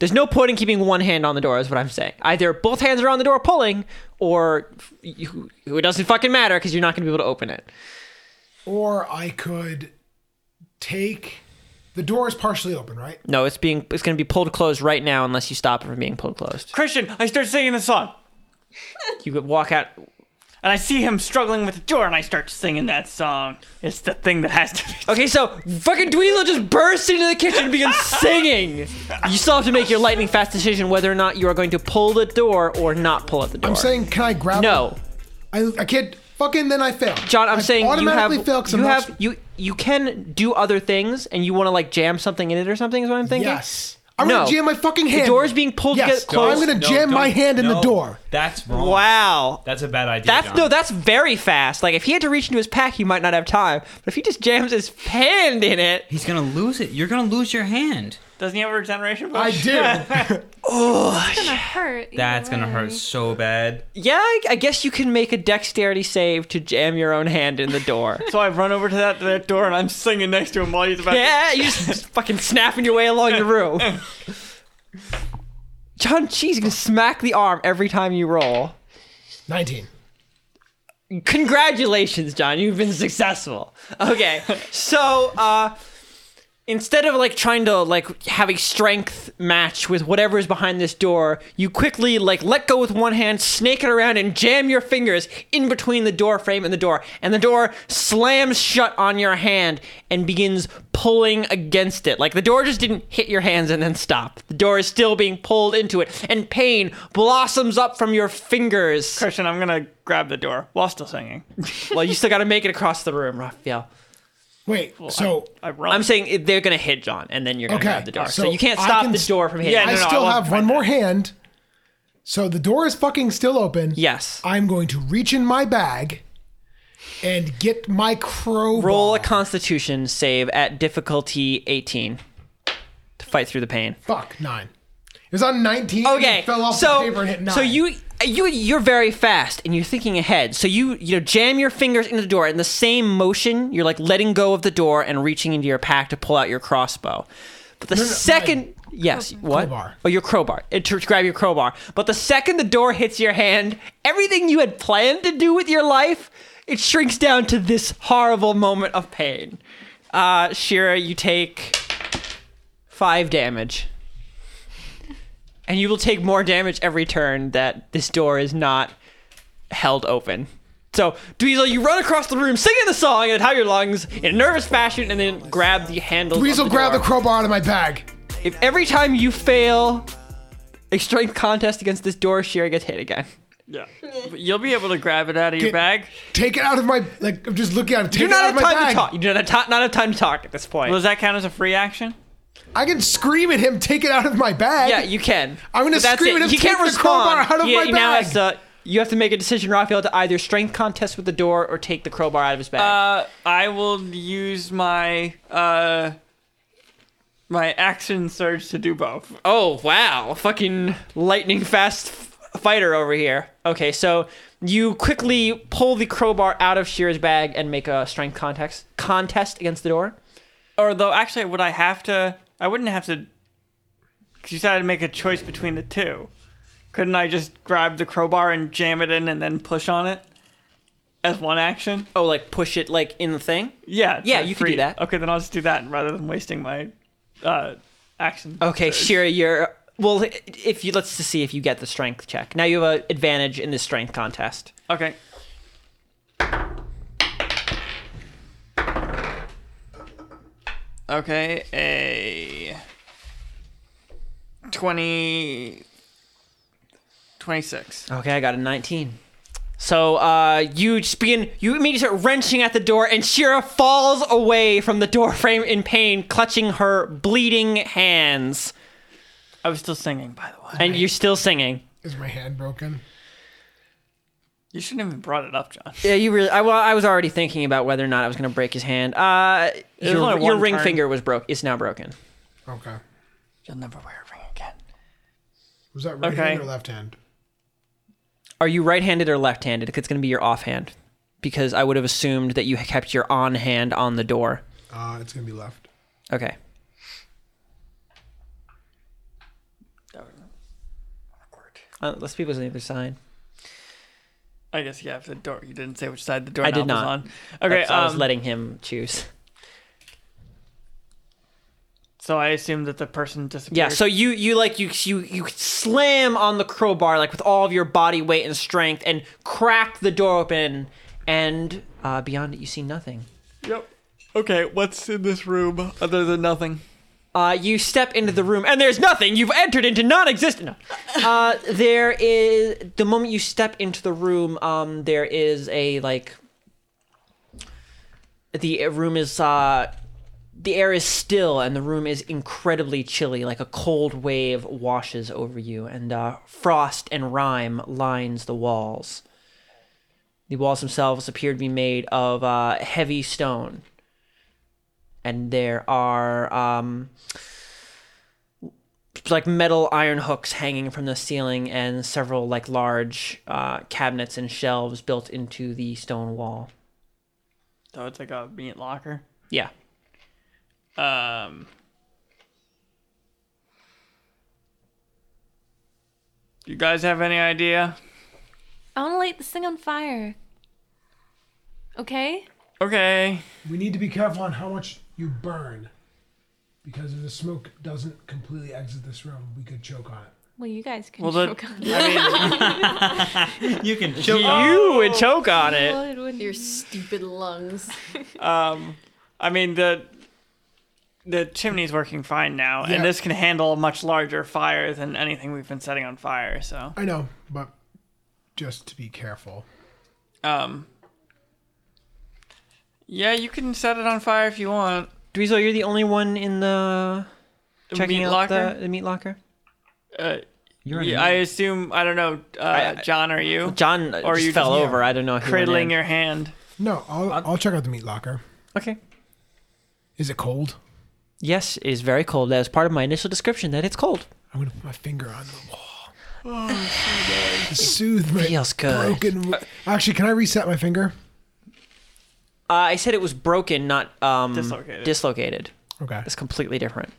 Speaker 1: there's no point in keeping one hand on the door is what I'm saying. Either both hands are on the door pulling or you, it doesn't fucking matter cuz you're not going to be able to open it.
Speaker 7: Or I could take. The door is partially open, right?
Speaker 1: No, it's being it's going to be pulled closed right now unless you stop it from being pulled closed.
Speaker 6: Christian, I start singing the song,
Speaker 1: You could walk out
Speaker 6: and I see him struggling with the door, and I start singing that song. It's the thing that has to be.
Speaker 1: Okay, so fucking Dweezil just bursts into the kitchen and begins singing. You still have to make your lightning fast decision whether or not you are going to pull the door or not pull at the door.
Speaker 7: I'm saying, can I grab
Speaker 1: no,
Speaker 7: I, I can't. Fucking then I fail.
Speaker 1: John. I'm
Speaker 7: I
Speaker 1: saying you have
Speaker 7: automatically fail 'cause
Speaker 1: you
Speaker 7: I'm not-
Speaker 1: have you you can do other things and you want to like jam something in it or something is what I'm thinking.
Speaker 7: Yes. I'm
Speaker 1: No.
Speaker 7: gonna jam my fucking hand.
Speaker 1: door is being pulled
Speaker 7: yes.
Speaker 1: together- closed.
Speaker 7: Oh, I'm gonna
Speaker 2: No,
Speaker 7: jam my
Speaker 2: don't-
Speaker 7: hand in the
Speaker 2: no,
Speaker 7: door.
Speaker 8: That's wrong.
Speaker 1: Wow.
Speaker 8: That's a bad idea.
Speaker 1: That's
Speaker 8: John.
Speaker 1: no, that's very fast. Like if he had to reach into his pack, he might not have time. But if he just jams his hand in it,
Speaker 2: He's gonna lose it. You're gonna lose your hand.
Speaker 6: Doesn't he have a regeneration?
Speaker 7: I
Speaker 6: potion?
Speaker 7: do.
Speaker 3: It's gonna hurt. either
Speaker 8: That's gonna hurt
Speaker 3: way.
Speaker 8: so bad.
Speaker 1: yeah, I, I guess you can make a dexterity save to jam your own hand in the door.
Speaker 6: So I run over to that, to that door, and I'm singing next to him while he's about.
Speaker 1: Yeah, you just, just fucking snapping your way along the room. John Cheese gonna smack the arm every time you roll.
Speaker 7: 19.
Speaker 1: Congratulations, John, you've been successful. Okay, so uh, instead of like trying to like have a strength match with whatever is behind this door, you quickly like let go with one hand, snake it around, and jam your fingers in between the door frame and the door, and the door slams shut on your hand and begins pulling against it. Like the door just didn't hit your hands and then stop. The door is still being pulled into it, and pain blossoms up from your fingers.
Speaker 6: Christian, I'm gonna grab the door while still singing.
Speaker 1: Well, you still got to make it across the room, Raphael.
Speaker 7: Wait, so
Speaker 6: I run.
Speaker 1: I'm saying it- they're going to hit John, and then you're going to
Speaker 7: Okay,
Speaker 1: grab the door. So,
Speaker 7: so
Speaker 1: you can't
Speaker 7: I
Speaker 1: stop
Speaker 7: can
Speaker 1: the
Speaker 7: s-
Speaker 1: door from hitting.
Speaker 6: Yeah,
Speaker 1: you.
Speaker 7: I
Speaker 6: no, no,
Speaker 7: still
Speaker 6: I won't
Speaker 7: have one more hand. So the door is fucking still open.
Speaker 1: Yes.
Speaker 7: I'm going to reach in my bag and get my crow.
Speaker 1: Roll a Constitution save at difficulty 18 to fight through the pain.
Speaker 7: Fuck, nine. It was on 19. and
Speaker 1: Okay,
Speaker 7: It fell off
Speaker 1: so
Speaker 7: the paper and hit nine.
Speaker 1: so you you you're very fast and you're thinking ahead. So you you know jam your fingers into the door in the same motion. You're like letting go of the door and reaching into your pack to pull out your crossbow. But the
Speaker 7: no,
Speaker 1: second yes, what?
Speaker 7: Crowbar.
Speaker 1: Oh, your crowbar. And to grab your crowbar. But the second the door hits your hand, everything you had planned to do with your life, it shrinks down to this horrible moment of pain. Uh, Shira, you take five damage. And you will take more damage every turn that this door is not held open. So, Dweezil, you run across the room singing the song at how your lungs in a nervous fashion and then grab the handle.
Speaker 7: Weasel
Speaker 1: of the
Speaker 7: grabbed
Speaker 1: door.
Speaker 7: the crowbar out of my bag.
Speaker 1: If every time you fail a strength contest against this door, Shira gets hit again.
Speaker 6: yeah. You'll be able to grab it out of your
Speaker 7: Get-
Speaker 6: bag.
Speaker 7: Take it out of my. Like, I'm just looking at it. Take
Speaker 1: You do
Speaker 7: it
Speaker 1: not
Speaker 7: out of
Speaker 1: have
Speaker 7: my
Speaker 1: time
Speaker 7: bag.
Speaker 1: to talk. You do not have, to- not have time to talk at this point.
Speaker 6: Does that count as a free action?
Speaker 7: I can scream at him, take it out of my bag.
Speaker 1: yeah, you can.
Speaker 7: I'm gonna
Speaker 1: But that's
Speaker 7: scream
Speaker 1: it.
Speaker 7: and
Speaker 1: You can't
Speaker 7: take the crowbar
Speaker 1: respond.
Speaker 7: out of
Speaker 1: Yeah,
Speaker 7: my
Speaker 1: you now
Speaker 7: bag.
Speaker 1: have to- you have to make a decision, Raphael, to either strength contest with the door or take the crowbar out of his bag.
Speaker 6: Uh, I will use my uh my action surge to do both.
Speaker 1: Oh wow, fucking lightning fast f- fighter over here. Okay, so you quickly pull the crowbar out of Shear's bag and make a strength contest contest against the door.
Speaker 6: Or Oh, though, actually, would I have to? I wouldn't have to. Because you said I had to make a choice between the two. Couldn't I just grab the crowbar and jam it in and then push on it as one action?
Speaker 1: Oh, like push it like in the thing.
Speaker 6: Yeah. it's
Speaker 1: Yeah,
Speaker 6: a
Speaker 1: you can do that.
Speaker 6: Okay, then I'll just do that rather than wasting my uh, action.
Speaker 1: Okay, Shear, you're well. If you let's just see if you get the strength check. Now you have an advantage in this strength contest.
Speaker 6: Okay. Okay, a 20 26.
Speaker 1: Okay, I got a 19. So uh, you just begin, you immediately start wrenching at the door, and Shira falls away from the doorframe in pain, clutching her bleeding hands.
Speaker 6: I was still singing, by the way.
Speaker 1: And you're still singing.
Speaker 7: Is my hand broken?
Speaker 6: You shouldn't have even brought it up, John.
Speaker 1: Yeah, you really. I, well, I was already thinking about whether or not I was going to break his hand. Uh,
Speaker 6: There's
Speaker 1: your
Speaker 6: only
Speaker 1: your
Speaker 6: one
Speaker 1: ring
Speaker 6: turn.
Speaker 1: finger was broke. It's now broken.
Speaker 7: Okay.
Speaker 4: You'll never wear a ring again.
Speaker 7: Was that right
Speaker 6: Okay.
Speaker 7: hand or left hand?
Speaker 1: Are you right-handed or left-handed? 'Cause It's going to be your offhand, because I would have assumed that you kept your on hand on the door.
Speaker 7: Uh, it's gonna be left.
Speaker 1: Okay. Uh, let's people on the other side.
Speaker 6: I guess yeah. If the door, you didn't say which side the door
Speaker 1: I did
Speaker 6: knob
Speaker 1: not.
Speaker 6: was on. Okay,
Speaker 1: That's- I was
Speaker 6: um,
Speaker 1: letting him choose.
Speaker 6: so I assume that the person disappeared.
Speaker 1: Yeah, so you you like you you you slam on the crowbar like with all of your body weight and strength and crack the door open and uh, beyond it you see nothing.
Speaker 6: yep. Okay, what's in this room other than nothing?
Speaker 1: Uh, you step into the room and there's nothing. You've entered into non-existent. No. Uh, there is the moment you step into the room. Um, there is a like. The room is uh, the air is still and the room is incredibly chilly. Like a cold wave washes over you, and uh, frost and rime lines the walls. The walls themselves appear to be made of uh, heavy stone and there are um, like metal iron hooks hanging from the ceiling and several like large uh, cabinets and shelves built into the stone wall
Speaker 6: So it's like a meat locker.
Speaker 1: yeah
Speaker 6: Um. You guys have any idea?
Speaker 3: I want to light this thing on fire. Okay?
Speaker 6: Okay.
Speaker 7: We need to be careful on how much you burn, because if the smoke doesn't completely exit this room, we could choke on it.
Speaker 3: Well, you guys can
Speaker 6: Well, the-
Speaker 3: choke on it.
Speaker 6: I mean,
Speaker 8: You can choke.
Speaker 1: you would choke on it
Speaker 3: Well, it wouldn't-
Speaker 5: Your stupid lungs.
Speaker 6: um, I mean the the chimney's working fine now,
Speaker 7: Yeah.
Speaker 6: and this can handle a much larger fire than anything we've been setting on fire. So,
Speaker 7: I know, but just to be careful.
Speaker 6: um, yeah, you can set it on fire if you want.
Speaker 1: Dweezil, you're the only one in the checking
Speaker 6: Meat
Speaker 1: out
Speaker 6: locker.
Speaker 1: The, the meat locker
Speaker 6: Uh,
Speaker 2: You're in
Speaker 6: yeah, I assume I don't know. Uh, John, are you
Speaker 1: john uh,
Speaker 6: Or
Speaker 1: just
Speaker 6: you
Speaker 1: fell
Speaker 6: just-
Speaker 1: over i don't know who went
Speaker 6: cradling
Speaker 1: in.
Speaker 6: your hand?
Speaker 7: No, I'll I'll check out the meat locker.
Speaker 1: okay
Speaker 7: Is it cold?
Speaker 1: yes it is very cold that was part of my initial description that it's cold
Speaker 7: I'm gonna put my finger on the wall. to soothe my
Speaker 1: feels good
Speaker 7: broken. Actually, can I reset my finger?
Speaker 1: uh, i said it was broken not um
Speaker 6: Dislocated.
Speaker 1: dislocated
Speaker 7: Okay.
Speaker 1: it's completely different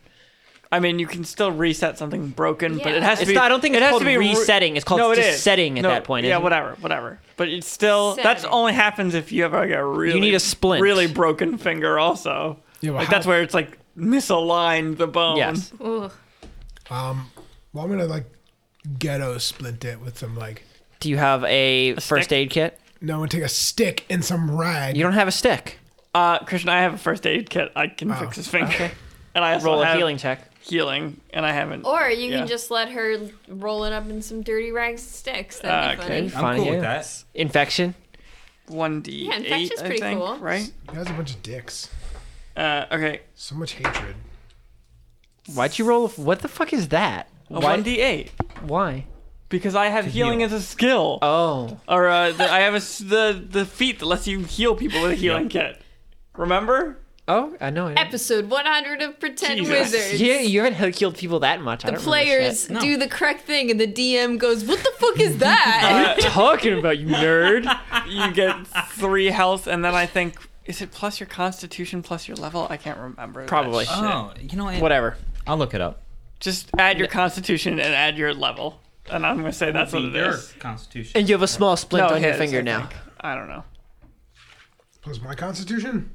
Speaker 6: I mean, you can still reset something broken, but it has to
Speaker 1: It's
Speaker 6: be.
Speaker 1: not- I don't think
Speaker 6: it
Speaker 1: it's
Speaker 6: has
Speaker 1: called
Speaker 6: to be re-
Speaker 1: resetting. It's called
Speaker 6: no, it
Speaker 1: just
Speaker 6: is.
Speaker 1: setting at
Speaker 6: No,
Speaker 1: that point,
Speaker 6: Yeah,
Speaker 1: isn't it?
Speaker 6: whatever, whatever. But it's still that's
Speaker 5: Setting.
Speaker 6: only happens if you have like a really
Speaker 1: need a splint.
Speaker 6: really broken finger. Also,
Speaker 7: Yeah, well,
Speaker 6: like
Speaker 7: how-
Speaker 6: that's where it's like misaligned the bone.
Speaker 1: yes
Speaker 3: Ugh.
Speaker 7: Um, well, I'm gonna like ghetto splint it with some like.
Speaker 1: do you have a, first
Speaker 6: stick?
Speaker 1: aid kit
Speaker 7: No, and take a stick and some rag.
Speaker 1: you don't have a stick
Speaker 6: Uh, Christian, I have a first aid kit. I can
Speaker 7: Wow.
Speaker 6: fix his finger, and I also
Speaker 1: roll a
Speaker 6: have
Speaker 1: healing check.
Speaker 6: healing, and I haven't.
Speaker 5: Or you
Speaker 6: Yeah.
Speaker 5: can just let her roll it up in some dirty rags and sticks. That'd
Speaker 6: Uh,
Speaker 5: be
Speaker 6: okay.
Speaker 5: funny.
Speaker 1: Fine,
Speaker 8: I'm cool
Speaker 1: yeah.
Speaker 8: with that.
Speaker 1: Infection.
Speaker 6: one d
Speaker 5: Yeah,
Speaker 6: eight.
Speaker 5: infection's
Speaker 6: I
Speaker 5: pretty
Speaker 6: think,
Speaker 5: cool.
Speaker 6: right?
Speaker 7: You guys are a bunch of dicks.
Speaker 6: Uh, okay,
Speaker 7: So much hatred.
Speaker 1: Why'd you roll? What the fuck is that?
Speaker 6: a one d eight
Speaker 1: Why?
Speaker 6: because I have healing
Speaker 8: heal.
Speaker 6: as a skill.
Speaker 1: Oh,
Speaker 6: Or uh, the, I have a s the the feat that lets you heal people with a healing kit. Remember?
Speaker 1: oh, I know. I
Speaker 5: Episode 100 of Pretend
Speaker 6: Jesus.
Speaker 5: Wizards.
Speaker 1: yeah, you haven't healed- healed people that much. I
Speaker 5: The
Speaker 1: don't remember
Speaker 5: players
Speaker 1: shit.
Speaker 2: No.
Speaker 5: do the correct thing, and the DM goes, "What the fuck is that?"
Speaker 1: What are you talking about, you nerd?
Speaker 6: You get three health, and then I think is it plus your constitution plus your level? I can't remember. that
Speaker 1: Probably.
Speaker 6: shit.
Speaker 2: Oh, you know what?
Speaker 1: Whatever.
Speaker 2: I'll look it up.
Speaker 6: Just add your constitution and add your level, and I'm gonna say that's what it
Speaker 2: Your
Speaker 6: is.
Speaker 2: Constitution.
Speaker 1: And you have a small splint
Speaker 6: No,
Speaker 1: on your
Speaker 6: his,
Speaker 1: finger
Speaker 6: I
Speaker 1: now.
Speaker 6: think. I don't know.
Speaker 7: Plus my constitution.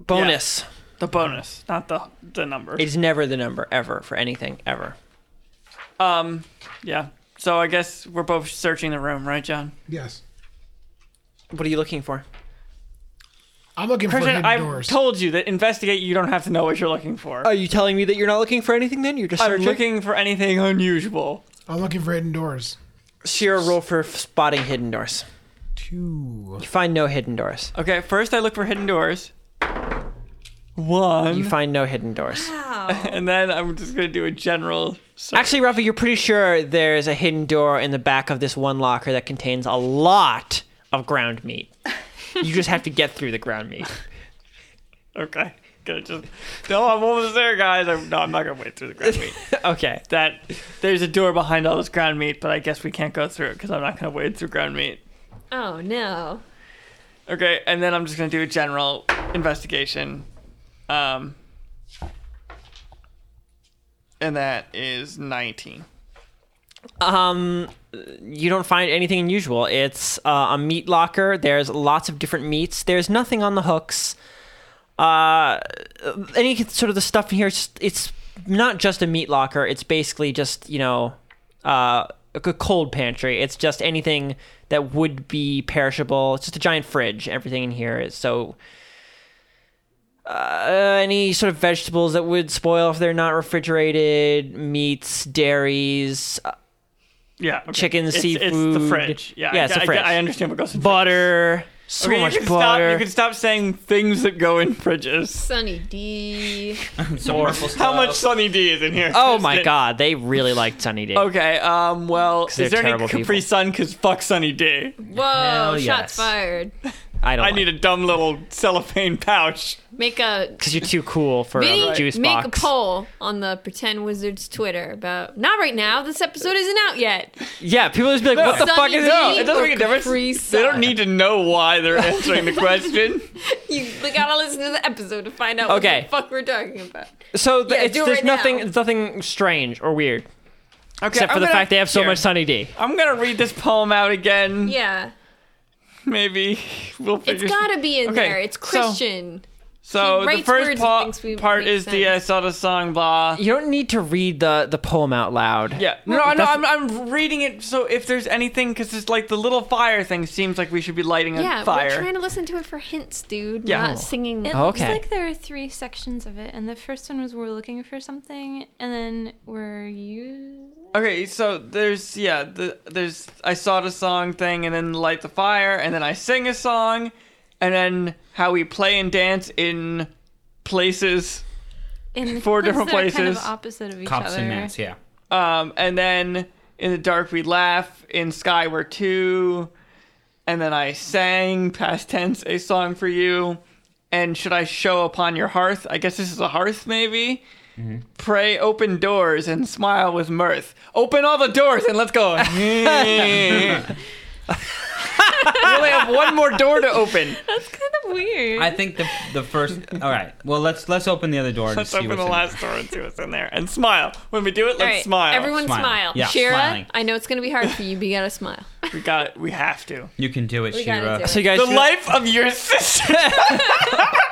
Speaker 1: Bonus.
Speaker 6: The bonus, not the the number.
Speaker 1: It's never the number ever for anything ever.
Speaker 6: Um, yeah. So I guess we're both searching the room, right, John?
Speaker 7: Yes.
Speaker 1: What are you looking for?
Speaker 7: I'm looking for
Speaker 6: Christian,
Speaker 7: hidden
Speaker 6: I've
Speaker 7: doors.
Speaker 6: told you that investigate. You don't have to know what you're looking for.
Speaker 1: Are you telling me that you're not looking for anything? Then you're just
Speaker 6: I'm
Speaker 1: searching.
Speaker 6: looking for anything unusual.
Speaker 7: I'm looking for hidden doors.
Speaker 1: Sheer roll for f- spotting hidden doors.
Speaker 7: Two.
Speaker 1: You find no hidden doors.
Speaker 6: Okay, first I look for hidden doors. One.
Speaker 1: You find no hidden doors.
Speaker 6: and then I'm just gonna do a general. search.
Speaker 1: Actually, Rafa, you're pretty sure there's a hidden door in the back of this one locker that contains a lot of ground meat. You just have to get through the ground meat.
Speaker 6: okay, gonna just no. I'm almost there, guys. I'm, no, I'm not gonna wade through the ground meat.
Speaker 1: Okay.
Speaker 6: That there's a door behind all this ground meat, but I guess we can't go through it because I'm not gonna wade through ground meat.
Speaker 5: Oh no.
Speaker 6: Okay, and then I'm just gonna do a general investigation. Um, and that is 19.
Speaker 1: Um, you don't find anything unusual. It's uh, a meat locker. There's lots of different meats. There's nothing on the hooks. Uh, any sort of the stuff in here. It's, it's not just a meat locker. It's basically just you know, uh, a c- cold pantry. It's just anything that would be perishable. It's just a giant fridge. Everything in here is so. Uh, any sort of vegetables that would spoil if they're not refrigerated, meats, dairies,
Speaker 6: Yeah, okay.
Speaker 1: Chicken,
Speaker 6: it's, It's the
Speaker 1: seafood.
Speaker 6: fridge. Yeah,
Speaker 1: Yeah,
Speaker 6: I,
Speaker 1: it's the
Speaker 6: I-
Speaker 1: fridge.
Speaker 6: I, understand what goes in
Speaker 1: butter,
Speaker 6: fridge.
Speaker 1: so
Speaker 6: okay,
Speaker 1: much
Speaker 6: you can
Speaker 1: butter.
Speaker 6: Stop, you can stop saying things that go in fridges.
Speaker 5: Sunny D.
Speaker 2: Some wonderful
Speaker 5: Uh,
Speaker 6: How much
Speaker 2: stuff.
Speaker 6: Sunny D is in here?
Speaker 1: oh my god, they really liked Sunny Day.
Speaker 6: Okay, um, well, is
Speaker 1: they're
Speaker 6: there any
Speaker 1: terrible
Speaker 6: Capri
Speaker 1: people.
Speaker 6: Sun? Because fuck Sunny D.
Speaker 5: Whoa,
Speaker 2: Hell
Speaker 5: shots
Speaker 2: yes.
Speaker 5: fired.
Speaker 1: I don't.
Speaker 6: I need a dumb little cellophane pouch.
Speaker 5: Make a
Speaker 1: because you're too cool for
Speaker 5: Vinny,
Speaker 1: a juice
Speaker 5: make
Speaker 1: box.
Speaker 5: a poll on the Pretend Wizards Twitter about not right now. This episode isn't out yet.
Speaker 1: Yeah, people just be like, "What the
Speaker 5: Sunny
Speaker 1: fuck is
Speaker 5: D
Speaker 1: that?"
Speaker 6: It doesn't
Speaker 5: or
Speaker 6: make a difference.
Speaker 5: Capri
Speaker 6: They don't
Speaker 5: Sun?
Speaker 6: need to know why they're answering the question.
Speaker 5: You we gotta listen to the episode to find out
Speaker 1: Okay.
Speaker 5: what the fuck we're talking about.
Speaker 1: So th-
Speaker 5: Yeah,
Speaker 1: it's,
Speaker 5: do it
Speaker 1: there's
Speaker 5: right now.
Speaker 1: nothing. It's nothing strange or weird,
Speaker 6: Okay,
Speaker 1: except for
Speaker 6: I'm
Speaker 1: the
Speaker 6: gonna-
Speaker 1: fact they have so
Speaker 6: here,
Speaker 1: much Sunny D.
Speaker 6: I'm gonna read this poem out again.
Speaker 5: Yeah.
Speaker 6: Maybe we'll
Speaker 5: It's
Speaker 6: figure.
Speaker 5: gotta be in
Speaker 6: Okay,
Speaker 5: there. It's
Speaker 6: so-
Speaker 5: Christian.
Speaker 6: so
Speaker 5: he
Speaker 6: the
Speaker 5: writes
Speaker 6: first
Speaker 5: words and
Speaker 6: pa-
Speaker 5: thinks we
Speaker 6: part
Speaker 5: make
Speaker 6: is the I
Speaker 5: sense.
Speaker 6: saw the song blah.
Speaker 1: You don't need to read the the poem out loud.
Speaker 6: Yeah, no, no,
Speaker 1: That's-
Speaker 6: I'm, I'm reading it. So if there's anything, because it's like the little fire thing seems like we should be lighting a
Speaker 5: yeah,
Speaker 6: fire.
Speaker 5: we're trying to listen to it for hints, dude.
Speaker 6: Yeah.
Speaker 5: Not singing.
Speaker 3: It
Speaker 1: Oh,
Speaker 3: looks
Speaker 1: okay.
Speaker 3: like there are three sections of it, and the first one was we're looking for something, and then we're you.
Speaker 6: Okay, so there's yeah, the, there's I saw the song thing, and then light the fire, and then I sing a song, and then how we play and dance in places,
Speaker 3: In
Speaker 6: Four different
Speaker 3: that are Kind
Speaker 6: places.
Speaker 3: of opposite of each
Speaker 2: Cops
Speaker 3: other.
Speaker 2: and mats, yeah.
Speaker 6: um, and then in the dark we laugh, in sky we're two, and then I sang past tense a song for you, and should I show upon your hearth? I guess this is a hearth maybe.
Speaker 2: Mm-hmm.
Speaker 6: Pray open doors and smile with mirth. Open all the doors and let's go. we only have one more door to open.
Speaker 3: That's kind of weird.
Speaker 2: I think the the first. All right. Well, let's let's open the other door and
Speaker 6: Let's
Speaker 2: see
Speaker 6: open
Speaker 2: what's
Speaker 6: the
Speaker 2: in there.
Speaker 6: last door and see what's in there. And smile. When we do it, let's
Speaker 5: All right,
Speaker 6: smile.
Speaker 5: Everyone
Speaker 2: Smile.
Speaker 5: smile.
Speaker 2: Yeah,
Speaker 5: Shira,
Speaker 2: smiling.
Speaker 5: I know it's gonna be hard for you, but you gotta smile.
Speaker 6: we got it. We have to.
Speaker 2: You can do it,
Speaker 5: We gotta
Speaker 2: Shira.
Speaker 5: do it.
Speaker 1: So you guys,
Speaker 6: The
Speaker 1: feel-
Speaker 6: life of your sister.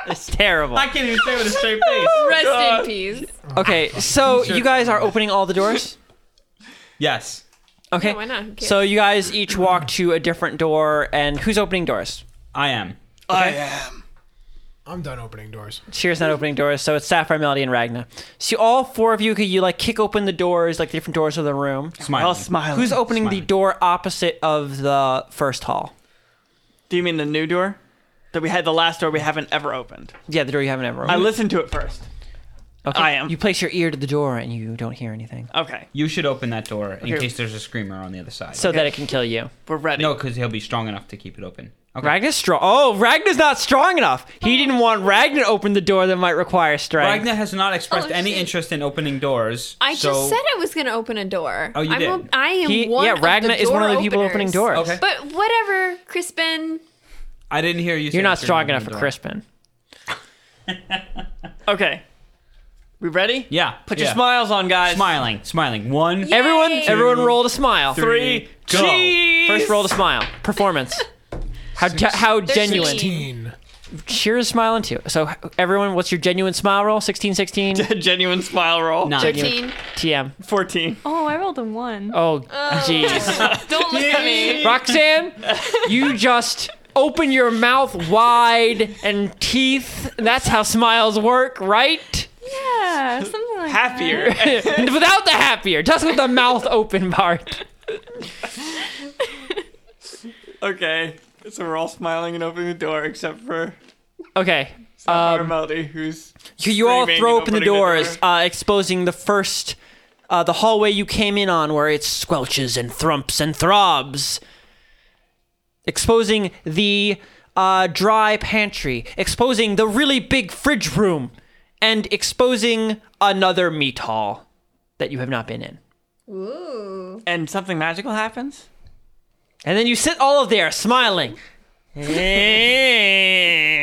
Speaker 1: it's terrible.
Speaker 8: I can't even say with a straight face.
Speaker 5: Rest
Speaker 6: God.
Speaker 5: in peace.
Speaker 1: Okay, so you guys are opening all the doors.
Speaker 2: Yes.
Speaker 1: Okay,
Speaker 5: Yeah, why not? Who cares?
Speaker 1: So you guys each walk to a different door, and who's opening doors?
Speaker 2: I am.
Speaker 6: I am.
Speaker 7: I'm done opening doors.
Speaker 1: Sheer's not opening doors, so it's Sapphire, Melody, and Ragna. So you- all four of you, could you like kick open the doors, like the different doors of the room?
Speaker 2: Smile.
Speaker 6: smiling.
Speaker 1: Who's opening the
Speaker 2: Smiling.
Speaker 1: door opposite of the first hall?
Speaker 6: Do you mean the new door? That we had the last door we haven't ever opened.
Speaker 1: Yeah, the door you haven't ever
Speaker 6: I
Speaker 1: opened.
Speaker 6: listened to it first.
Speaker 1: okay.
Speaker 6: I am.
Speaker 1: You place your ear to the door and you don't hear anything,
Speaker 6: Okay,
Speaker 2: You should open that door in
Speaker 6: Okay.
Speaker 2: case there's a screamer on the other side.
Speaker 1: so that it can kill you.
Speaker 6: we're ready.
Speaker 2: no, because he'll be strong enough to keep it open. Okay.
Speaker 1: Ragna's strong. Oh, Ragna's not strong enough. He didn't want Ragna to open the door that might require strength.
Speaker 2: Ragna has not expressed
Speaker 5: Oh,
Speaker 2: any
Speaker 5: shit.
Speaker 2: interest in opening doors.
Speaker 5: I
Speaker 2: so...
Speaker 5: just said I was gonna open a door.
Speaker 2: Oh, you
Speaker 5: I'm
Speaker 2: did.
Speaker 5: op- I am
Speaker 1: He-
Speaker 5: one.
Speaker 1: yeah,
Speaker 5: of
Speaker 1: Ragna
Speaker 5: the
Speaker 1: is one of the
Speaker 5: door
Speaker 1: people opening
Speaker 5: openers.
Speaker 1: doors.
Speaker 2: Okay.
Speaker 5: But whatever, Crispin.
Speaker 2: I didn't hear you. say
Speaker 1: You're not
Speaker 2: that
Speaker 1: strong
Speaker 2: gonna
Speaker 1: enough for
Speaker 2: open the door.
Speaker 1: Crispin.
Speaker 6: Okay, we ready?
Speaker 2: Yeah.
Speaker 6: Put
Speaker 2: yeah.
Speaker 6: your smiles on, guys.
Speaker 2: Smiling. Smiling. One.
Speaker 5: Yeah.
Speaker 1: Everyone,
Speaker 5: Yay.
Speaker 1: everyone, rolled a smile.
Speaker 2: Three. Go.
Speaker 6: Cheese.
Speaker 1: First roll to smile. Performance. How, ge- how genuine.
Speaker 5: sixteen.
Speaker 7: Teen.
Speaker 1: Sheer's smiling too. So everyone, what's your genuine smile roll? 16, 16,
Speaker 6: Genuine smile roll.
Speaker 2: Nine.
Speaker 5: Thirteen.
Speaker 1: TM.
Speaker 6: Fourteen.
Speaker 3: oh, I rolled a one.
Speaker 1: Oh, jeez.
Speaker 5: Don't look at me.
Speaker 1: Roxanne, you just open your mouth wide and teeth. That's how smiles work, right?
Speaker 3: Yeah, something like
Speaker 6: Happier.
Speaker 1: And Without the happier, just with the mouth open part.
Speaker 6: okay, so we're all smiling and opening the door except for
Speaker 1: Okay.
Speaker 6: Fire
Speaker 1: Um,
Speaker 6: Melody, who's
Speaker 1: you, you all
Speaker 6: Screaming
Speaker 1: throw
Speaker 6: and
Speaker 1: open the
Speaker 6: opening the
Speaker 1: doors, uh, exposing the first, uh, the hallway you came in on, where it squelches and thrumps and throbs, exposing the uh, dry pantry, exposing the really big fridge room, and exposing another meat hall that you have not been in.
Speaker 5: Ooh.
Speaker 6: and something magical happens.
Speaker 1: And then you sit all of there, smiling.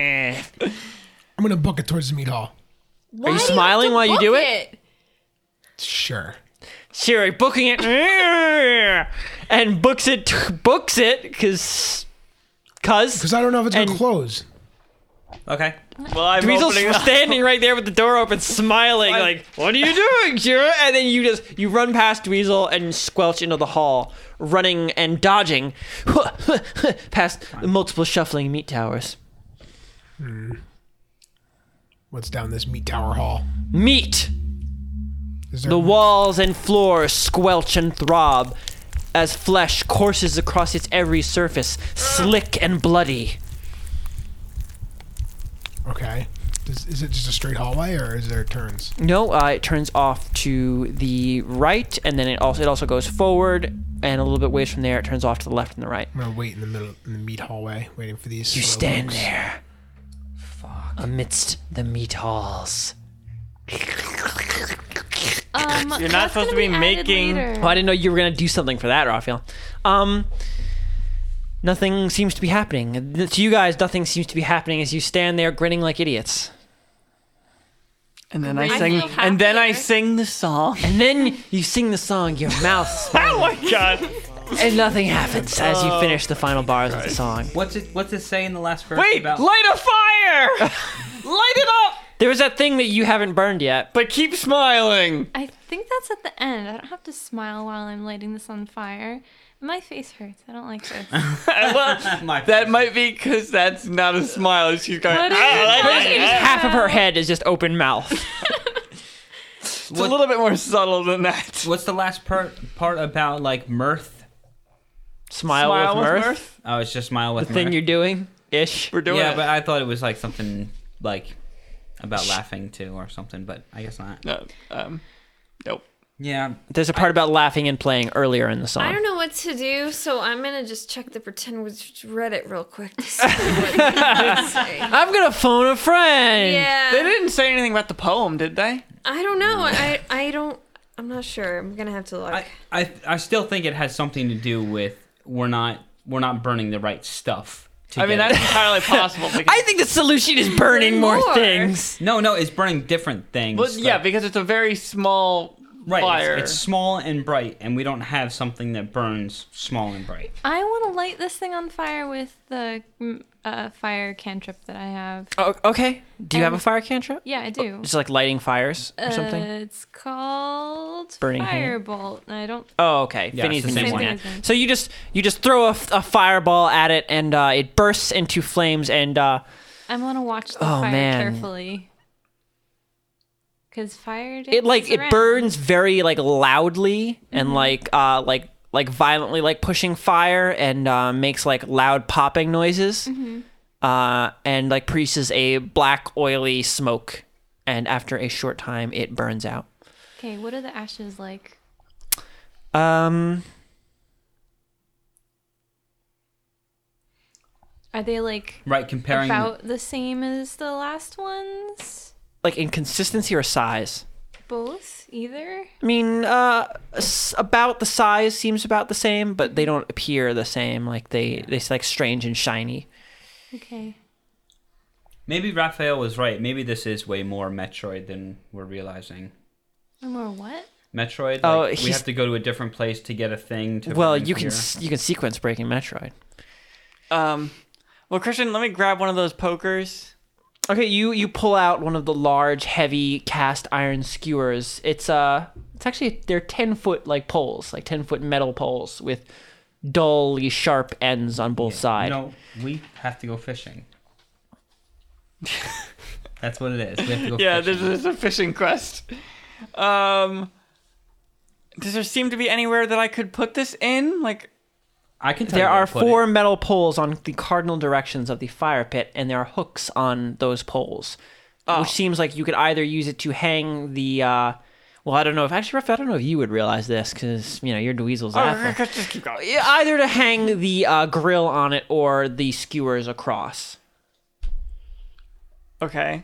Speaker 7: I'm gonna book it towards the meat hall.
Speaker 5: Why do have
Speaker 1: smiling
Speaker 5: to
Speaker 1: while you do
Speaker 5: book
Speaker 7: Sure.
Speaker 1: Siri booking it and books it books it because cuz
Speaker 7: Because I don't know if it's gonna
Speaker 1: And-
Speaker 7: close.
Speaker 2: Okay.
Speaker 6: Well, I'm
Speaker 1: Dweezil's
Speaker 6: opening up.
Speaker 1: standing right there with the door open, smiling like, "What are you doing, Kira?" And then you just you run past Dweezil and squelch into the hall, running and dodging past the multiple shuffling meat towers.
Speaker 7: What's down this meat tower hall?
Speaker 1: Meat.
Speaker 7: Is there
Speaker 1: The walls and floor squelch and throb as flesh courses across its every surface, slick and bloody.
Speaker 7: Okay. Is, is it just a straight hallway or is there turns?
Speaker 1: No, uh, it turns off to the right, and then it also it also goes forward, and a little bit ways from there, it turns off to the left and the right.
Speaker 7: I'm gonna wait in the middle in the meat hallway, waiting for these.
Speaker 1: You
Speaker 7: slow
Speaker 1: stand
Speaker 7: folks.
Speaker 1: there, amidst the meat halls.
Speaker 3: Um,
Speaker 6: You're
Speaker 3: that's
Speaker 6: not supposed
Speaker 3: gonna
Speaker 6: to be
Speaker 3: added
Speaker 6: making-
Speaker 3: later.
Speaker 1: Well, Oh, I didn't know you were gonna do something for that, Raphael. Um, nothing seems to be happening to you guys. Nothing seems to be happening as you stand there grinning like idiots.
Speaker 6: And then
Speaker 5: I
Speaker 6: I sing.
Speaker 5: feel
Speaker 6: And then I
Speaker 5: happier.
Speaker 6: sing the song.
Speaker 1: And then you sing the song, your mouth,
Speaker 6: oh my god!
Speaker 1: and nothing happens as you finish the final bars of the song.
Speaker 2: What's it? What's it say in the last verse?
Speaker 6: Wait,
Speaker 2: about?
Speaker 6: light a fire! light it up!
Speaker 1: There was that thing that you haven't burned yet.
Speaker 6: But keep smiling.
Speaker 3: I think that's at the end. I don't have to smile while I'm lighting this on fire. My face hurts. I don't like this.
Speaker 6: well,
Speaker 2: My
Speaker 6: that might be because that's not a smile. She's going.
Speaker 3: What
Speaker 6: "Ah,
Speaker 3: is
Speaker 6: light
Speaker 3: that?"
Speaker 6: it up."
Speaker 1: Half of her head is just open mouth.
Speaker 6: It's a little bit more subtle than that.
Speaker 2: What's the last part part about like mirth?
Speaker 1: Smile, with, mirth.
Speaker 2: Oh, it's just smile with
Speaker 1: The thing
Speaker 2: mirth.
Speaker 1: you're doing, ish.
Speaker 6: We're doing
Speaker 2: yeah,
Speaker 6: it.
Speaker 2: but I thought it was like something like about laughing too or something, but I guess not.
Speaker 6: No, um, nope.
Speaker 2: Yeah,
Speaker 1: There's a part about laughing and playing earlier in the song.
Speaker 5: I don't know what to do, so I'm gonna just check the pretend was Reddit real quick to see what they say.
Speaker 1: I'm gonna phone a friend.
Speaker 6: They
Speaker 5: Yeah,
Speaker 6: didn't say anything about the poem, did they?
Speaker 5: I don't know. I I don't. I'm not sure. I'm gonna have to look.
Speaker 2: I, I I still think it has something to do with we're not we're not burning the right stuff.
Speaker 6: I mean,
Speaker 2: together.
Speaker 6: that's entirely possible. Because,
Speaker 1: I think the solution is burning more,
Speaker 5: More.
Speaker 1: things.
Speaker 2: no, no, it's burning different things.
Speaker 6: well, yeah,
Speaker 2: like-
Speaker 6: because it's a very small
Speaker 2: right. it's-
Speaker 6: fire.
Speaker 2: It's, small and bright, and we don't have something that burns small and bright.
Speaker 3: I want to light this thing on fire with the mm, uh, fire cantrip that I have.
Speaker 1: Oh, okay. Do you have a
Speaker 3: And-
Speaker 1: fire cantrip?
Speaker 3: Yeah, I do.
Speaker 1: Just like lighting fires Oh, or something.
Speaker 3: Uh, it's called
Speaker 1: Burning hand?
Speaker 3: Firebolt. And I don't.
Speaker 1: Oh, okay.
Speaker 2: Yeah,
Speaker 1: Finney's
Speaker 2: it's the
Speaker 1: been
Speaker 2: same
Speaker 1: using
Speaker 2: one.
Speaker 1: that.
Speaker 3: Same thing.
Speaker 1: So you just you just throw a, f- a fireball at it, and uh, it bursts into flames. And uh,
Speaker 3: I want to watch the
Speaker 1: Oh,
Speaker 3: fire
Speaker 1: man.
Speaker 3: carefully. Because fire.
Speaker 1: it like
Speaker 3: dances
Speaker 1: it
Speaker 3: around.
Speaker 1: burns very like loudly and like uh like like violently like pushing fire and uh, makes like loud popping noises uh and like produces a black oily smoke and after a short time it burns out
Speaker 3: Okay, what are the ashes like?
Speaker 1: um
Speaker 3: Are they like
Speaker 2: Right, comparing
Speaker 3: about the same as the last ones?
Speaker 1: like in consistency or size
Speaker 3: Both? Either?
Speaker 1: i mean uh s- about the size seems about the same but they don't appear the same like they they s- like strange and shiny
Speaker 3: Okay.
Speaker 2: maybe Raphael was right. Maybe this is way more Metroid than we're realizing.
Speaker 3: One more what?
Speaker 2: Metroid.
Speaker 1: Oh,
Speaker 2: like, we
Speaker 1: he's-
Speaker 2: have to go to a different place to get a thing. To
Speaker 1: well
Speaker 2: burn
Speaker 1: you can
Speaker 2: here.
Speaker 1: s- you can sequence breaking metroid
Speaker 6: um, well, Christian, let me grab one of those pokers.
Speaker 1: Okay, you you pull out one of the large, heavy cast iron skewers. It's uh, it's actually they're ten foot like poles, like ten foot metal poles with dully sharp ends on both sides.
Speaker 2: No, we have to go fishing. That's what it is. We have to go
Speaker 6: Yeah,
Speaker 2: fishing.
Speaker 6: this is a fishing quest. Um, does there seem to be anywhere that I could put this in? Like,
Speaker 2: I can tell
Speaker 1: There
Speaker 2: you where
Speaker 1: are
Speaker 2: to put it.
Speaker 1: four metal poles on the cardinal directions of the fire pit, and there are hooks on those poles, which seems like you could either use it to hang the. Uh, well, I don't know if actually, Ruff, I don't know if you would realize this because you know you're Dweezil's apple.
Speaker 6: just keep going.
Speaker 1: Yeah, Either to hang the uh, grill on it or the skewers across.
Speaker 6: Okay.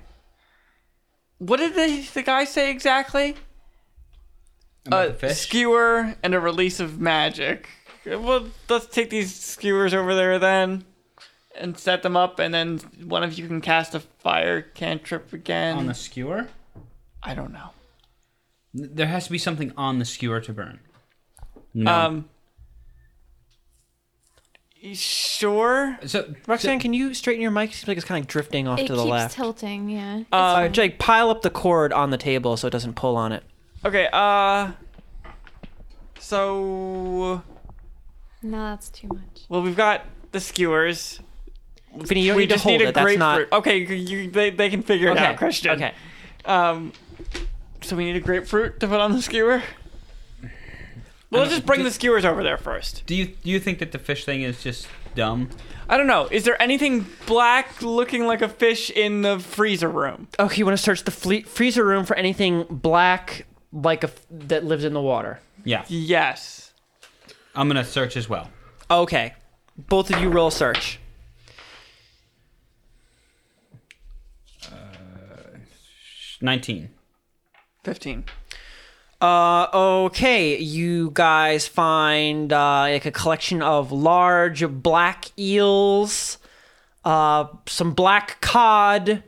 Speaker 6: What did the, the guy say exactly?
Speaker 2: About
Speaker 1: uh,
Speaker 6: a
Speaker 2: the fish.
Speaker 6: skewer and a release of magic. Well, let's take these skewers over there then, and set them up, and then one of you can cast a fire cantrip again.
Speaker 2: on the skewer.
Speaker 6: I don't know.
Speaker 2: N- There has to be something on the skewer to burn.
Speaker 1: Uh,
Speaker 2: No.
Speaker 6: Um. you Sure.
Speaker 2: so
Speaker 1: Roxanne, can you straighten your mic? It seems like it's kind of drifting off
Speaker 3: It
Speaker 1: to
Speaker 3: keeps
Speaker 1: the left.
Speaker 3: tilting, yeah.
Speaker 1: uh, Jake, pile up the cord on the table so it doesn't pull on it.
Speaker 6: Okay. Uh. So
Speaker 3: no, that's too much.
Speaker 6: well, we've got the skewers.
Speaker 1: Vinny, you don't
Speaker 6: we
Speaker 1: need to
Speaker 6: just
Speaker 1: hold
Speaker 6: need a
Speaker 1: it. That's
Speaker 6: grapefruit.
Speaker 1: not.
Speaker 6: Okay, you, you- they they can figure it out, Christian.
Speaker 1: Okay.
Speaker 6: Um, so we need a grapefruit to put on the skewer. Well, let's just bring the skewers over there first.
Speaker 2: do you do you think that the fish thing is just dumb?
Speaker 6: I don't know. Is there anything black looking like a fish in the freezer room?
Speaker 1: Okay, you want to Oh, search the fle- freezer room for anything black, like a f- that lives in the water.
Speaker 2: Yeah,
Speaker 6: Yes.
Speaker 2: I'm gonna search as well.
Speaker 1: Okay, both of you roll search.
Speaker 2: Nineteen.
Speaker 6: Fifteen.
Speaker 1: Uh, okay, you guys find uh, like a collection of large black eels, uh, some black cod,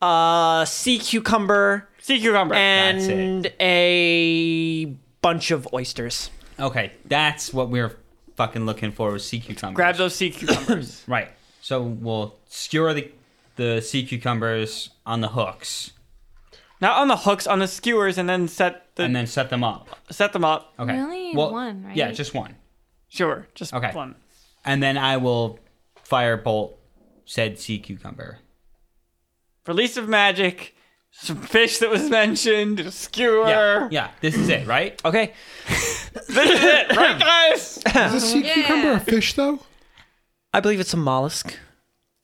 Speaker 1: uh, sea cucumber,
Speaker 6: Sea cucumber.
Speaker 2: it.
Speaker 1: and a bunch of oysters.
Speaker 2: Okay, that's what we were fucking looking for was sea cucumbers.
Speaker 6: Grab those sea cucumbers.
Speaker 2: Right. So we'll skewer the the sea cucumbers on the hooks
Speaker 6: Not on the hooks, on the skewers, and then set the
Speaker 2: and then set them up.
Speaker 6: set them up.
Speaker 2: Okay.
Speaker 3: Really? One, right?
Speaker 2: Yeah, just one.
Speaker 6: Sure. Just
Speaker 2: Okay.
Speaker 6: one.
Speaker 2: And then I will firebolt said sea cucumber.
Speaker 6: Release of magic. Some fish that was mentioned. A skewer.
Speaker 2: Yeah. Yeah, this is it, right?
Speaker 1: Okay,
Speaker 6: This is it, right, guys?
Speaker 7: Is a sea cucumber a fish though?
Speaker 1: I believe it's a mollusk,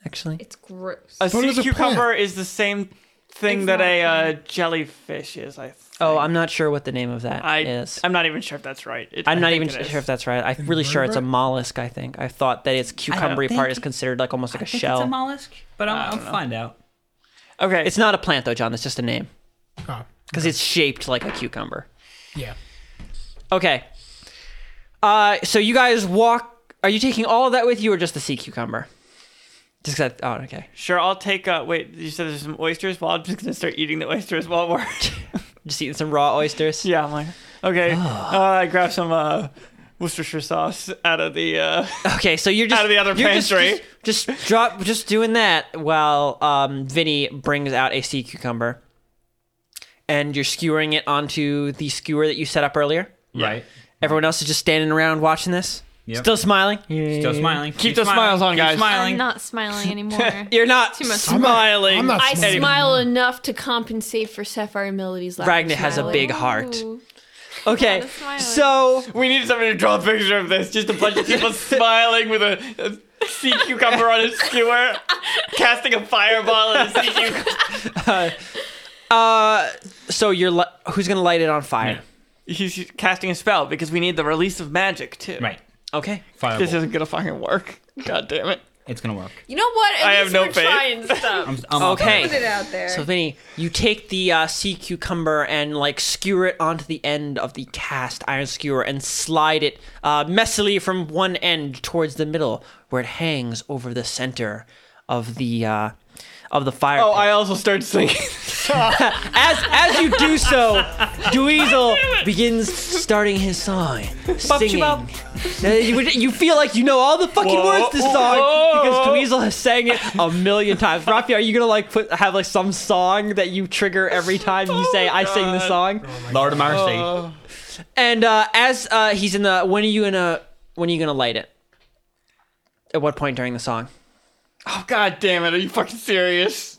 Speaker 1: actually.
Speaker 5: It's gross.
Speaker 6: A sea
Speaker 7: it's a
Speaker 6: cucumber
Speaker 7: plant.
Speaker 6: is the same thing
Speaker 5: It's
Speaker 6: that
Speaker 5: not
Speaker 6: a uh,
Speaker 5: plant.
Speaker 6: jellyfish is. I.
Speaker 1: Oh,
Speaker 6: think.
Speaker 1: I'm not sure what the name of that
Speaker 6: I,
Speaker 1: is.
Speaker 6: I'm not even sure if that's right. It-
Speaker 1: I'm
Speaker 6: I
Speaker 1: not
Speaker 6: think
Speaker 1: even
Speaker 6: it is.
Speaker 1: sure if that's right. I'm really sure it's a
Speaker 7: Invertebrate?
Speaker 1: mollusk. I think I thought that its cucumbery part is considered like almost like a shell.
Speaker 2: It's a mollusk, but I'll, I'll
Speaker 6: know.
Speaker 2: find out.
Speaker 6: Okay,
Speaker 1: it's not a plant though, John. It's just a name
Speaker 7: Oh,
Speaker 1: because it's shaped like a cucumber.
Speaker 7: yeah.
Speaker 1: Okay. Uh, so you guys walk. Are you taking all of that with you, or just the sea cucumber? Just 'cause I, oh, okay.
Speaker 6: sure. I'll take. Uh, wait, you said there's some oysters. Well, I'm just gonna start eating the oysters while we're.
Speaker 1: Just eating some raw oysters.
Speaker 6: yeah, I'm like, okay. Uh, I grab some uh, Worcestershire sauce out of the. Uh,
Speaker 1: Okay, so you're just
Speaker 6: Out of the other
Speaker 1: you're just-
Speaker 6: pantry.
Speaker 1: Just, just drop, just doing that while um, Vinny brings out a sea cucumber, and you're skewering it onto the skewer that you set up earlier.
Speaker 2: Right.
Speaker 1: Everyone else is just standing around watching this.
Speaker 2: Yep.
Speaker 1: Still smiling.
Speaker 2: Still smiling. Keep,
Speaker 6: those
Speaker 2: smiling.
Speaker 6: smiles on,
Speaker 2: Keep
Speaker 6: guys.
Speaker 2: Smiling.
Speaker 3: I'm not smiling anymore.
Speaker 1: You're not
Speaker 3: much.
Speaker 1: smiling.
Speaker 7: I'm not
Speaker 5: I
Speaker 7: smiling.
Speaker 5: smile enough to compensate for Sapphire and Melody's lack of
Speaker 1: Ragnar has a
Speaker 5: smiling.
Speaker 1: big heart.
Speaker 3: Ooh.
Speaker 1: Okay,
Speaker 3: not smiling.
Speaker 1: so
Speaker 6: we need somebody to draw a picture of this. Just a bunch of people smiling with a, a sea cucumber on a skewer, casting a fireball at a sea cucumber.
Speaker 1: so you're li- who's gonna light it on fire?
Speaker 6: He's casting a spell because we need the release of magic too.
Speaker 2: Right.
Speaker 1: Okay,
Speaker 2: Firebolt.
Speaker 6: This isn't gonna fucking work. God damn it.
Speaker 2: it's gonna work.
Speaker 5: You know what? At
Speaker 6: I have
Speaker 5: least
Speaker 6: no
Speaker 5: we're
Speaker 6: faith.
Speaker 5: trying stuff.
Speaker 2: I'm, I'm
Speaker 1: okay.
Speaker 2: Up for it.
Speaker 5: out there.
Speaker 1: So Vinny, you take the uh, sea cucumber and like skewer it onto the end of the cast iron skewer and slide it uh, messily from one end towards the middle, where it hangs over the center of the uh, of the fire.
Speaker 6: Oh,
Speaker 1: pit.
Speaker 6: I also start singing.
Speaker 1: As as you do so, Dweezil begins starting his song, singing.
Speaker 6: up.
Speaker 1: Uh, you, you feel like you know all the fucking
Speaker 6: Whoa,
Speaker 1: words to this
Speaker 6: whoa,
Speaker 1: song
Speaker 6: whoa.
Speaker 1: because Dweezil has sang it a million times. Rafi, are you gonna like put have like some song that you trigger every time you say I sing
Speaker 6: Oh
Speaker 1: the song?
Speaker 2: Lord of Mercy.
Speaker 1: And uh, as uh, he's in the, when are you gonna when are you gonna light it? At what point during the song?
Speaker 6: Oh god damn it, are you fucking serious?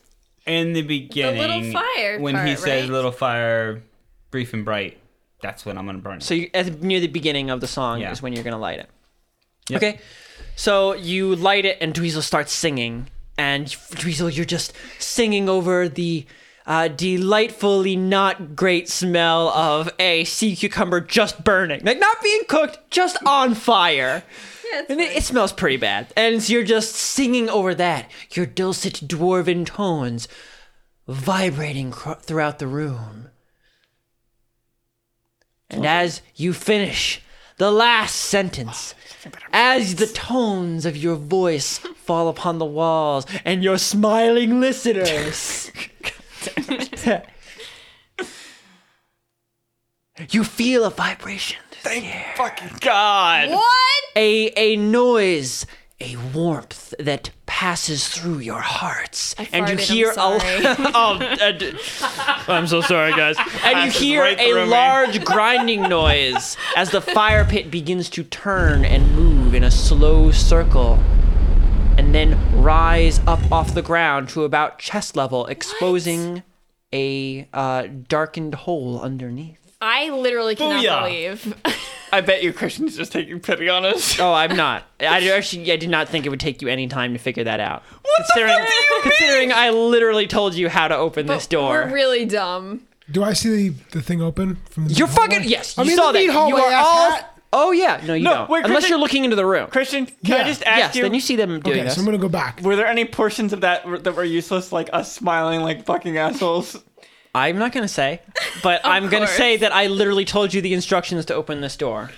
Speaker 2: in the beginning,
Speaker 5: fire
Speaker 2: when he
Speaker 5: part,
Speaker 2: says
Speaker 5: right?
Speaker 2: "little fire, brief and bright," that's when I'm gonna burn it.
Speaker 1: So you, at, near the beginning of the song
Speaker 2: Yeah.
Speaker 1: is when you're gonna light it. Okay. So you light it, and Dweezil starts singing. And Dweezil, you're just singing over the uh, delightfully not great smell of a sea cucumber just burning. Like, not being cooked, just on fire. and it, it smells pretty bad. And so you're just singing over that, your dulcet dwarven tones vibrating cr- throughout the room. And as you finish the last sentence, as the tones of your voice fall upon the walls and your smiling listeners, you feel a vibration.
Speaker 6: Fucking God.
Speaker 1: a a noise, a warmth that passes through your hearts, and you
Speaker 5: farted,
Speaker 1: hear
Speaker 5: I'm
Speaker 1: a oh, uh, d- I'm so sorry, guys. And you
Speaker 6: Passes
Speaker 1: hear
Speaker 6: right through
Speaker 1: a
Speaker 6: me.
Speaker 1: large grinding noise as the fire pit begins to turn and move in a slow circle. And then rise up off the ground to about chest level, exposing a uh, darkened hole underneath.
Speaker 5: I literally cannot
Speaker 2: Booyah.
Speaker 5: believe.
Speaker 6: I bet you Christian's just taking pity on us.
Speaker 1: Oh, I'm not. I did- actually, I did not think it would take you any time to figure that out.
Speaker 6: What the fuck do you mean?
Speaker 1: Considering I literally told you how to open this door.
Speaker 5: We're really dumb.
Speaker 7: Do I see the, the thing open from the
Speaker 1: you're
Speaker 7: hallway?
Speaker 1: fucking yes.
Speaker 7: I
Speaker 1: You
Speaker 7: mean,
Speaker 1: saw
Speaker 7: the
Speaker 1: that.
Speaker 7: meat hallway,
Speaker 1: you are all.
Speaker 7: asshat.
Speaker 1: Oh yeah. No, you
Speaker 6: No,
Speaker 1: don't.
Speaker 6: wait,
Speaker 1: Unless
Speaker 6: Kristen-
Speaker 1: you're looking into the room.
Speaker 6: Christian, can I
Speaker 7: Yeah.
Speaker 6: just
Speaker 1: yes.
Speaker 6: ask you?
Speaker 1: Then you see them doing
Speaker 7: Okay,
Speaker 1: this.
Speaker 7: so I'm gonna go back.
Speaker 6: Were there any portions of that that were useless, like us smiling like fucking assholes?
Speaker 1: I'm not gonna say, but I'm gonna
Speaker 5: course.
Speaker 1: say that I literally told you the instructions to open this door.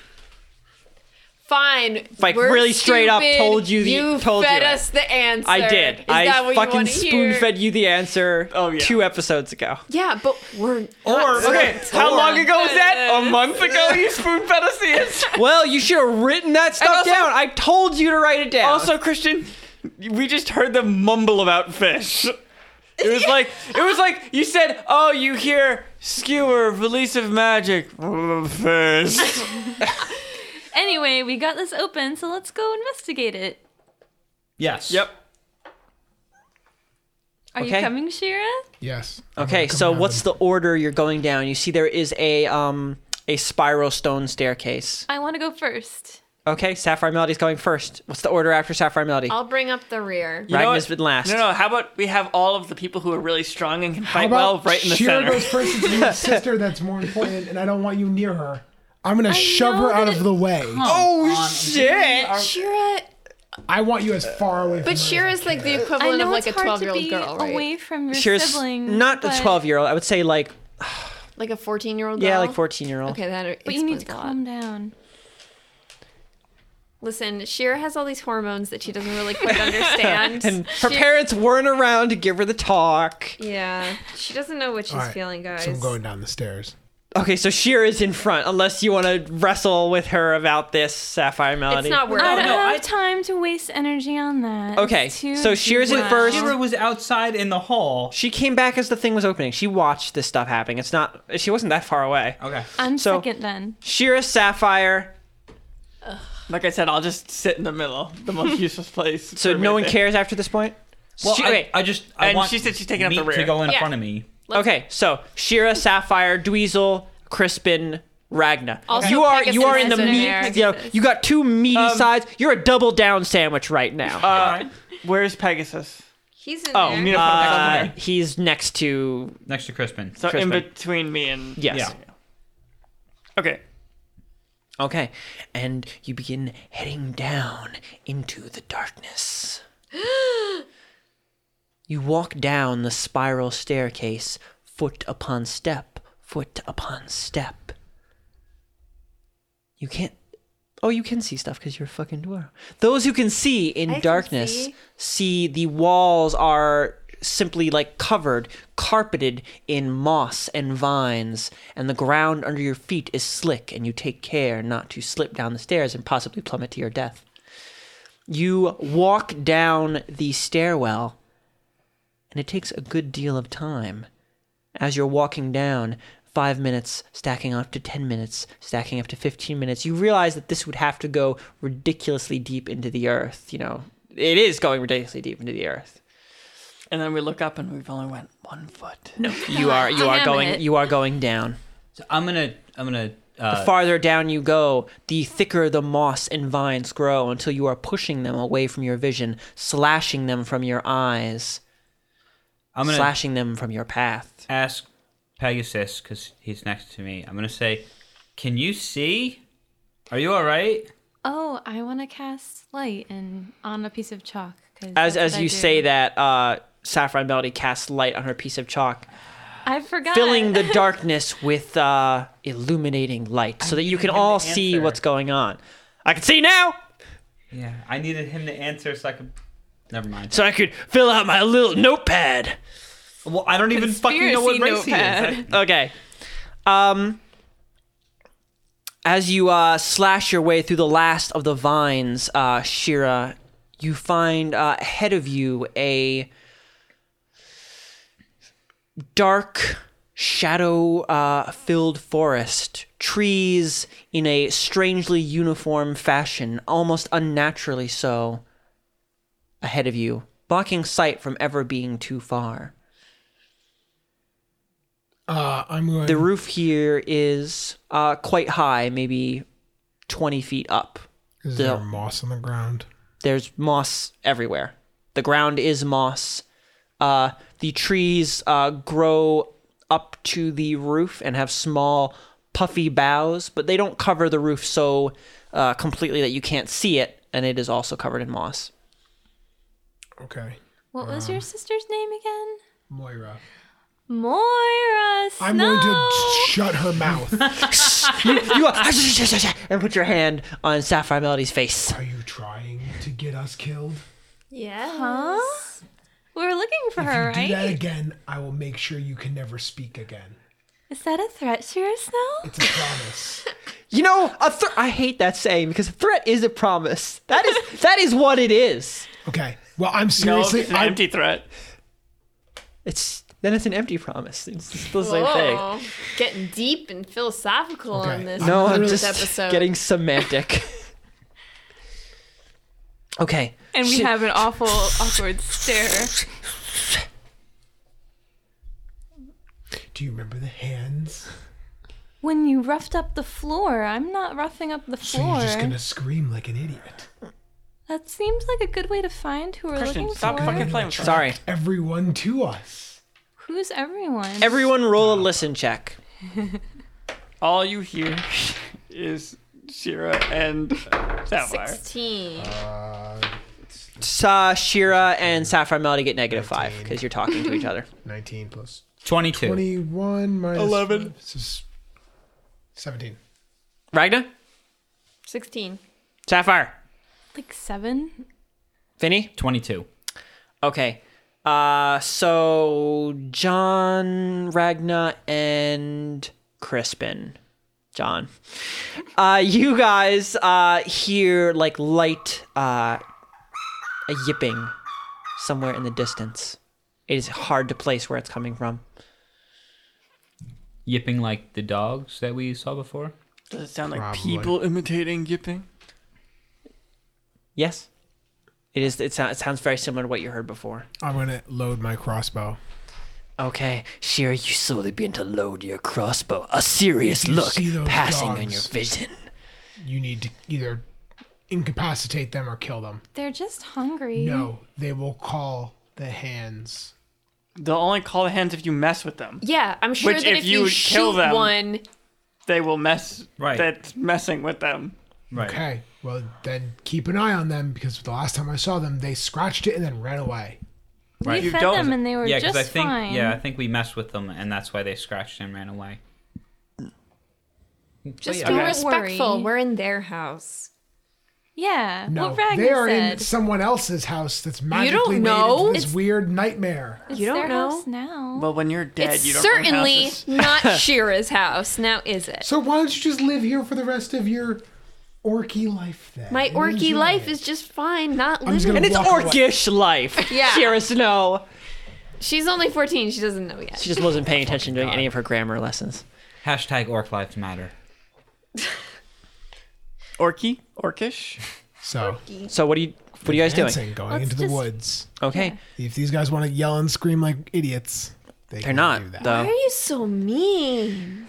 Speaker 5: Fine.
Speaker 1: Like,
Speaker 5: we're
Speaker 1: really straight up
Speaker 5: stupid.
Speaker 1: told you the-
Speaker 5: you
Speaker 1: told you
Speaker 5: fed
Speaker 1: it.
Speaker 5: us the answer.
Speaker 1: I did.
Speaker 5: Is
Speaker 1: I
Speaker 5: that what you
Speaker 1: fucking
Speaker 5: wanna
Speaker 1: spoon
Speaker 5: hear?
Speaker 1: fed you the answer
Speaker 6: Oh, yeah.
Speaker 1: two episodes ago.
Speaker 5: Yeah, but we're
Speaker 6: Or okay, how long ago was that? A month ago, you spoon fed us the answer.
Speaker 1: Well, you should have written that stuff
Speaker 6: also-
Speaker 1: down. I told you to write it down.
Speaker 6: Also, Christian, we just heard them mumble about fish. It was like it was like you said, "Oh, you hear skewer release of magic fish."
Speaker 3: Anyway, we got this open, so let's go investigate it.
Speaker 2: Yes.
Speaker 6: Yep.
Speaker 3: Are
Speaker 1: Okay.
Speaker 3: you coming, Shira?
Speaker 7: Yes.
Speaker 1: Okay, so what's the order you're going down? You see there is a um a spiral stone staircase.
Speaker 3: I want to go first.
Speaker 1: Okay, Sapphire Melody's going first. What's the order after Sapphire Melody?
Speaker 5: I'll bring up the rear.
Speaker 6: know
Speaker 1: Ragnar's
Speaker 6: what?
Speaker 1: been last.
Speaker 6: No, no. How about we have all of the people who are really strong and can
Speaker 7: How
Speaker 6: fight
Speaker 7: about
Speaker 6: well right in the
Speaker 7: Shira
Speaker 6: center?
Speaker 7: goes first since you have a sister that's more important, and I don't want you near her. I'm gonna shove
Speaker 3: know
Speaker 7: her out
Speaker 3: that
Speaker 7: of the way.
Speaker 1: Oh shit!
Speaker 5: Shira,
Speaker 7: I want you as far away. from
Speaker 5: but Shira's like the
Speaker 3: I
Speaker 5: equivalent
Speaker 3: know
Speaker 5: of like a
Speaker 3: it's hard to
Speaker 5: 12-year-old
Speaker 3: be
Speaker 5: girl, right?
Speaker 3: away from your
Speaker 1: She's
Speaker 3: siblings.
Speaker 1: not
Speaker 3: but,
Speaker 1: a twelve year old. I would say like
Speaker 5: Like a 14-year-old girl.
Speaker 1: yeah, like fourteen year old.
Speaker 5: Okay, that
Speaker 3: But you need to
Speaker 5: explains a lot.
Speaker 3: calm down.
Speaker 5: Listen, Shira has all these hormones that she doesn't really quite understand.
Speaker 1: And her
Speaker 5: She-
Speaker 1: parents weren't around to give her the talk.
Speaker 5: Yeah, she doesn't know what she's
Speaker 7: All right,
Speaker 5: feeling, guys.
Speaker 7: So I'm going down the stairs.
Speaker 1: Okay, so Shira's in front. Unless you want to wrestle with her about this Sapphire Melody.
Speaker 5: it's not worth
Speaker 3: I
Speaker 5: it.
Speaker 3: don't
Speaker 2: no,
Speaker 3: have
Speaker 2: I-
Speaker 3: time to waste energy on that.
Speaker 1: Okay,
Speaker 3: It's too
Speaker 1: so Shira's in
Speaker 3: deep.
Speaker 1: first.
Speaker 2: Shira was outside in the hall.
Speaker 1: She came back as the thing was opening. She watched this stuff happening. It's not. She wasn't that far away.
Speaker 2: Okay.
Speaker 3: I'm
Speaker 1: So-
Speaker 3: second then.
Speaker 1: Shira Sapphire.
Speaker 6: Like I said, I'll just sit in the middle, the most useless place.
Speaker 1: So
Speaker 6: for
Speaker 1: no one
Speaker 6: everything.
Speaker 1: cares after this point.
Speaker 2: Well,
Speaker 1: Shi-
Speaker 2: I,
Speaker 1: okay,
Speaker 2: I just I
Speaker 6: And
Speaker 2: want
Speaker 6: she said she's taking up
Speaker 2: meat
Speaker 6: the
Speaker 2: to
Speaker 6: rear.
Speaker 2: go in
Speaker 5: Yeah.
Speaker 2: front of me.
Speaker 1: okay. So Shira Sapphire, Dweezil, Crispin, Ragna.
Speaker 5: Also,
Speaker 1: you are you
Speaker 5: Pegasus
Speaker 1: are in the
Speaker 5: is in
Speaker 1: meat.
Speaker 5: there.
Speaker 1: You, know, you got two meaty sides. You're a double down sandwich right now.
Speaker 6: Uh, Where's Pegasus?
Speaker 5: He's in
Speaker 1: Oh,
Speaker 5: there.
Speaker 6: You know,
Speaker 1: Uh,
Speaker 6: Pegasus.
Speaker 1: he's next to
Speaker 2: Next to Crispin.
Speaker 6: So
Speaker 1: Crispin.
Speaker 6: in between me and
Speaker 1: yes.
Speaker 2: Yeah.
Speaker 6: Okay.
Speaker 1: Okay, and you begin heading down into the darkness. you walk down the spiral staircase, foot upon step, foot upon step. You can't. Oh, you can see stuff because you're a fucking dwarf. Those who can see in
Speaker 5: can
Speaker 1: darkness
Speaker 5: see.
Speaker 1: see the walls are simply like covered, carpeted in moss and vines, and the ground under your feet is slick, and you take care not to slip down the stairs and possibly plummet to your death. You walk down the stairwell, and it takes a good deal of time. As you're walking down, five minutes, stacking up to 10 minutes, stacking up to 15 minutes, you realize that this would have to go ridiculously deep into the earth. You know, it is going ridiculously deep into the earth.
Speaker 6: And then we look up and we've only went one foot.
Speaker 1: You are you are
Speaker 3: Damn
Speaker 1: going
Speaker 3: it.
Speaker 1: you are going down.
Speaker 2: So I'm gonna uh, I'm gonna
Speaker 1: the farther down you go, the thicker the moss and vines grow until you are pushing them away from your vision, slashing them from your eyes,
Speaker 2: I'm gonna
Speaker 1: slashing them from your path.
Speaker 2: ask Pegasus because he's next to me. I'm gonna say, "Can you see? Are you all right?"
Speaker 3: Oh, I want to cast light and on a piece of chalk. 'cause
Speaker 1: As
Speaker 3: that's
Speaker 1: as
Speaker 3: what I
Speaker 1: you
Speaker 3: do.
Speaker 1: say that, uh, Saffron Melody casts light on her piece of chalk,
Speaker 3: I forgot.
Speaker 1: filling the darkness with uh, illuminating light, so that you can
Speaker 2: him to
Speaker 1: all see
Speaker 2: answer.
Speaker 1: what's going on. I can see now,
Speaker 2: Yeah, I needed him to answer so I could. Never mind.
Speaker 1: so I could fill out my little notepad.
Speaker 2: Well, I don't even fucking know what race
Speaker 5: Conspiracy
Speaker 2: he is.
Speaker 5: notepad.
Speaker 1: Okay. Um as you uh, slash your way through the last of the vines, uh, Shira, you find uh, ahead of you a dark, shadow uh, filled forest. Trees in a strangely uniform fashion, almost unnaturally so, ahead of you, blocking sight from ever being too far.
Speaker 7: Uh, I'm going.
Speaker 1: The roof here is uh, quite high, maybe 20 feet up.
Speaker 7: is there
Speaker 1: the-
Speaker 7: moss on the ground?
Speaker 1: There's moss everywhere. The ground is moss. Uh, the trees uh, grow up to the roof and have small, puffy boughs, but they don't cover the roof so uh, completely that you can't see it, and it is also covered in moss.
Speaker 7: Okay,
Speaker 3: What was your sister's name again?
Speaker 7: Moira.
Speaker 3: Moira Snow.
Speaker 7: I'm going to shut her mouth.
Speaker 1: You are, and put your hand on Sapphire Melody's face.
Speaker 7: Are you trying to get us killed?
Speaker 3: Huh? We were looking for her,
Speaker 7: if you do that
Speaker 3: right?
Speaker 7: again, I will make sure you can never speak again.
Speaker 3: Is that a threat, Shira Snow?
Speaker 7: It's a promise.
Speaker 1: You know, a th- I hate that saying because a threat is a promise. That is that is what it is.
Speaker 7: Okay. Well, I'm
Speaker 6: No,
Speaker 7: seriously.
Speaker 6: it's an
Speaker 7: I'm,
Speaker 6: empty threat.
Speaker 1: It's then it's an empty promise. It's the same thing.
Speaker 5: Whoa. Getting deep and philosophical
Speaker 7: Okay.
Speaker 5: on this.
Speaker 1: No, I'm
Speaker 5: this
Speaker 1: just
Speaker 5: episode.
Speaker 1: getting semantic. okay.
Speaker 3: And we
Speaker 1: Shit.
Speaker 3: have an awful, awkward stare.
Speaker 7: do you remember the hands?
Speaker 3: When you roughed up the floor, I'm not roughing up the
Speaker 7: So you're
Speaker 3: floor.
Speaker 7: just gonna scream like an idiot.
Speaker 3: That seems like a good way to find who we're
Speaker 6: Christian,
Speaker 3: looking
Speaker 6: stop
Speaker 3: for.
Speaker 6: fucking playing with her.
Speaker 1: Sorry.
Speaker 7: Everyone to us.
Speaker 3: Who's everyone?
Speaker 1: Everyone, roll a listen check.
Speaker 6: All you hear is Shira and Sapphire.
Speaker 5: 16.
Speaker 7: Uh,
Speaker 1: Sa Shira and Sapphire Melody get negative five because you're talking to each other.
Speaker 7: 19 plus
Speaker 2: Twenty-two.
Speaker 7: 21 minus 11. This is 17.
Speaker 1: Ragna,
Speaker 5: 16.
Speaker 1: Sapphire,
Speaker 3: Like seven?
Speaker 1: Finny.
Speaker 2: Twenty-two.
Speaker 1: Okay. Uh, so John, Ragna, and Crispin. John. Uh, you guys uh, hear like light uh, a yipping somewhere in the distance. It is hard to place where it's coming from.
Speaker 2: Yipping like the dogs that we saw before.
Speaker 6: Does it sound like
Speaker 7: Probably.
Speaker 6: people imitating yipping?
Speaker 1: Yes, it is. It, sound, it sounds very similar to what you heard before.
Speaker 7: I'm going to load my crossbow.
Speaker 1: Okay, Shira, you slowly begin to load your crossbow. A serious
Speaker 7: You
Speaker 1: look
Speaker 7: see those
Speaker 1: passing in your
Speaker 7: dogs.
Speaker 1: vision.
Speaker 7: You need to either incapacitate them or kill them.
Speaker 3: They're just hungry.
Speaker 7: No, they will call the hands.
Speaker 6: They'll only call the hands if you mess with them.
Speaker 5: Yeah, I'm sure
Speaker 6: Which
Speaker 5: that
Speaker 6: if
Speaker 5: if,
Speaker 6: you
Speaker 5: you,
Speaker 6: would
Speaker 5: shoot
Speaker 6: kill them-
Speaker 5: one,
Speaker 6: They will mess.
Speaker 2: Right.
Speaker 6: That's messing with them.
Speaker 2: Right.
Speaker 7: Okay, well, then keep an eye on them because the last time I saw them, they scratched it and then ran away.
Speaker 3: We
Speaker 2: Right. You
Speaker 3: fed
Speaker 6: don't-
Speaker 3: them and they were
Speaker 2: Yeah,
Speaker 3: just
Speaker 2: because I think
Speaker 3: fine.
Speaker 2: yeah, I think we messed with them, and that's why they scratched and ran away.
Speaker 5: just
Speaker 2: yeah,
Speaker 5: be
Speaker 2: okay.
Speaker 5: respectful.
Speaker 3: Worry.
Speaker 5: We're in their house.
Speaker 3: Yeah,
Speaker 7: No,
Speaker 3: what Ragnar
Speaker 7: they are in
Speaker 3: said.
Speaker 7: someone else's house that's magically made
Speaker 5: don't know.
Speaker 7: into this
Speaker 5: It's-
Speaker 7: weird nightmare.
Speaker 3: It's
Speaker 5: You don't
Speaker 3: their
Speaker 5: know.
Speaker 3: house now.
Speaker 6: Well, when you're dead,
Speaker 5: it's
Speaker 6: you don't own
Speaker 5: certainly
Speaker 6: houses.
Speaker 5: not Shira's house, now is it?
Speaker 7: So why don't you just live here for the rest of your orky life then?
Speaker 5: My
Speaker 7: You
Speaker 5: orky
Speaker 7: enjoy
Speaker 5: life
Speaker 7: it.
Speaker 5: is just fine, not
Speaker 7: I'm just
Speaker 5: living.
Speaker 1: And
Speaker 7: gonna
Speaker 1: it's
Speaker 7: walk away.
Speaker 1: orcish life.
Speaker 5: Yeah.
Speaker 1: Shira Snow.
Speaker 5: She's only 14. She doesn't know yet.
Speaker 1: She just wasn't paying attention during any of her grammar lessons.
Speaker 2: Hashtag orc lives matter.
Speaker 6: Orky? Orcish?
Speaker 7: So
Speaker 1: So what are you what are you guys doing?
Speaker 7: dancing, going into the
Speaker 3: just-
Speaker 7: woods.
Speaker 1: Okay.
Speaker 7: If these guys want to yell and scream like idiots, they
Speaker 1: They're
Speaker 7: can do
Speaker 1: not
Speaker 7: that.
Speaker 5: Why are
Speaker 1: though.
Speaker 5: you so mean?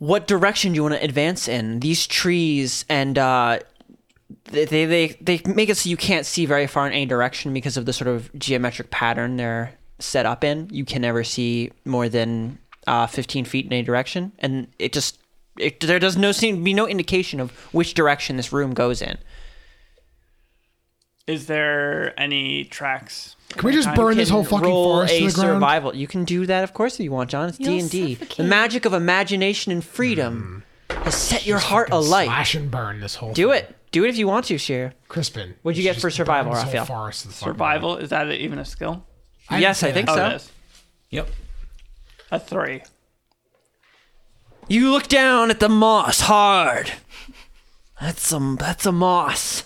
Speaker 1: what direction do you want to advance in? These trees and uh, they, they they they make it so you can't see very far in any direction because of the sort of geometric pattern they're set up in. You can never see more than uh, 15 feet in any direction, and it just it, there does no seem to be no indication of which direction this room goes in.
Speaker 6: Is there any tracks?
Speaker 7: Can we just burn this
Speaker 1: can
Speaker 7: whole fucking
Speaker 1: roll
Speaker 7: forest to
Speaker 1: a
Speaker 7: the ground?
Speaker 1: survival. You can do that, of course, if you want, John. It's D
Speaker 3: You'll
Speaker 1: and D. The
Speaker 3: suffocate.
Speaker 1: magic of imagination and freedom
Speaker 7: Mm.
Speaker 1: has set your heart alight.
Speaker 7: Slash and burn this whole.
Speaker 1: Do
Speaker 7: thing.
Speaker 1: it. Do it if you want to, Sheer.
Speaker 7: Crispin.
Speaker 1: What'd you
Speaker 7: should
Speaker 1: get for
Speaker 7: just
Speaker 1: survival,
Speaker 7: burn this whole
Speaker 1: Raphael?
Speaker 7: forest to the fucking ground.
Speaker 6: Survival? Is that even a skill?
Speaker 7: I didn't
Speaker 1: Yes,
Speaker 7: say
Speaker 1: I think
Speaker 7: that.
Speaker 6: Oh,
Speaker 1: so.
Speaker 6: it is.
Speaker 2: Yep.
Speaker 6: A three.
Speaker 1: You look down at the moss hard. That's some. That's a moss.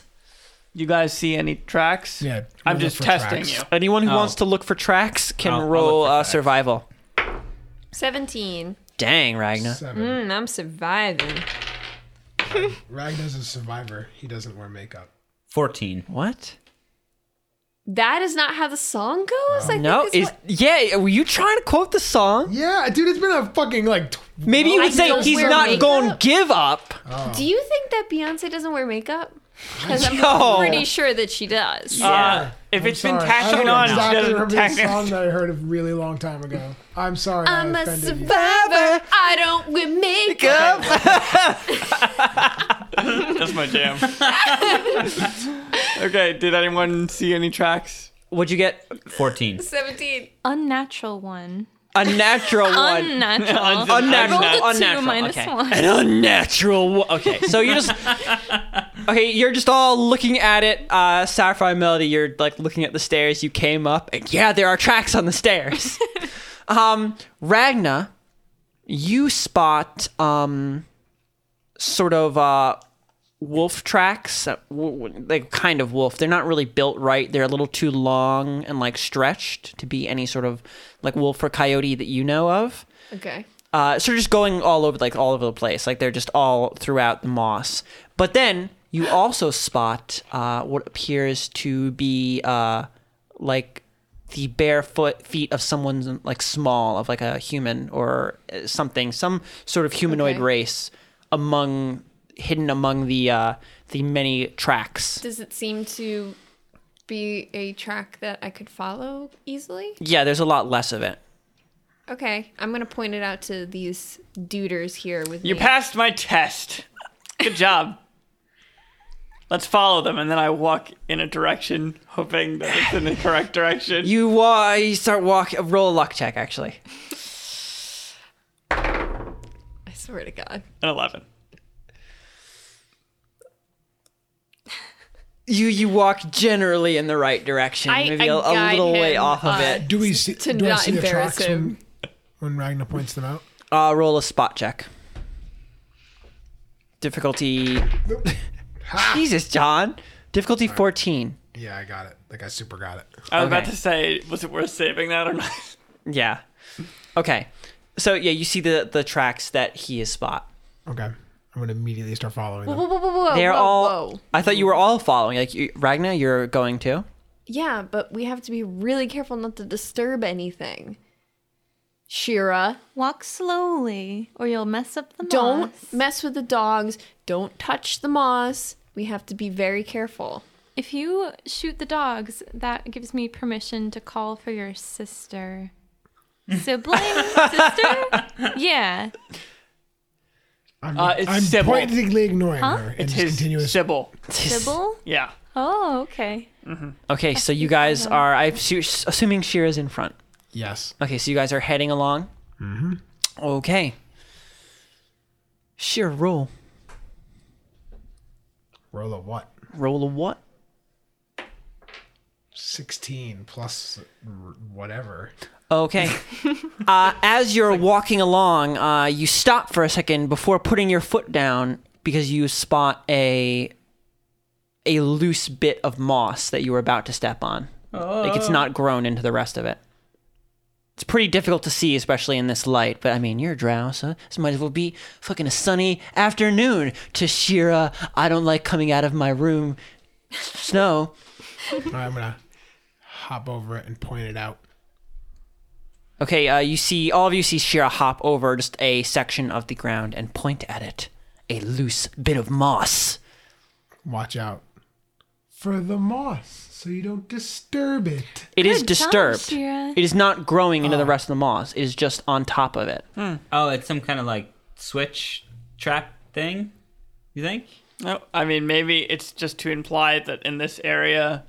Speaker 6: You guys see any tracks?
Speaker 7: Yeah,
Speaker 6: I'm
Speaker 7: we'll
Speaker 6: just
Speaker 7: look for
Speaker 6: testing
Speaker 7: tracks.
Speaker 6: you.
Speaker 1: Anyone who
Speaker 2: Oh.
Speaker 1: wants to look for tracks can
Speaker 2: I'll- I'll
Speaker 1: roll
Speaker 2: look for
Speaker 1: uh,
Speaker 2: tracks.
Speaker 1: survival.
Speaker 5: 17.
Speaker 1: Dang, Ragna.
Speaker 7: Seven.
Speaker 5: Mm, I'm surviving.
Speaker 7: Ragna's a survivor. He doesn't wear makeup.
Speaker 2: 14.
Speaker 1: What?
Speaker 5: That is not how the song goes? I think
Speaker 1: No,
Speaker 5: that's
Speaker 1: is
Speaker 5: what-
Speaker 1: yeah. Were you trying to quote the song?
Speaker 7: Yeah, dude, it's been a fucking like. Tw-
Speaker 1: Maybe you
Speaker 5: I
Speaker 1: would say
Speaker 5: don't
Speaker 1: he's
Speaker 5: wear
Speaker 1: not
Speaker 5: makeup.
Speaker 1: going to give up.
Speaker 5: Do you think that Beyonce doesn't wear makeup? Because I'm
Speaker 1: Yo.
Speaker 5: pretty sure that she does.
Speaker 6: Uh, if
Speaker 7: I'm
Speaker 6: it's been
Speaker 7: sorry. I
Speaker 6: tacking
Speaker 7: don't
Speaker 6: on,
Speaker 7: exactly
Speaker 6: she doesn't
Speaker 7: remember
Speaker 6: tack
Speaker 7: the
Speaker 6: it.
Speaker 7: song that I heard a really long time ago. I'm sorry.
Speaker 5: I'm
Speaker 7: I
Speaker 5: a
Speaker 7: offended you.
Speaker 5: survivor. I don't wear makeup.
Speaker 6: That's my jam. okay, did anyone see any tracks?
Speaker 1: What'd you get?
Speaker 2: 14.
Speaker 5: 17.
Speaker 3: Unnatural one.
Speaker 1: A natural one.
Speaker 3: Unnatural.
Speaker 1: Unnatural.
Speaker 3: Roll the
Speaker 1: unnatural.
Speaker 3: two minus
Speaker 1: okay.
Speaker 3: one.
Speaker 1: An unnatural one. Okay, so you're just okay. You're just all looking at it. Uh, Sapphire Melody, you're like looking at the stairs. You came up, and yeah, there are tracks on the stairs. um, Ragna, you spot um, sort of uh, wolf tracks. Uh, w- w- like kind of wolf. They're not really built right. They're a little too long and like stretched to be any sort of like wolf or coyote that you know of.
Speaker 5: Okay.
Speaker 1: Uh, so just going all over, like all over the place, like they're just all throughout the moss. But then you also spot uh, what appears to be uh, like the barefoot feet of someone like small, of like a human or uh, something, some sort of humanoid
Speaker 5: Okay.
Speaker 1: race among hidden among the uh, the many tracks.
Speaker 5: Does it seem to be a track that I could follow easily?
Speaker 1: Yeah, there's a lot less of it.
Speaker 5: Okay. I'm going to point it out to these duders here with
Speaker 6: You
Speaker 5: me.
Speaker 6: passed my test. Good job. Let's follow them, and then I walk in a direction, hoping that it's in the correct direction.
Speaker 1: You uh, you start walk roll a luck check actually.
Speaker 5: I swear to God.
Speaker 6: An eleven.
Speaker 1: you you walk generally in the right direction,
Speaker 5: I-
Speaker 1: maybe
Speaker 5: I
Speaker 1: a a
Speaker 5: guide
Speaker 1: little way
Speaker 5: him uh,
Speaker 1: off of
Speaker 5: on-
Speaker 1: it.
Speaker 7: Do we see?
Speaker 5: To
Speaker 7: do I
Speaker 5: not
Speaker 7: see the
Speaker 5: embarrass
Speaker 7: tracks
Speaker 5: him.
Speaker 7: When, when Ragna points them out?
Speaker 1: Uh, roll a spot check. Difficulty. Jesus, John. Difficulty fourteen.
Speaker 7: Yeah, I got it. Like I super got it.
Speaker 6: I was about
Speaker 1: Okay.
Speaker 6: to say, was it worth saving that or not?
Speaker 1: Yeah. Okay. So yeah, you see the the tracks that he is spot.
Speaker 7: Okay, I'm gonna immediately start following
Speaker 5: Whoa,
Speaker 7: them.
Speaker 5: whoa, whoa, whoa.
Speaker 1: They're
Speaker 5: Oh, whoa,
Speaker 1: all.
Speaker 5: Whoa.
Speaker 1: I thought you were all following. Like you, Ragna, you're going too.
Speaker 5: Yeah, but we have to be really careful not to disturb anything. Shira,
Speaker 3: Walk slowly, or you'll mess up the moss.
Speaker 5: don't mess with the dogs. Don't touch the moss. We have to be very careful.
Speaker 3: If you shoot the dogs, that gives me permission to call for your sister. Sibling? sister? Yeah.
Speaker 7: I'm,
Speaker 6: Uh, it's
Speaker 7: I'm
Speaker 6: Sybil.
Speaker 7: pointedly ignoring her and
Speaker 6: It's
Speaker 7: just
Speaker 6: his
Speaker 7: continuous.
Speaker 6: Sybil.
Speaker 3: Sybil?
Speaker 6: Yeah.
Speaker 3: Oh, okay.
Speaker 1: Okay, so you guys are. I'm assu- assuming Shira's in front.
Speaker 7: Yes.
Speaker 1: Okay, so you guys are heading along. Mm-hmm. Okay. Shira, roll.
Speaker 7: Roll a what?
Speaker 1: Roll a what?
Speaker 7: Sixteen plus r- whatever.
Speaker 1: Okay. uh, as you're walking along, uh, you stop for a second before putting your foot down because you spot a a loose bit of moss that you were about to step on. Like it's not grown into the rest of it. It's pretty difficult to see, especially in this light. But I mean, you're a drow, so this might as well be fucking a sunny afternoon to Shira. I don't like coming out of my room. Snow.
Speaker 7: All right, I'm gonna hop over it and point it out.
Speaker 1: Okay, uh, you see, all of you see Shira hop over just a section of the ground and point at it. A loose bit of moss.
Speaker 7: Watch out for the moss so you don't disturb it.
Speaker 1: It is
Speaker 3: Good job,
Speaker 1: disturbed.
Speaker 3: Shira.
Speaker 1: it is not growing into the
Speaker 6: Oh.
Speaker 1: rest of the moss. It is just on top of it.
Speaker 2: Oh, it's some kind of like switch trap thing. You think?
Speaker 6: No, I mean maybe it's just to imply that in this area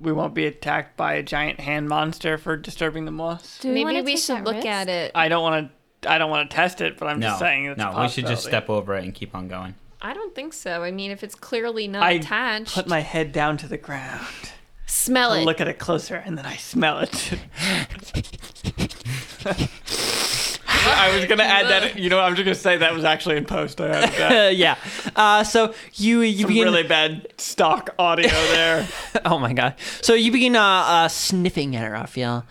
Speaker 6: we won't be attacked by a giant hand monster for disturbing the moss.
Speaker 3: Do
Speaker 5: Maybe we should look at it.
Speaker 6: I don't want to. I don't want to test it, but I'm
Speaker 2: No,
Speaker 6: just saying. It's a
Speaker 2: no. We should just
Speaker 6: possibility.
Speaker 2: step over it and keep on going.
Speaker 5: I don't think so. I mean, if it's clearly not
Speaker 6: I
Speaker 5: attached,
Speaker 6: put my head down to the ground,
Speaker 5: smell it.
Speaker 6: look at it closer, and then I smell it. I was gonna add that. You know, I'm just gonna say that was actually in post. I added that.
Speaker 1: Uh, yeah. Uh, so you you
Speaker 6: Some
Speaker 1: begin.
Speaker 6: really bad stock audio there.
Speaker 1: oh my god. So you begin uh, uh, sniffing at it, Raphael,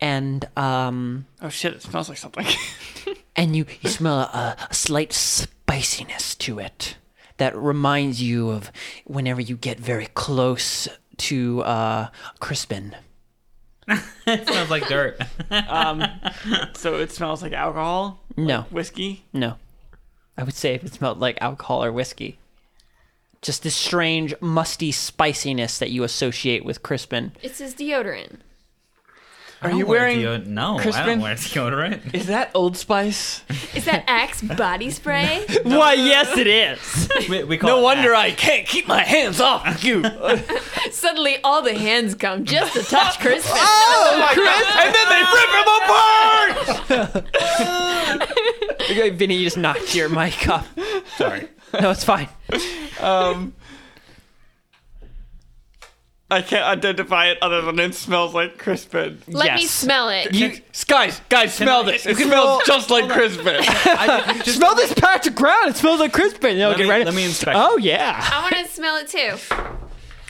Speaker 1: and um,
Speaker 6: oh shit! It smells like something.
Speaker 1: and you, you smell a, a slight spiciness to it that reminds you of whenever you get very close to uh, Crispin.
Speaker 2: It smells like dirt.
Speaker 6: Um, so it smells like alcohol,
Speaker 1: No,
Speaker 6: whiskey.
Speaker 1: no. I would say if it smelled like alcohol or whiskey. Just this strange, musty spiciness that you associate with Crispin.
Speaker 5: It's his deodorant.
Speaker 6: Are
Speaker 2: I don't
Speaker 6: you
Speaker 2: wear
Speaker 6: wearing?
Speaker 2: deodorant. No, I
Speaker 6: Crispin?
Speaker 2: don't wear deodorant.
Speaker 6: Is that Old Spice?
Speaker 5: Is that Axe body spray?
Speaker 1: Why, yes, it is.
Speaker 2: We, we call
Speaker 6: No
Speaker 2: it
Speaker 6: wonder
Speaker 2: ass.
Speaker 6: I can't keep my hands off you. oh
Speaker 5: Suddenly, all the hands come just to touch Chris.
Speaker 6: my god! And then they rip him apart.
Speaker 1: okay, Vinny, you just knocked your mic off.
Speaker 2: Sorry.
Speaker 1: No, it's fine.
Speaker 6: Um, I can't identify it other than it smells like Crispin.
Speaker 5: Let me
Speaker 1: Yes.
Speaker 5: smell it.
Speaker 6: You, guys, guys, smell this. It smells just like Crispin.
Speaker 2: I, just,
Speaker 1: Smell this patch of ground. It smells like Crispin. No,
Speaker 2: let,
Speaker 1: get
Speaker 2: me,
Speaker 1: right
Speaker 2: let me inspect.
Speaker 1: Oh, yeah.
Speaker 5: I want to smell it too.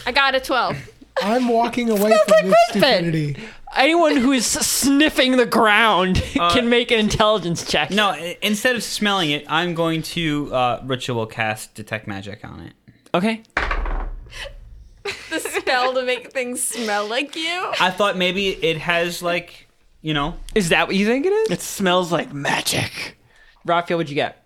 Speaker 5: I got a 12.
Speaker 7: I'm walking away
Speaker 1: Smells
Speaker 7: from
Speaker 1: like
Speaker 7: this
Speaker 1: Crispin.
Speaker 7: stupidity.
Speaker 1: Anyone who is sniffing the ground can make an intelligence check.
Speaker 2: No, i- instead of smelling it, I'm going to uh, ritual cast detect magic on it.
Speaker 1: Okay.
Speaker 5: The spell to make things smell like you.
Speaker 2: I thought maybe it has like, you know,
Speaker 1: Is that what you think it is?
Speaker 6: It smells like magic.
Speaker 1: Raphael, what'd you get?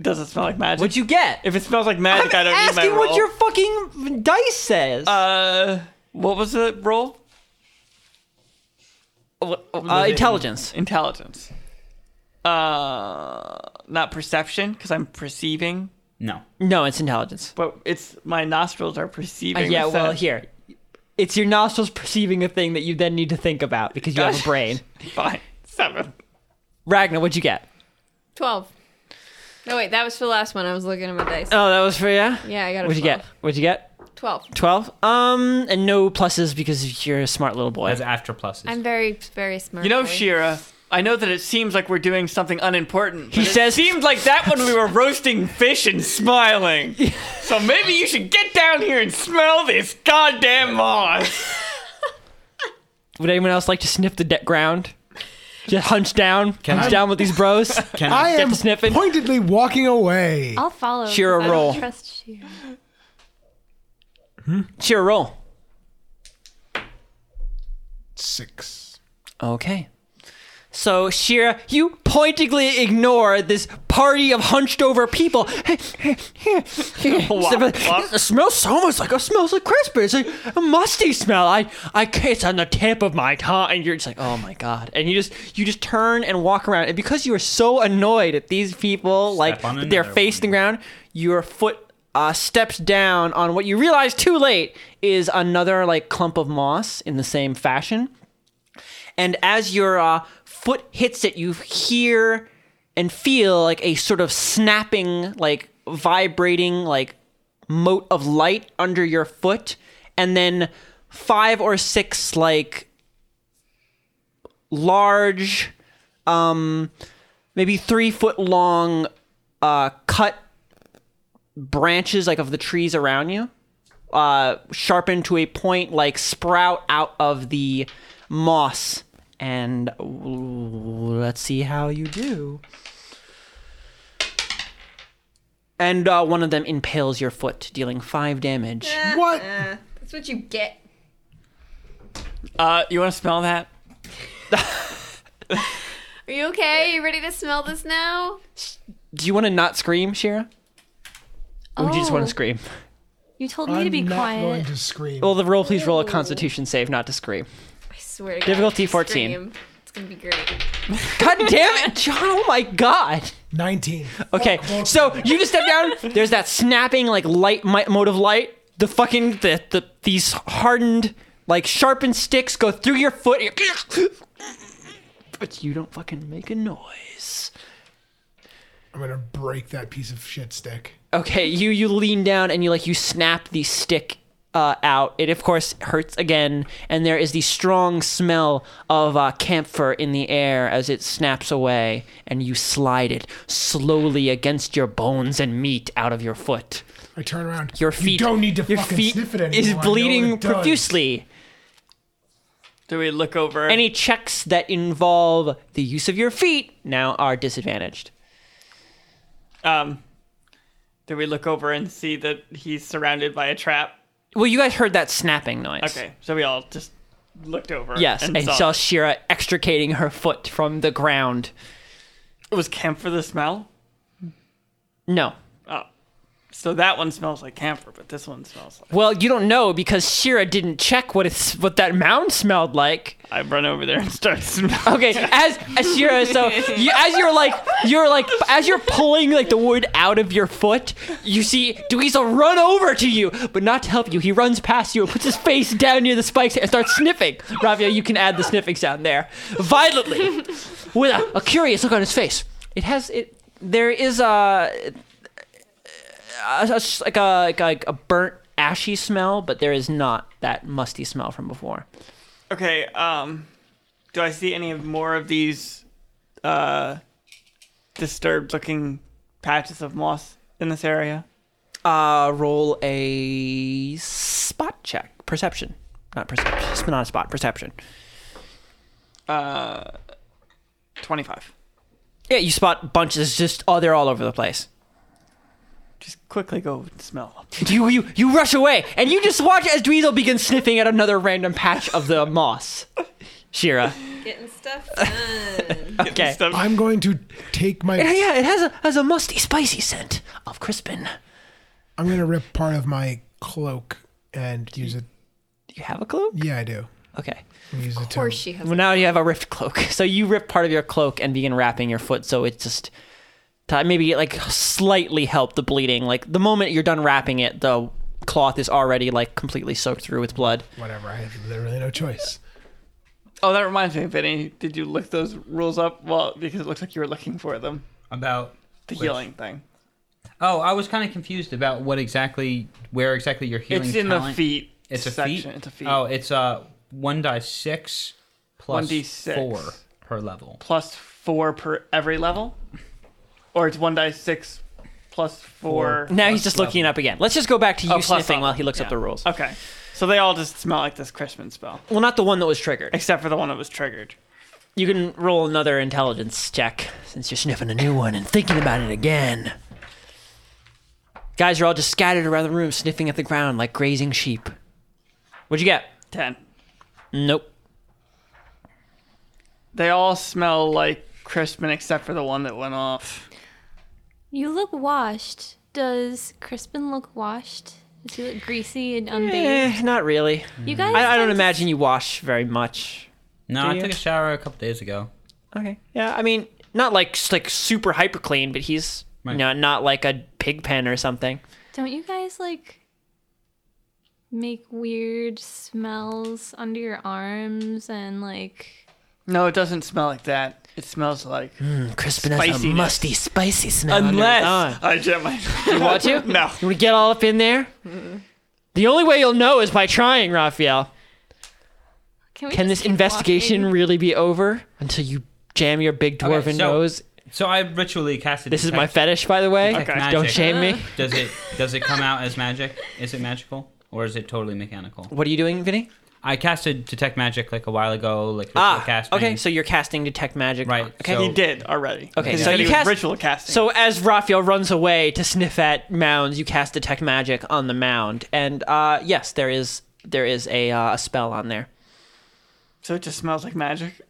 Speaker 6: Does it smell like magic?
Speaker 1: What'd you get?
Speaker 6: if it smells like magic, I
Speaker 1: I'm
Speaker 6: don't need my
Speaker 1: asking what
Speaker 6: roll.
Speaker 1: your fucking dice says.
Speaker 6: uh, what was the roll?
Speaker 1: Uh, intelligence.
Speaker 6: Intelligence. Uh, not perception because I'm perceiving,
Speaker 2: no.
Speaker 1: No, it's intelligence.
Speaker 6: but it's my nostrils are perceiving.
Speaker 1: Uh, yeah,
Speaker 6: the
Speaker 1: well,
Speaker 6: scent.
Speaker 1: here. It's your nostrils perceiving a thing that you then need to think about because you have a brain.
Speaker 6: Fine, seven.
Speaker 1: Ragnar, what'd you get?
Speaker 5: 12. No, wait, that was for the last one. I was looking at my dice.
Speaker 1: Oh, that was for you?
Speaker 5: yeah, I got a
Speaker 1: What'd you
Speaker 5: 12.
Speaker 1: get? What'd you get?
Speaker 5: 12.
Speaker 1: 12? Um, and no pluses because you're a smart little boy.
Speaker 2: As after pluses.
Speaker 5: I'm very, very smart.
Speaker 6: You know,
Speaker 5: boy.
Speaker 6: Shira. I know that it seems like we're doing something unimportant. But
Speaker 1: He
Speaker 6: it
Speaker 1: says-
Speaker 6: seemed like that when we were roasting fish and smiling. so maybe you should get down here and smell this goddamn moss.
Speaker 1: Would anyone else like to sniff the de- ground? Just hunch down, hunch
Speaker 2: I-
Speaker 1: down with these bros.
Speaker 2: Can
Speaker 7: I
Speaker 2: I,
Speaker 1: Get
Speaker 7: am
Speaker 1: to sniffing.
Speaker 7: pointedly walking away.
Speaker 3: I'll follow. 'cause
Speaker 1: Shira,
Speaker 3: I don't
Speaker 1: roll.
Speaker 3: Trust Shira.
Speaker 1: Sure, roll.
Speaker 7: Six.
Speaker 1: Okay. So Shira, you pointingly ignore this party of hunched over people. it smells so much like it smells like crispy. It's like a musty smell. I I ca- it's on the tip of my tongue, and you're just like, oh my god. And you just you just turn and walk around, and because you are so annoyed at these people, like
Speaker 2: on
Speaker 1: that they're
Speaker 2: another
Speaker 1: facing the
Speaker 2: one.
Speaker 1: ground, your foot uh, steps down on what you realize too late is another like clump of moss in the same fashion and as your uh, foot hits it, you hear and feel like a sort of snapping, like vibrating, like mote of light under your foot, and then five or six like large, um, maybe three foot long, uh, cut branches like of the trees around you uh, sharpen to a point, like sprout out of the moss. And w- let's see how you do. And uh, one of them impales your foot, dealing five damage.
Speaker 7: What?
Speaker 5: That's what you get.
Speaker 6: Uh, you want to smell that?
Speaker 5: Are you okay? You ready to smell this now?
Speaker 1: Do you want to not scream, Shira? Or would you just want
Speaker 3: Oh.
Speaker 1: to scream?
Speaker 3: You told me
Speaker 7: I'm
Speaker 3: to be
Speaker 7: not going
Speaker 3: quiet.
Speaker 7: to scream.
Speaker 1: Well, the roll, please roll a Constitution save not to scream.
Speaker 5: I swear to God.
Speaker 1: Difficulty
Speaker 5: if you
Speaker 1: 14.
Speaker 5: scream, It's gonna be great.
Speaker 1: God damn it, John! Oh my God.
Speaker 7: 19.
Speaker 1: Okay, so you just step down. There's that snapping like light mi- mode of light. The fucking the, the these hardened like sharpened sticks go through your foot. and you're- But you don't fucking make a noise.
Speaker 7: I'm going to break that piece of shit stick.
Speaker 1: Okay, you you lean down and you like you snap the stick uh, out. It of course hurts again, and there is the strong smell of uh, camphor in the air as it snaps away, and you slide it slowly against your bones and meat out of your foot.
Speaker 7: I turn around.
Speaker 1: Your feet.
Speaker 7: You don't need to
Speaker 1: your
Speaker 7: fucking
Speaker 1: feet
Speaker 7: sniff it anymore. I
Speaker 1: Is
Speaker 7: know what
Speaker 1: bleeding
Speaker 7: it does.
Speaker 1: profusely.
Speaker 6: Do we look over?
Speaker 1: Any checks that involve the use of your feet now are disadvantaged.
Speaker 6: um, do we look over and see that he's surrounded by a trap?
Speaker 1: Well, you guys heard that snapping noise.
Speaker 6: Okay, so we all just looked over.
Speaker 1: Yes,
Speaker 6: and,
Speaker 1: and
Speaker 6: saw.
Speaker 1: saw Shira extricating her foot from the ground.
Speaker 6: was camphor the smell?
Speaker 1: No.
Speaker 6: Oh, so that one smells like camphor, but this one smells like.
Speaker 1: Well, you don't know because Shira didn't check what it's what that mound smelled like.
Speaker 6: I run over there and start smelling.
Speaker 1: Okay, as as Shira, so you, as you're like you're like as you're pulling like the wood out of your foot, you see Dweezil run over to you, but not to help you. He runs past you and puts his face down near the spikes and starts sniffing. Ravia, you can add the sniffing sound there, violently, with a, a curious look on his face. It has it. There is a, a, a like a like a burnt ashy smell, but there is not that musty smell from before.
Speaker 6: Okay, um, do I see any more of these uh, disturbed looking patches of moss in this area?
Speaker 1: Uh, roll a spot check. Perception. Not perception. It's not a spot. Perception.
Speaker 6: 25.
Speaker 1: Yeah, you spot bunches just, oh, they're all over the place.
Speaker 6: Just quickly go smell them.
Speaker 1: You, you, you rush away, and you just watch as Dweezil begins sniffing at another random patch of the moss. Shira.
Speaker 5: Getting stuff done.
Speaker 1: Okay.
Speaker 6: Stuff-
Speaker 7: I'm going to take my.
Speaker 1: Yeah, yeah, it has a, has a musty, spicy scent of Crispin.
Speaker 7: I'm going to rip part of my cloak and use it.
Speaker 1: Do you have a cloak?
Speaker 7: Yeah, I do.
Speaker 1: Okay.
Speaker 7: Use it
Speaker 5: of course she has.
Speaker 1: Well, now you have a ripped cloak. So you rip part of your cloak and begin wrapping your foot, so it just to maybe like slightly help the bleeding. Like the moment you're done wrapping it, the cloth is already like completely soaked through with blood.
Speaker 7: Whatever. I have literally no choice.
Speaker 6: oh, that reminds me, Vinny. Did you look those rules up? Well, because it looks like you were looking for them.
Speaker 2: About
Speaker 6: The
Speaker 2: Which-
Speaker 6: healing thing.
Speaker 2: oh, I was kind of confused about what exactly, where exactly your healing.
Speaker 6: It's in the
Speaker 2: talent-
Speaker 6: feet.
Speaker 2: It's a
Speaker 6: section.
Speaker 2: feet.
Speaker 6: It's a feet.
Speaker 2: Oh, it's uh one die six plus
Speaker 6: 1d6.
Speaker 2: four per level.
Speaker 6: Plus four per every level? Or it's one die six plus four.
Speaker 1: Now he's
Speaker 2: Plus
Speaker 1: just
Speaker 2: level.
Speaker 1: looking it up again. Let's just go back to you
Speaker 6: Oh, plus
Speaker 1: sniffing
Speaker 6: level.
Speaker 1: while he looks up
Speaker 6: Yeah.
Speaker 1: the rules.
Speaker 6: Okay. So they all just smell like this Christmas spell,
Speaker 1: Well, not the one that was triggered.
Speaker 6: except for the one that was triggered.
Speaker 1: You can roll another intelligence check since you're sniffing a new one and thinking about it again. Guys are all just scattered around the room, sniffing at the ground like grazing sheep. What'd you get?
Speaker 6: Ten.
Speaker 1: Nope.
Speaker 6: They all smell like Crispin except for the one that went off.
Speaker 3: You look washed. Does Crispin look washed? Does he look greasy and unbathed?
Speaker 1: Eh, not really.
Speaker 3: You guys,
Speaker 1: I, I don't
Speaker 3: don't-
Speaker 1: imagine you wash very much.
Speaker 2: No, I
Speaker 1: you?
Speaker 2: took a shower a couple days ago.
Speaker 1: Okay. Yeah, I mean, not like s- like super hyper clean, but he's
Speaker 2: Right.
Speaker 1: you know, not like a pig pen or something.
Speaker 3: don't you guys like make weird smells under your arms and like?
Speaker 6: No, it doesn't smell like that. It smells like
Speaker 1: Crispin has a
Speaker 6: Spiciness.
Speaker 1: musty, spicy smell. under his
Speaker 6: unless
Speaker 1: arm.
Speaker 6: I jam my.
Speaker 1: you want to, you
Speaker 6: No.
Speaker 1: want to get all up in there. The only way you'll know is by trying, Raphael.
Speaker 3: we
Speaker 1: Can
Speaker 3: just
Speaker 1: this
Speaker 3: keep
Speaker 1: investigation
Speaker 3: walking?
Speaker 1: really be over until you jam your big dwarven
Speaker 2: Okay, so-
Speaker 1: nose?
Speaker 2: So I ritually casted.
Speaker 1: This is my
Speaker 2: detect-
Speaker 1: fetish, by the way.
Speaker 2: detect magic.
Speaker 1: Don't shame me.
Speaker 2: Does it does it come out as magic? Is it magical or is it totally mechanical?
Speaker 1: What are you doing, Vinny?
Speaker 2: I casted detect magic like a while ago, like ritual
Speaker 1: Ah,
Speaker 2: casting.
Speaker 1: okay. So you're casting detect magic,
Speaker 2: Right,
Speaker 1: Okay.
Speaker 2: so-
Speaker 6: He did already.
Speaker 1: Okay,
Speaker 6: He
Speaker 1: so
Speaker 6: said
Speaker 1: you
Speaker 6: he was
Speaker 1: cast-
Speaker 6: ritual casting.
Speaker 1: So as Raphael runs away to sniff at mounds, you cast detect magic on the mound, and uh, yes, there is there is a, uh, a spell on there.
Speaker 6: so it just smells like magic.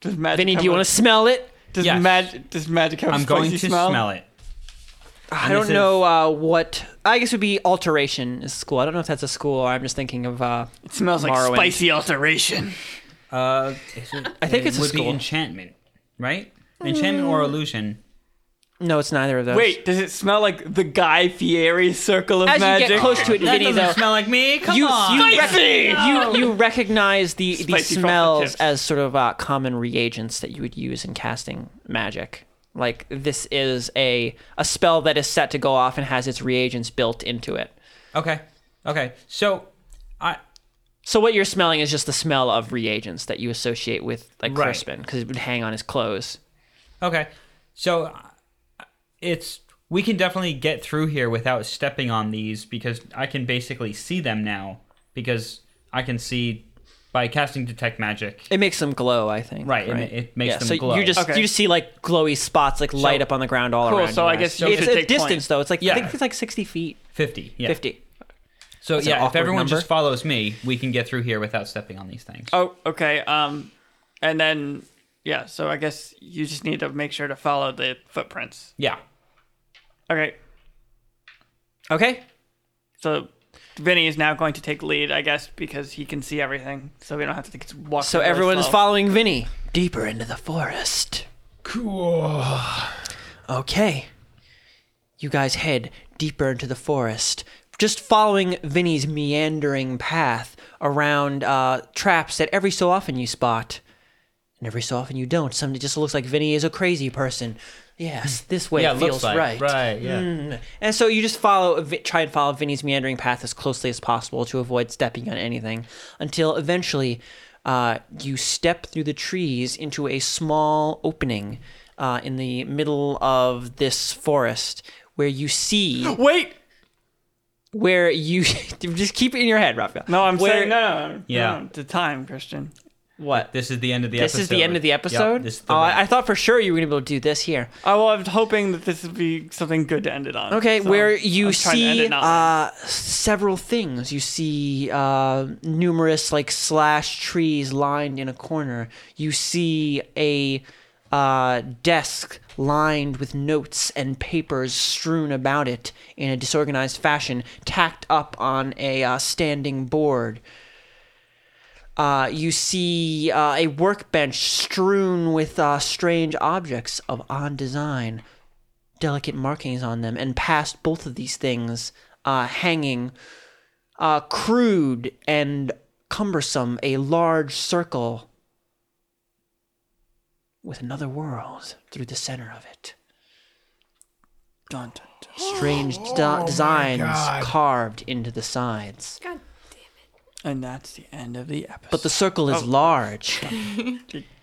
Speaker 6: Does magic
Speaker 1: Vinny,
Speaker 6: have
Speaker 1: do you
Speaker 6: a-
Speaker 1: want to smell it?
Speaker 6: Does,
Speaker 2: Yes.
Speaker 6: mag- does magic have a
Speaker 2: I'm
Speaker 6: spicy
Speaker 2: going to
Speaker 6: smell?
Speaker 2: smell, it.
Speaker 1: I
Speaker 2: And
Speaker 1: don't
Speaker 2: this is-
Speaker 1: know uh, what. I guess it would be alteration is school. I don't know if that's a school. Or I'm just thinking of. Uh,
Speaker 6: It smells like
Speaker 1: Morrowind.
Speaker 6: spicy alteration.
Speaker 2: Uh, is it-
Speaker 1: I think
Speaker 2: it
Speaker 1: it's a
Speaker 2: would be
Speaker 1: skull.
Speaker 2: enchantment, right? Enchantment or illusion.
Speaker 1: no, it's neither of those.
Speaker 6: Wait, does it smell like the Guy Fieri circle of
Speaker 1: as
Speaker 6: magic?
Speaker 1: you get close to it,
Speaker 2: That
Speaker 1: Vinny,
Speaker 2: doesn't
Speaker 1: though,
Speaker 2: smell like me. Come
Speaker 1: you
Speaker 2: on.
Speaker 1: you, rec-
Speaker 6: Spicy!
Speaker 1: you you recognize the the
Speaker 6: Spicy frosted
Speaker 1: smells
Speaker 6: tips.
Speaker 1: as sort of uh, common reagents that you would use in casting magic. Like this is a a spell that is set to go off and has its reagents built into it.
Speaker 2: okay. Okay. So, I
Speaker 1: So what you're smelling is just the smell of reagents that you associate with like
Speaker 2: Right.
Speaker 1: Crispin because it would hang on his clothes.
Speaker 2: okay. So uh, it's we can definitely get through here without stepping on these because I can basically see them now because I can see by casting detect magic.
Speaker 1: It makes them glow, I think.
Speaker 2: Right, it ma- it makes them
Speaker 1: so
Speaker 2: glow.
Speaker 1: You just
Speaker 6: Okay.
Speaker 1: you just see like glowy spots like light up on the ground all
Speaker 6: Cool,
Speaker 1: around.
Speaker 6: so
Speaker 1: you
Speaker 6: I
Speaker 1: guys.
Speaker 6: guess you
Speaker 1: it's
Speaker 6: should
Speaker 1: a
Speaker 6: take
Speaker 1: distance
Speaker 6: points.
Speaker 1: though. It's like
Speaker 2: Yeah.
Speaker 1: I think it's like sixty feet,
Speaker 2: 50. Yeah.
Speaker 1: fifty.
Speaker 2: So
Speaker 1: an
Speaker 2: yeah, if
Speaker 1: awkward
Speaker 2: everyone
Speaker 1: number.
Speaker 2: just follows me, we can get through here without stepping on these things.
Speaker 6: Oh, okay. Um, and then yeah. So I guess you just need to make sure to follow the footprints.
Speaker 2: Yeah.
Speaker 6: Okay.
Speaker 1: Okay.
Speaker 6: So Vinny is now going to take lead, I guess, because he can see everything, so we don't have to think it's walk.
Speaker 1: So
Speaker 6: really
Speaker 1: everyone is
Speaker 6: slow.
Speaker 1: following Vinny deeper into the forest.
Speaker 7: Cool.
Speaker 1: Okay. You guys head deeper into the forest, just following Vinny's meandering path around uh, traps that every so often you spot. And every so often you don't. Some it just looks like Vinny is a crazy person. Yes, this way
Speaker 2: Hmm. yeah,
Speaker 1: feels
Speaker 2: looks like.
Speaker 1: right.
Speaker 2: Right, yeah.
Speaker 1: And so you just follow, vi- try and follow Vinny's meandering path as closely as possible to avoid stepping on anything, until eventually uh, you step through the trees into a small opening uh, in the middle of this forest, where you see
Speaker 6: Wait.
Speaker 1: where you just keep it in your head, Raphael.
Speaker 6: No, I'm
Speaker 1: where,
Speaker 6: saying uh, no, no, no.
Speaker 2: Yeah.
Speaker 6: no, the time, Christian.
Speaker 1: What?
Speaker 2: This is the end of the
Speaker 1: This
Speaker 2: episode.
Speaker 1: is the end of the
Speaker 2: Yep,
Speaker 1: episode.
Speaker 2: this is the
Speaker 1: oh,
Speaker 2: wrap.
Speaker 1: I, I thought for sure you were gonna be able to do this here.
Speaker 6: I well, I'm hoping that this would be something good to end it on.
Speaker 1: Okay,
Speaker 6: so
Speaker 1: where you
Speaker 6: I'm trying to end
Speaker 1: see
Speaker 6: it now.
Speaker 1: uh, several things. You see uh, numerous like slash trees lined in a corner. You see a uh, desk lined with notes and papers strewn about it in a disorganized fashion, tacked up on a uh, standing board. Uh, you see uh, a workbench strewn with uh, strange objects of odd design delicate markings on them, and past both of these things, uh, hanging, uh, crude and cumbersome, a large circle with another world through the center of it.
Speaker 6: Dun, dun, dun.
Speaker 1: Strange
Speaker 6: Oh,
Speaker 1: de- designs
Speaker 7: God.
Speaker 1: carved into the sides.
Speaker 6: And that's the end of the episode.
Speaker 1: But the circle
Speaker 6: Oh.
Speaker 1: is large,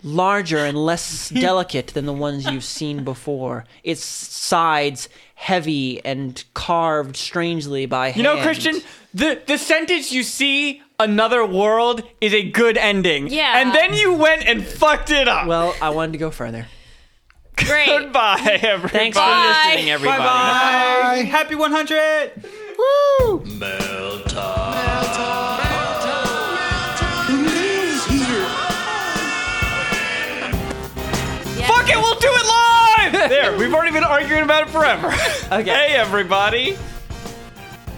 Speaker 1: larger and less delicate than the ones you've seen before. Its sides heavy and carved strangely by hand.
Speaker 6: You know, Christian, the the sentence you see another world is a good ending.
Speaker 3: Yeah.
Speaker 6: And then you went and fucked it up.
Speaker 1: Well, I wanted to go further.
Speaker 3: Great.
Speaker 6: Goodbye, everybody.
Speaker 1: Thanks for listening, everybody.
Speaker 2: Bye. Happy 100.
Speaker 6: Fuck it, we'll do it live! there, we've already been arguing about it forever.
Speaker 1: Okay.
Speaker 6: Hey, everybody.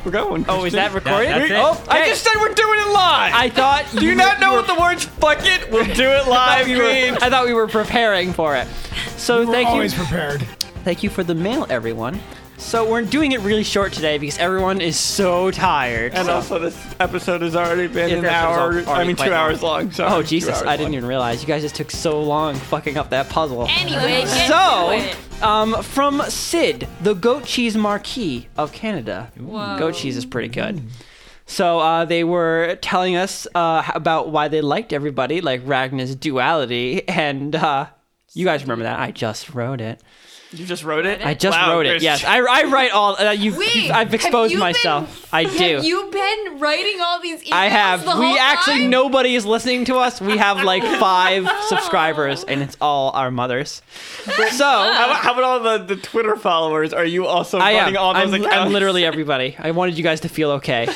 Speaker 6: We're going.
Speaker 1: Oh, is that recorded?
Speaker 2: That- that's it.
Speaker 1: oh,
Speaker 6: I just said we're doing it live!
Speaker 1: I thought you
Speaker 6: do you not know what the words fuck it, we'll do it live
Speaker 1: we were,
Speaker 6: mean.
Speaker 1: I thought we were preparing for it. So
Speaker 7: We're
Speaker 1: thank you,
Speaker 7: always prepared.
Speaker 1: thank you for the mail, everyone. So we're doing it really short today because everyone is so tired.
Speaker 6: And
Speaker 1: so-
Speaker 6: also, this episode has already been
Speaker 1: Yeah,
Speaker 6: an
Speaker 1: this
Speaker 6: hour,
Speaker 1: episode's already
Speaker 6: I mean,
Speaker 1: quite
Speaker 6: two
Speaker 1: long.
Speaker 6: hours long. Sorry,
Speaker 1: oh
Speaker 6: Two
Speaker 1: Jesus,
Speaker 6: hours
Speaker 1: I didn't
Speaker 6: long.
Speaker 1: even realize you guys just took so long fucking up that puzzle.
Speaker 3: Anyway, get to
Speaker 1: so,
Speaker 3: it.
Speaker 1: um, from Sid, the goat cheese marquis of Canada. Goat cheese is pretty good. So uh, they were telling us uh, about why they liked everybody, like Ragnar's duality, and uh, you guys remember that? I just wrote it.
Speaker 6: You just wrote it?
Speaker 1: I just
Speaker 6: Wow,
Speaker 1: wrote it.
Speaker 6: Chris.
Speaker 1: Yes, I, I write all. Uh, you've,
Speaker 5: Wait,
Speaker 1: you've- I've
Speaker 5: have
Speaker 1: exposed
Speaker 5: you been-
Speaker 1: myself. I do.
Speaker 5: Have you been writing all these emails
Speaker 1: I have.
Speaker 5: the
Speaker 1: We
Speaker 5: whole
Speaker 1: actually
Speaker 5: time?
Speaker 1: nobody is listening to us. We have like five subscribers, and it's all our mothers. So.
Speaker 6: How, how about all the, the Twitter followers? Are you also
Speaker 1: I
Speaker 6: running
Speaker 1: am.
Speaker 6: all those
Speaker 1: I'm,
Speaker 6: accounts?
Speaker 1: I'm literally everybody. I wanted you guys to feel okay,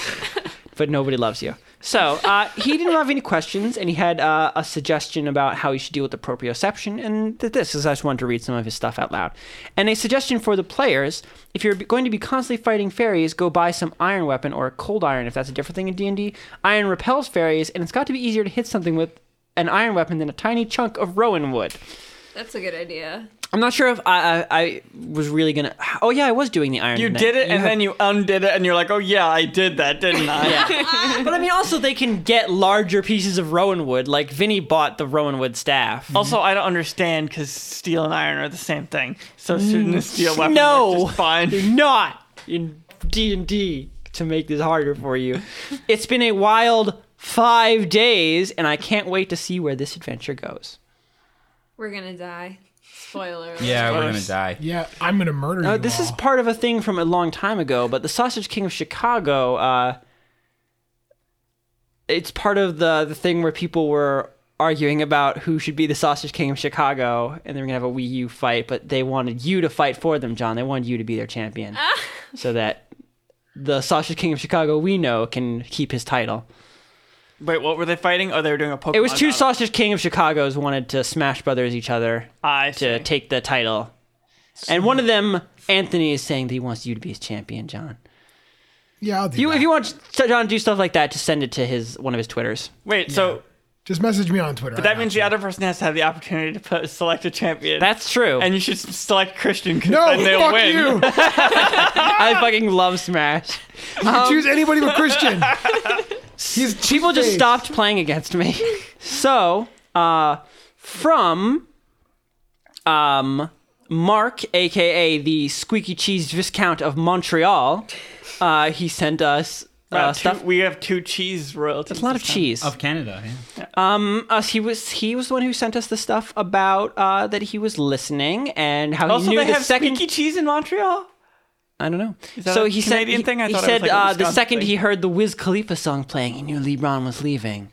Speaker 1: but nobody loves you. So uh, he didn't have any questions, and he had uh, a suggestion about how he should deal with the proprioception, and th- this is I just wanted to read some of his stuff out loud. And a suggestion for the players: if you're going to be constantly fighting fairies, go buy some iron weapon or a cold iron, if that's a different thing in D and D. Iron repels fairies, and it's got to be easier to hit something with an iron weapon than a tiny chunk of rowan wood.
Speaker 5: That's a good idea.
Speaker 1: I'm not sure if I, I, I was really gonna. Oh yeah, I was doing the iron.
Speaker 6: You
Speaker 1: Knight.
Speaker 6: did it, and
Speaker 1: have-
Speaker 6: then you undid it, and you're like, "Oh yeah, I did that, didn't I?"
Speaker 1: But I mean, also they can get larger pieces of rowan wood. Like Vinny bought the rowan wood staff.
Speaker 6: Also, I don't understand because steel and iron are the same thing. So shouldn't a steel
Speaker 1: Mm,
Speaker 6: weapon
Speaker 1: No.
Speaker 6: work just fine?
Speaker 1: You're not in D and D to make this harder for you. it's been a wild five days, and I can't wait to see where this adventure goes.
Speaker 5: We're gonna die. Spoiler.
Speaker 8: Yeah, we're gonna die.
Speaker 7: Yeah, I'm gonna murder
Speaker 1: Uh,
Speaker 7: you.
Speaker 1: this is
Speaker 7: all.
Speaker 1: part of a thing from a long time ago, but the Sausage King of Chicago, uh, it's part of the the thing where people were arguing about who should be the Sausage King of Chicago, and they were gonna have a Wii U fight, but they wanted you to fight for them, John. They wanted you to be their champion, so that the Sausage King of Chicago we know can keep his title.
Speaker 6: Wait, what were they fighting? Oh, they were doing a Pokemon.
Speaker 1: It was two
Speaker 6: battle.
Speaker 1: Sausage King of Chicago's wanted to smash brothers each other
Speaker 6: I
Speaker 1: to
Speaker 6: see.
Speaker 1: take the title, and one of them, Anthony, is saying that he wants you to be his champion, John.
Speaker 7: yeah. I'll do
Speaker 1: You,
Speaker 7: that.
Speaker 1: if you want John to do stuff like that, just send it to his one of his twitters.
Speaker 6: Wait, so
Speaker 7: just message me on Twitter.
Speaker 6: that means the other person has to have the opportunity to put, select a champion.
Speaker 1: That's true.
Speaker 6: and you should s- select Christian because
Speaker 7: Oh. no,
Speaker 6: then they'll
Speaker 7: fuck
Speaker 6: win.
Speaker 7: you.
Speaker 6: Ah!
Speaker 1: I fucking love Smash.
Speaker 7: You choose anybody but Christian. He's
Speaker 1: People just
Speaker 7: two-faced.
Speaker 1: stopped playing against me. so, uh, from um, Mark, aka the Squeaky Cheese Viscount of Montreal, uh, he sent us uh,
Speaker 6: Uh, two-
Speaker 1: stuff.
Speaker 6: we have two cheese royalties.
Speaker 1: a lot of cheese.
Speaker 2: Of Canada, yeah.
Speaker 1: Us, he was he was the one who sent us the stuff about uh, that he was listening and how
Speaker 6: Also,
Speaker 1: he knew
Speaker 6: they
Speaker 1: the
Speaker 6: have
Speaker 1: second
Speaker 6: squeaky cheese in Montreal.
Speaker 1: I don't know.
Speaker 6: that
Speaker 1: so
Speaker 6: a
Speaker 1: he
Speaker 6: Canadian
Speaker 1: said, he-
Speaker 6: thing? I
Speaker 1: he
Speaker 6: thought it was
Speaker 1: said
Speaker 6: like a
Speaker 1: uh, the
Speaker 6: Wisconsin
Speaker 1: second
Speaker 6: thing.
Speaker 1: he heard the Wiz Khalifa song playing, he knew LeBron was leaving,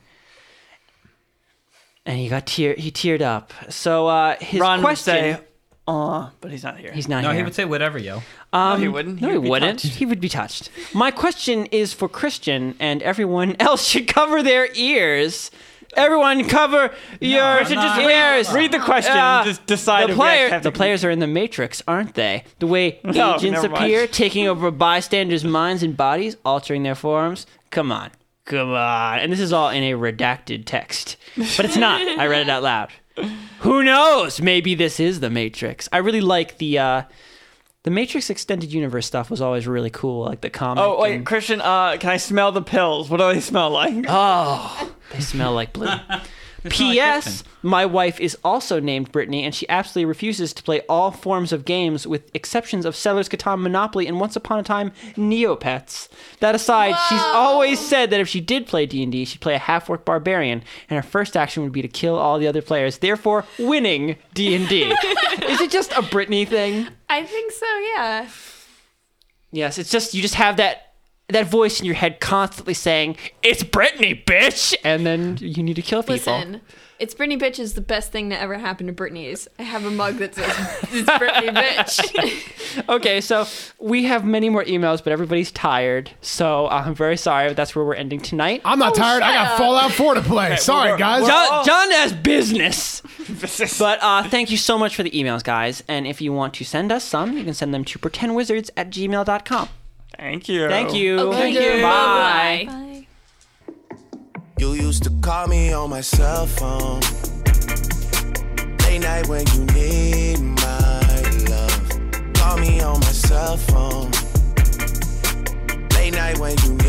Speaker 1: and he got tear he teared up. So uh, his
Speaker 6: Ron would
Speaker 1: question,
Speaker 6: say, "Uh," but he's not here.
Speaker 1: he's not
Speaker 2: No,
Speaker 1: here.
Speaker 2: he would say whatever, yo.
Speaker 6: no, he wouldn't.
Speaker 1: no, he
Speaker 6: would be
Speaker 1: wouldn't.
Speaker 6: touched.
Speaker 1: He would be touched. My question is for Christian, and everyone else should cover their ears. Everyone, cover your
Speaker 2: Christian, just read-
Speaker 1: ears.
Speaker 6: Read the question.
Speaker 1: Uh,
Speaker 6: just decide.
Speaker 1: the,
Speaker 6: if we actually
Speaker 1: player,
Speaker 6: have
Speaker 1: the
Speaker 6: to-
Speaker 1: players are in the matrix, aren't they? The way
Speaker 6: No,
Speaker 1: agents
Speaker 6: never mind.
Speaker 1: appear, taking over bystanders' minds and bodies, altering their forms. Come on. Come on. And this is all in a redacted text. But it's not. I read it out loud. Who knows? Maybe this is the Matrix. I really like the uh the Matrix extended universe stuff was always really cool, like the comic.
Speaker 6: Oh wait,
Speaker 1: and-
Speaker 6: Christian. Uh, can I smell the pills? What do they smell like?
Speaker 1: Oh, they smell like blue. P.S. My wife is also named Brittany, and she absolutely refuses to play all forms of games, with exceptions of Settlers Catan, Monopoly, and once upon a time Neopets. That aside, she's always said that if she did play D and D, she'd play a half-orc barbarian, and her first action would be to kill all the other players, therefore winning D and D. Is it just a Brittany thing?
Speaker 5: I think so. Yeah.
Speaker 1: Yes, it's just you just have that that voice in your head constantly saying, "It's Brittany, bitch," and then you need to kill people.
Speaker 5: Listen, it's Britney bitch is the best thing that ever happened to Britney's. I have a mug that says it's Britney bitch.
Speaker 1: Okay, so we have many more emails, but everybody's tired, so uh, I'm very sorry. But that's where we're ending tonight.
Speaker 7: I'm not tired. I got Fallout 4 to play. Sorry,
Speaker 6: we're-
Speaker 7: guys.
Speaker 6: we're all-
Speaker 1: John, John has business. But uh, thank you so much for the emails, guys. And if you want to send us some, you can send them to pretendwizards at gmail.com.
Speaker 6: Thank you.
Speaker 1: Thank you.
Speaker 5: Thank you.
Speaker 1: Bye.
Speaker 5: Bye.
Speaker 9: You used to call me on my cell phone. Late night when you need my love. Call me on my cell phone. Late night when you need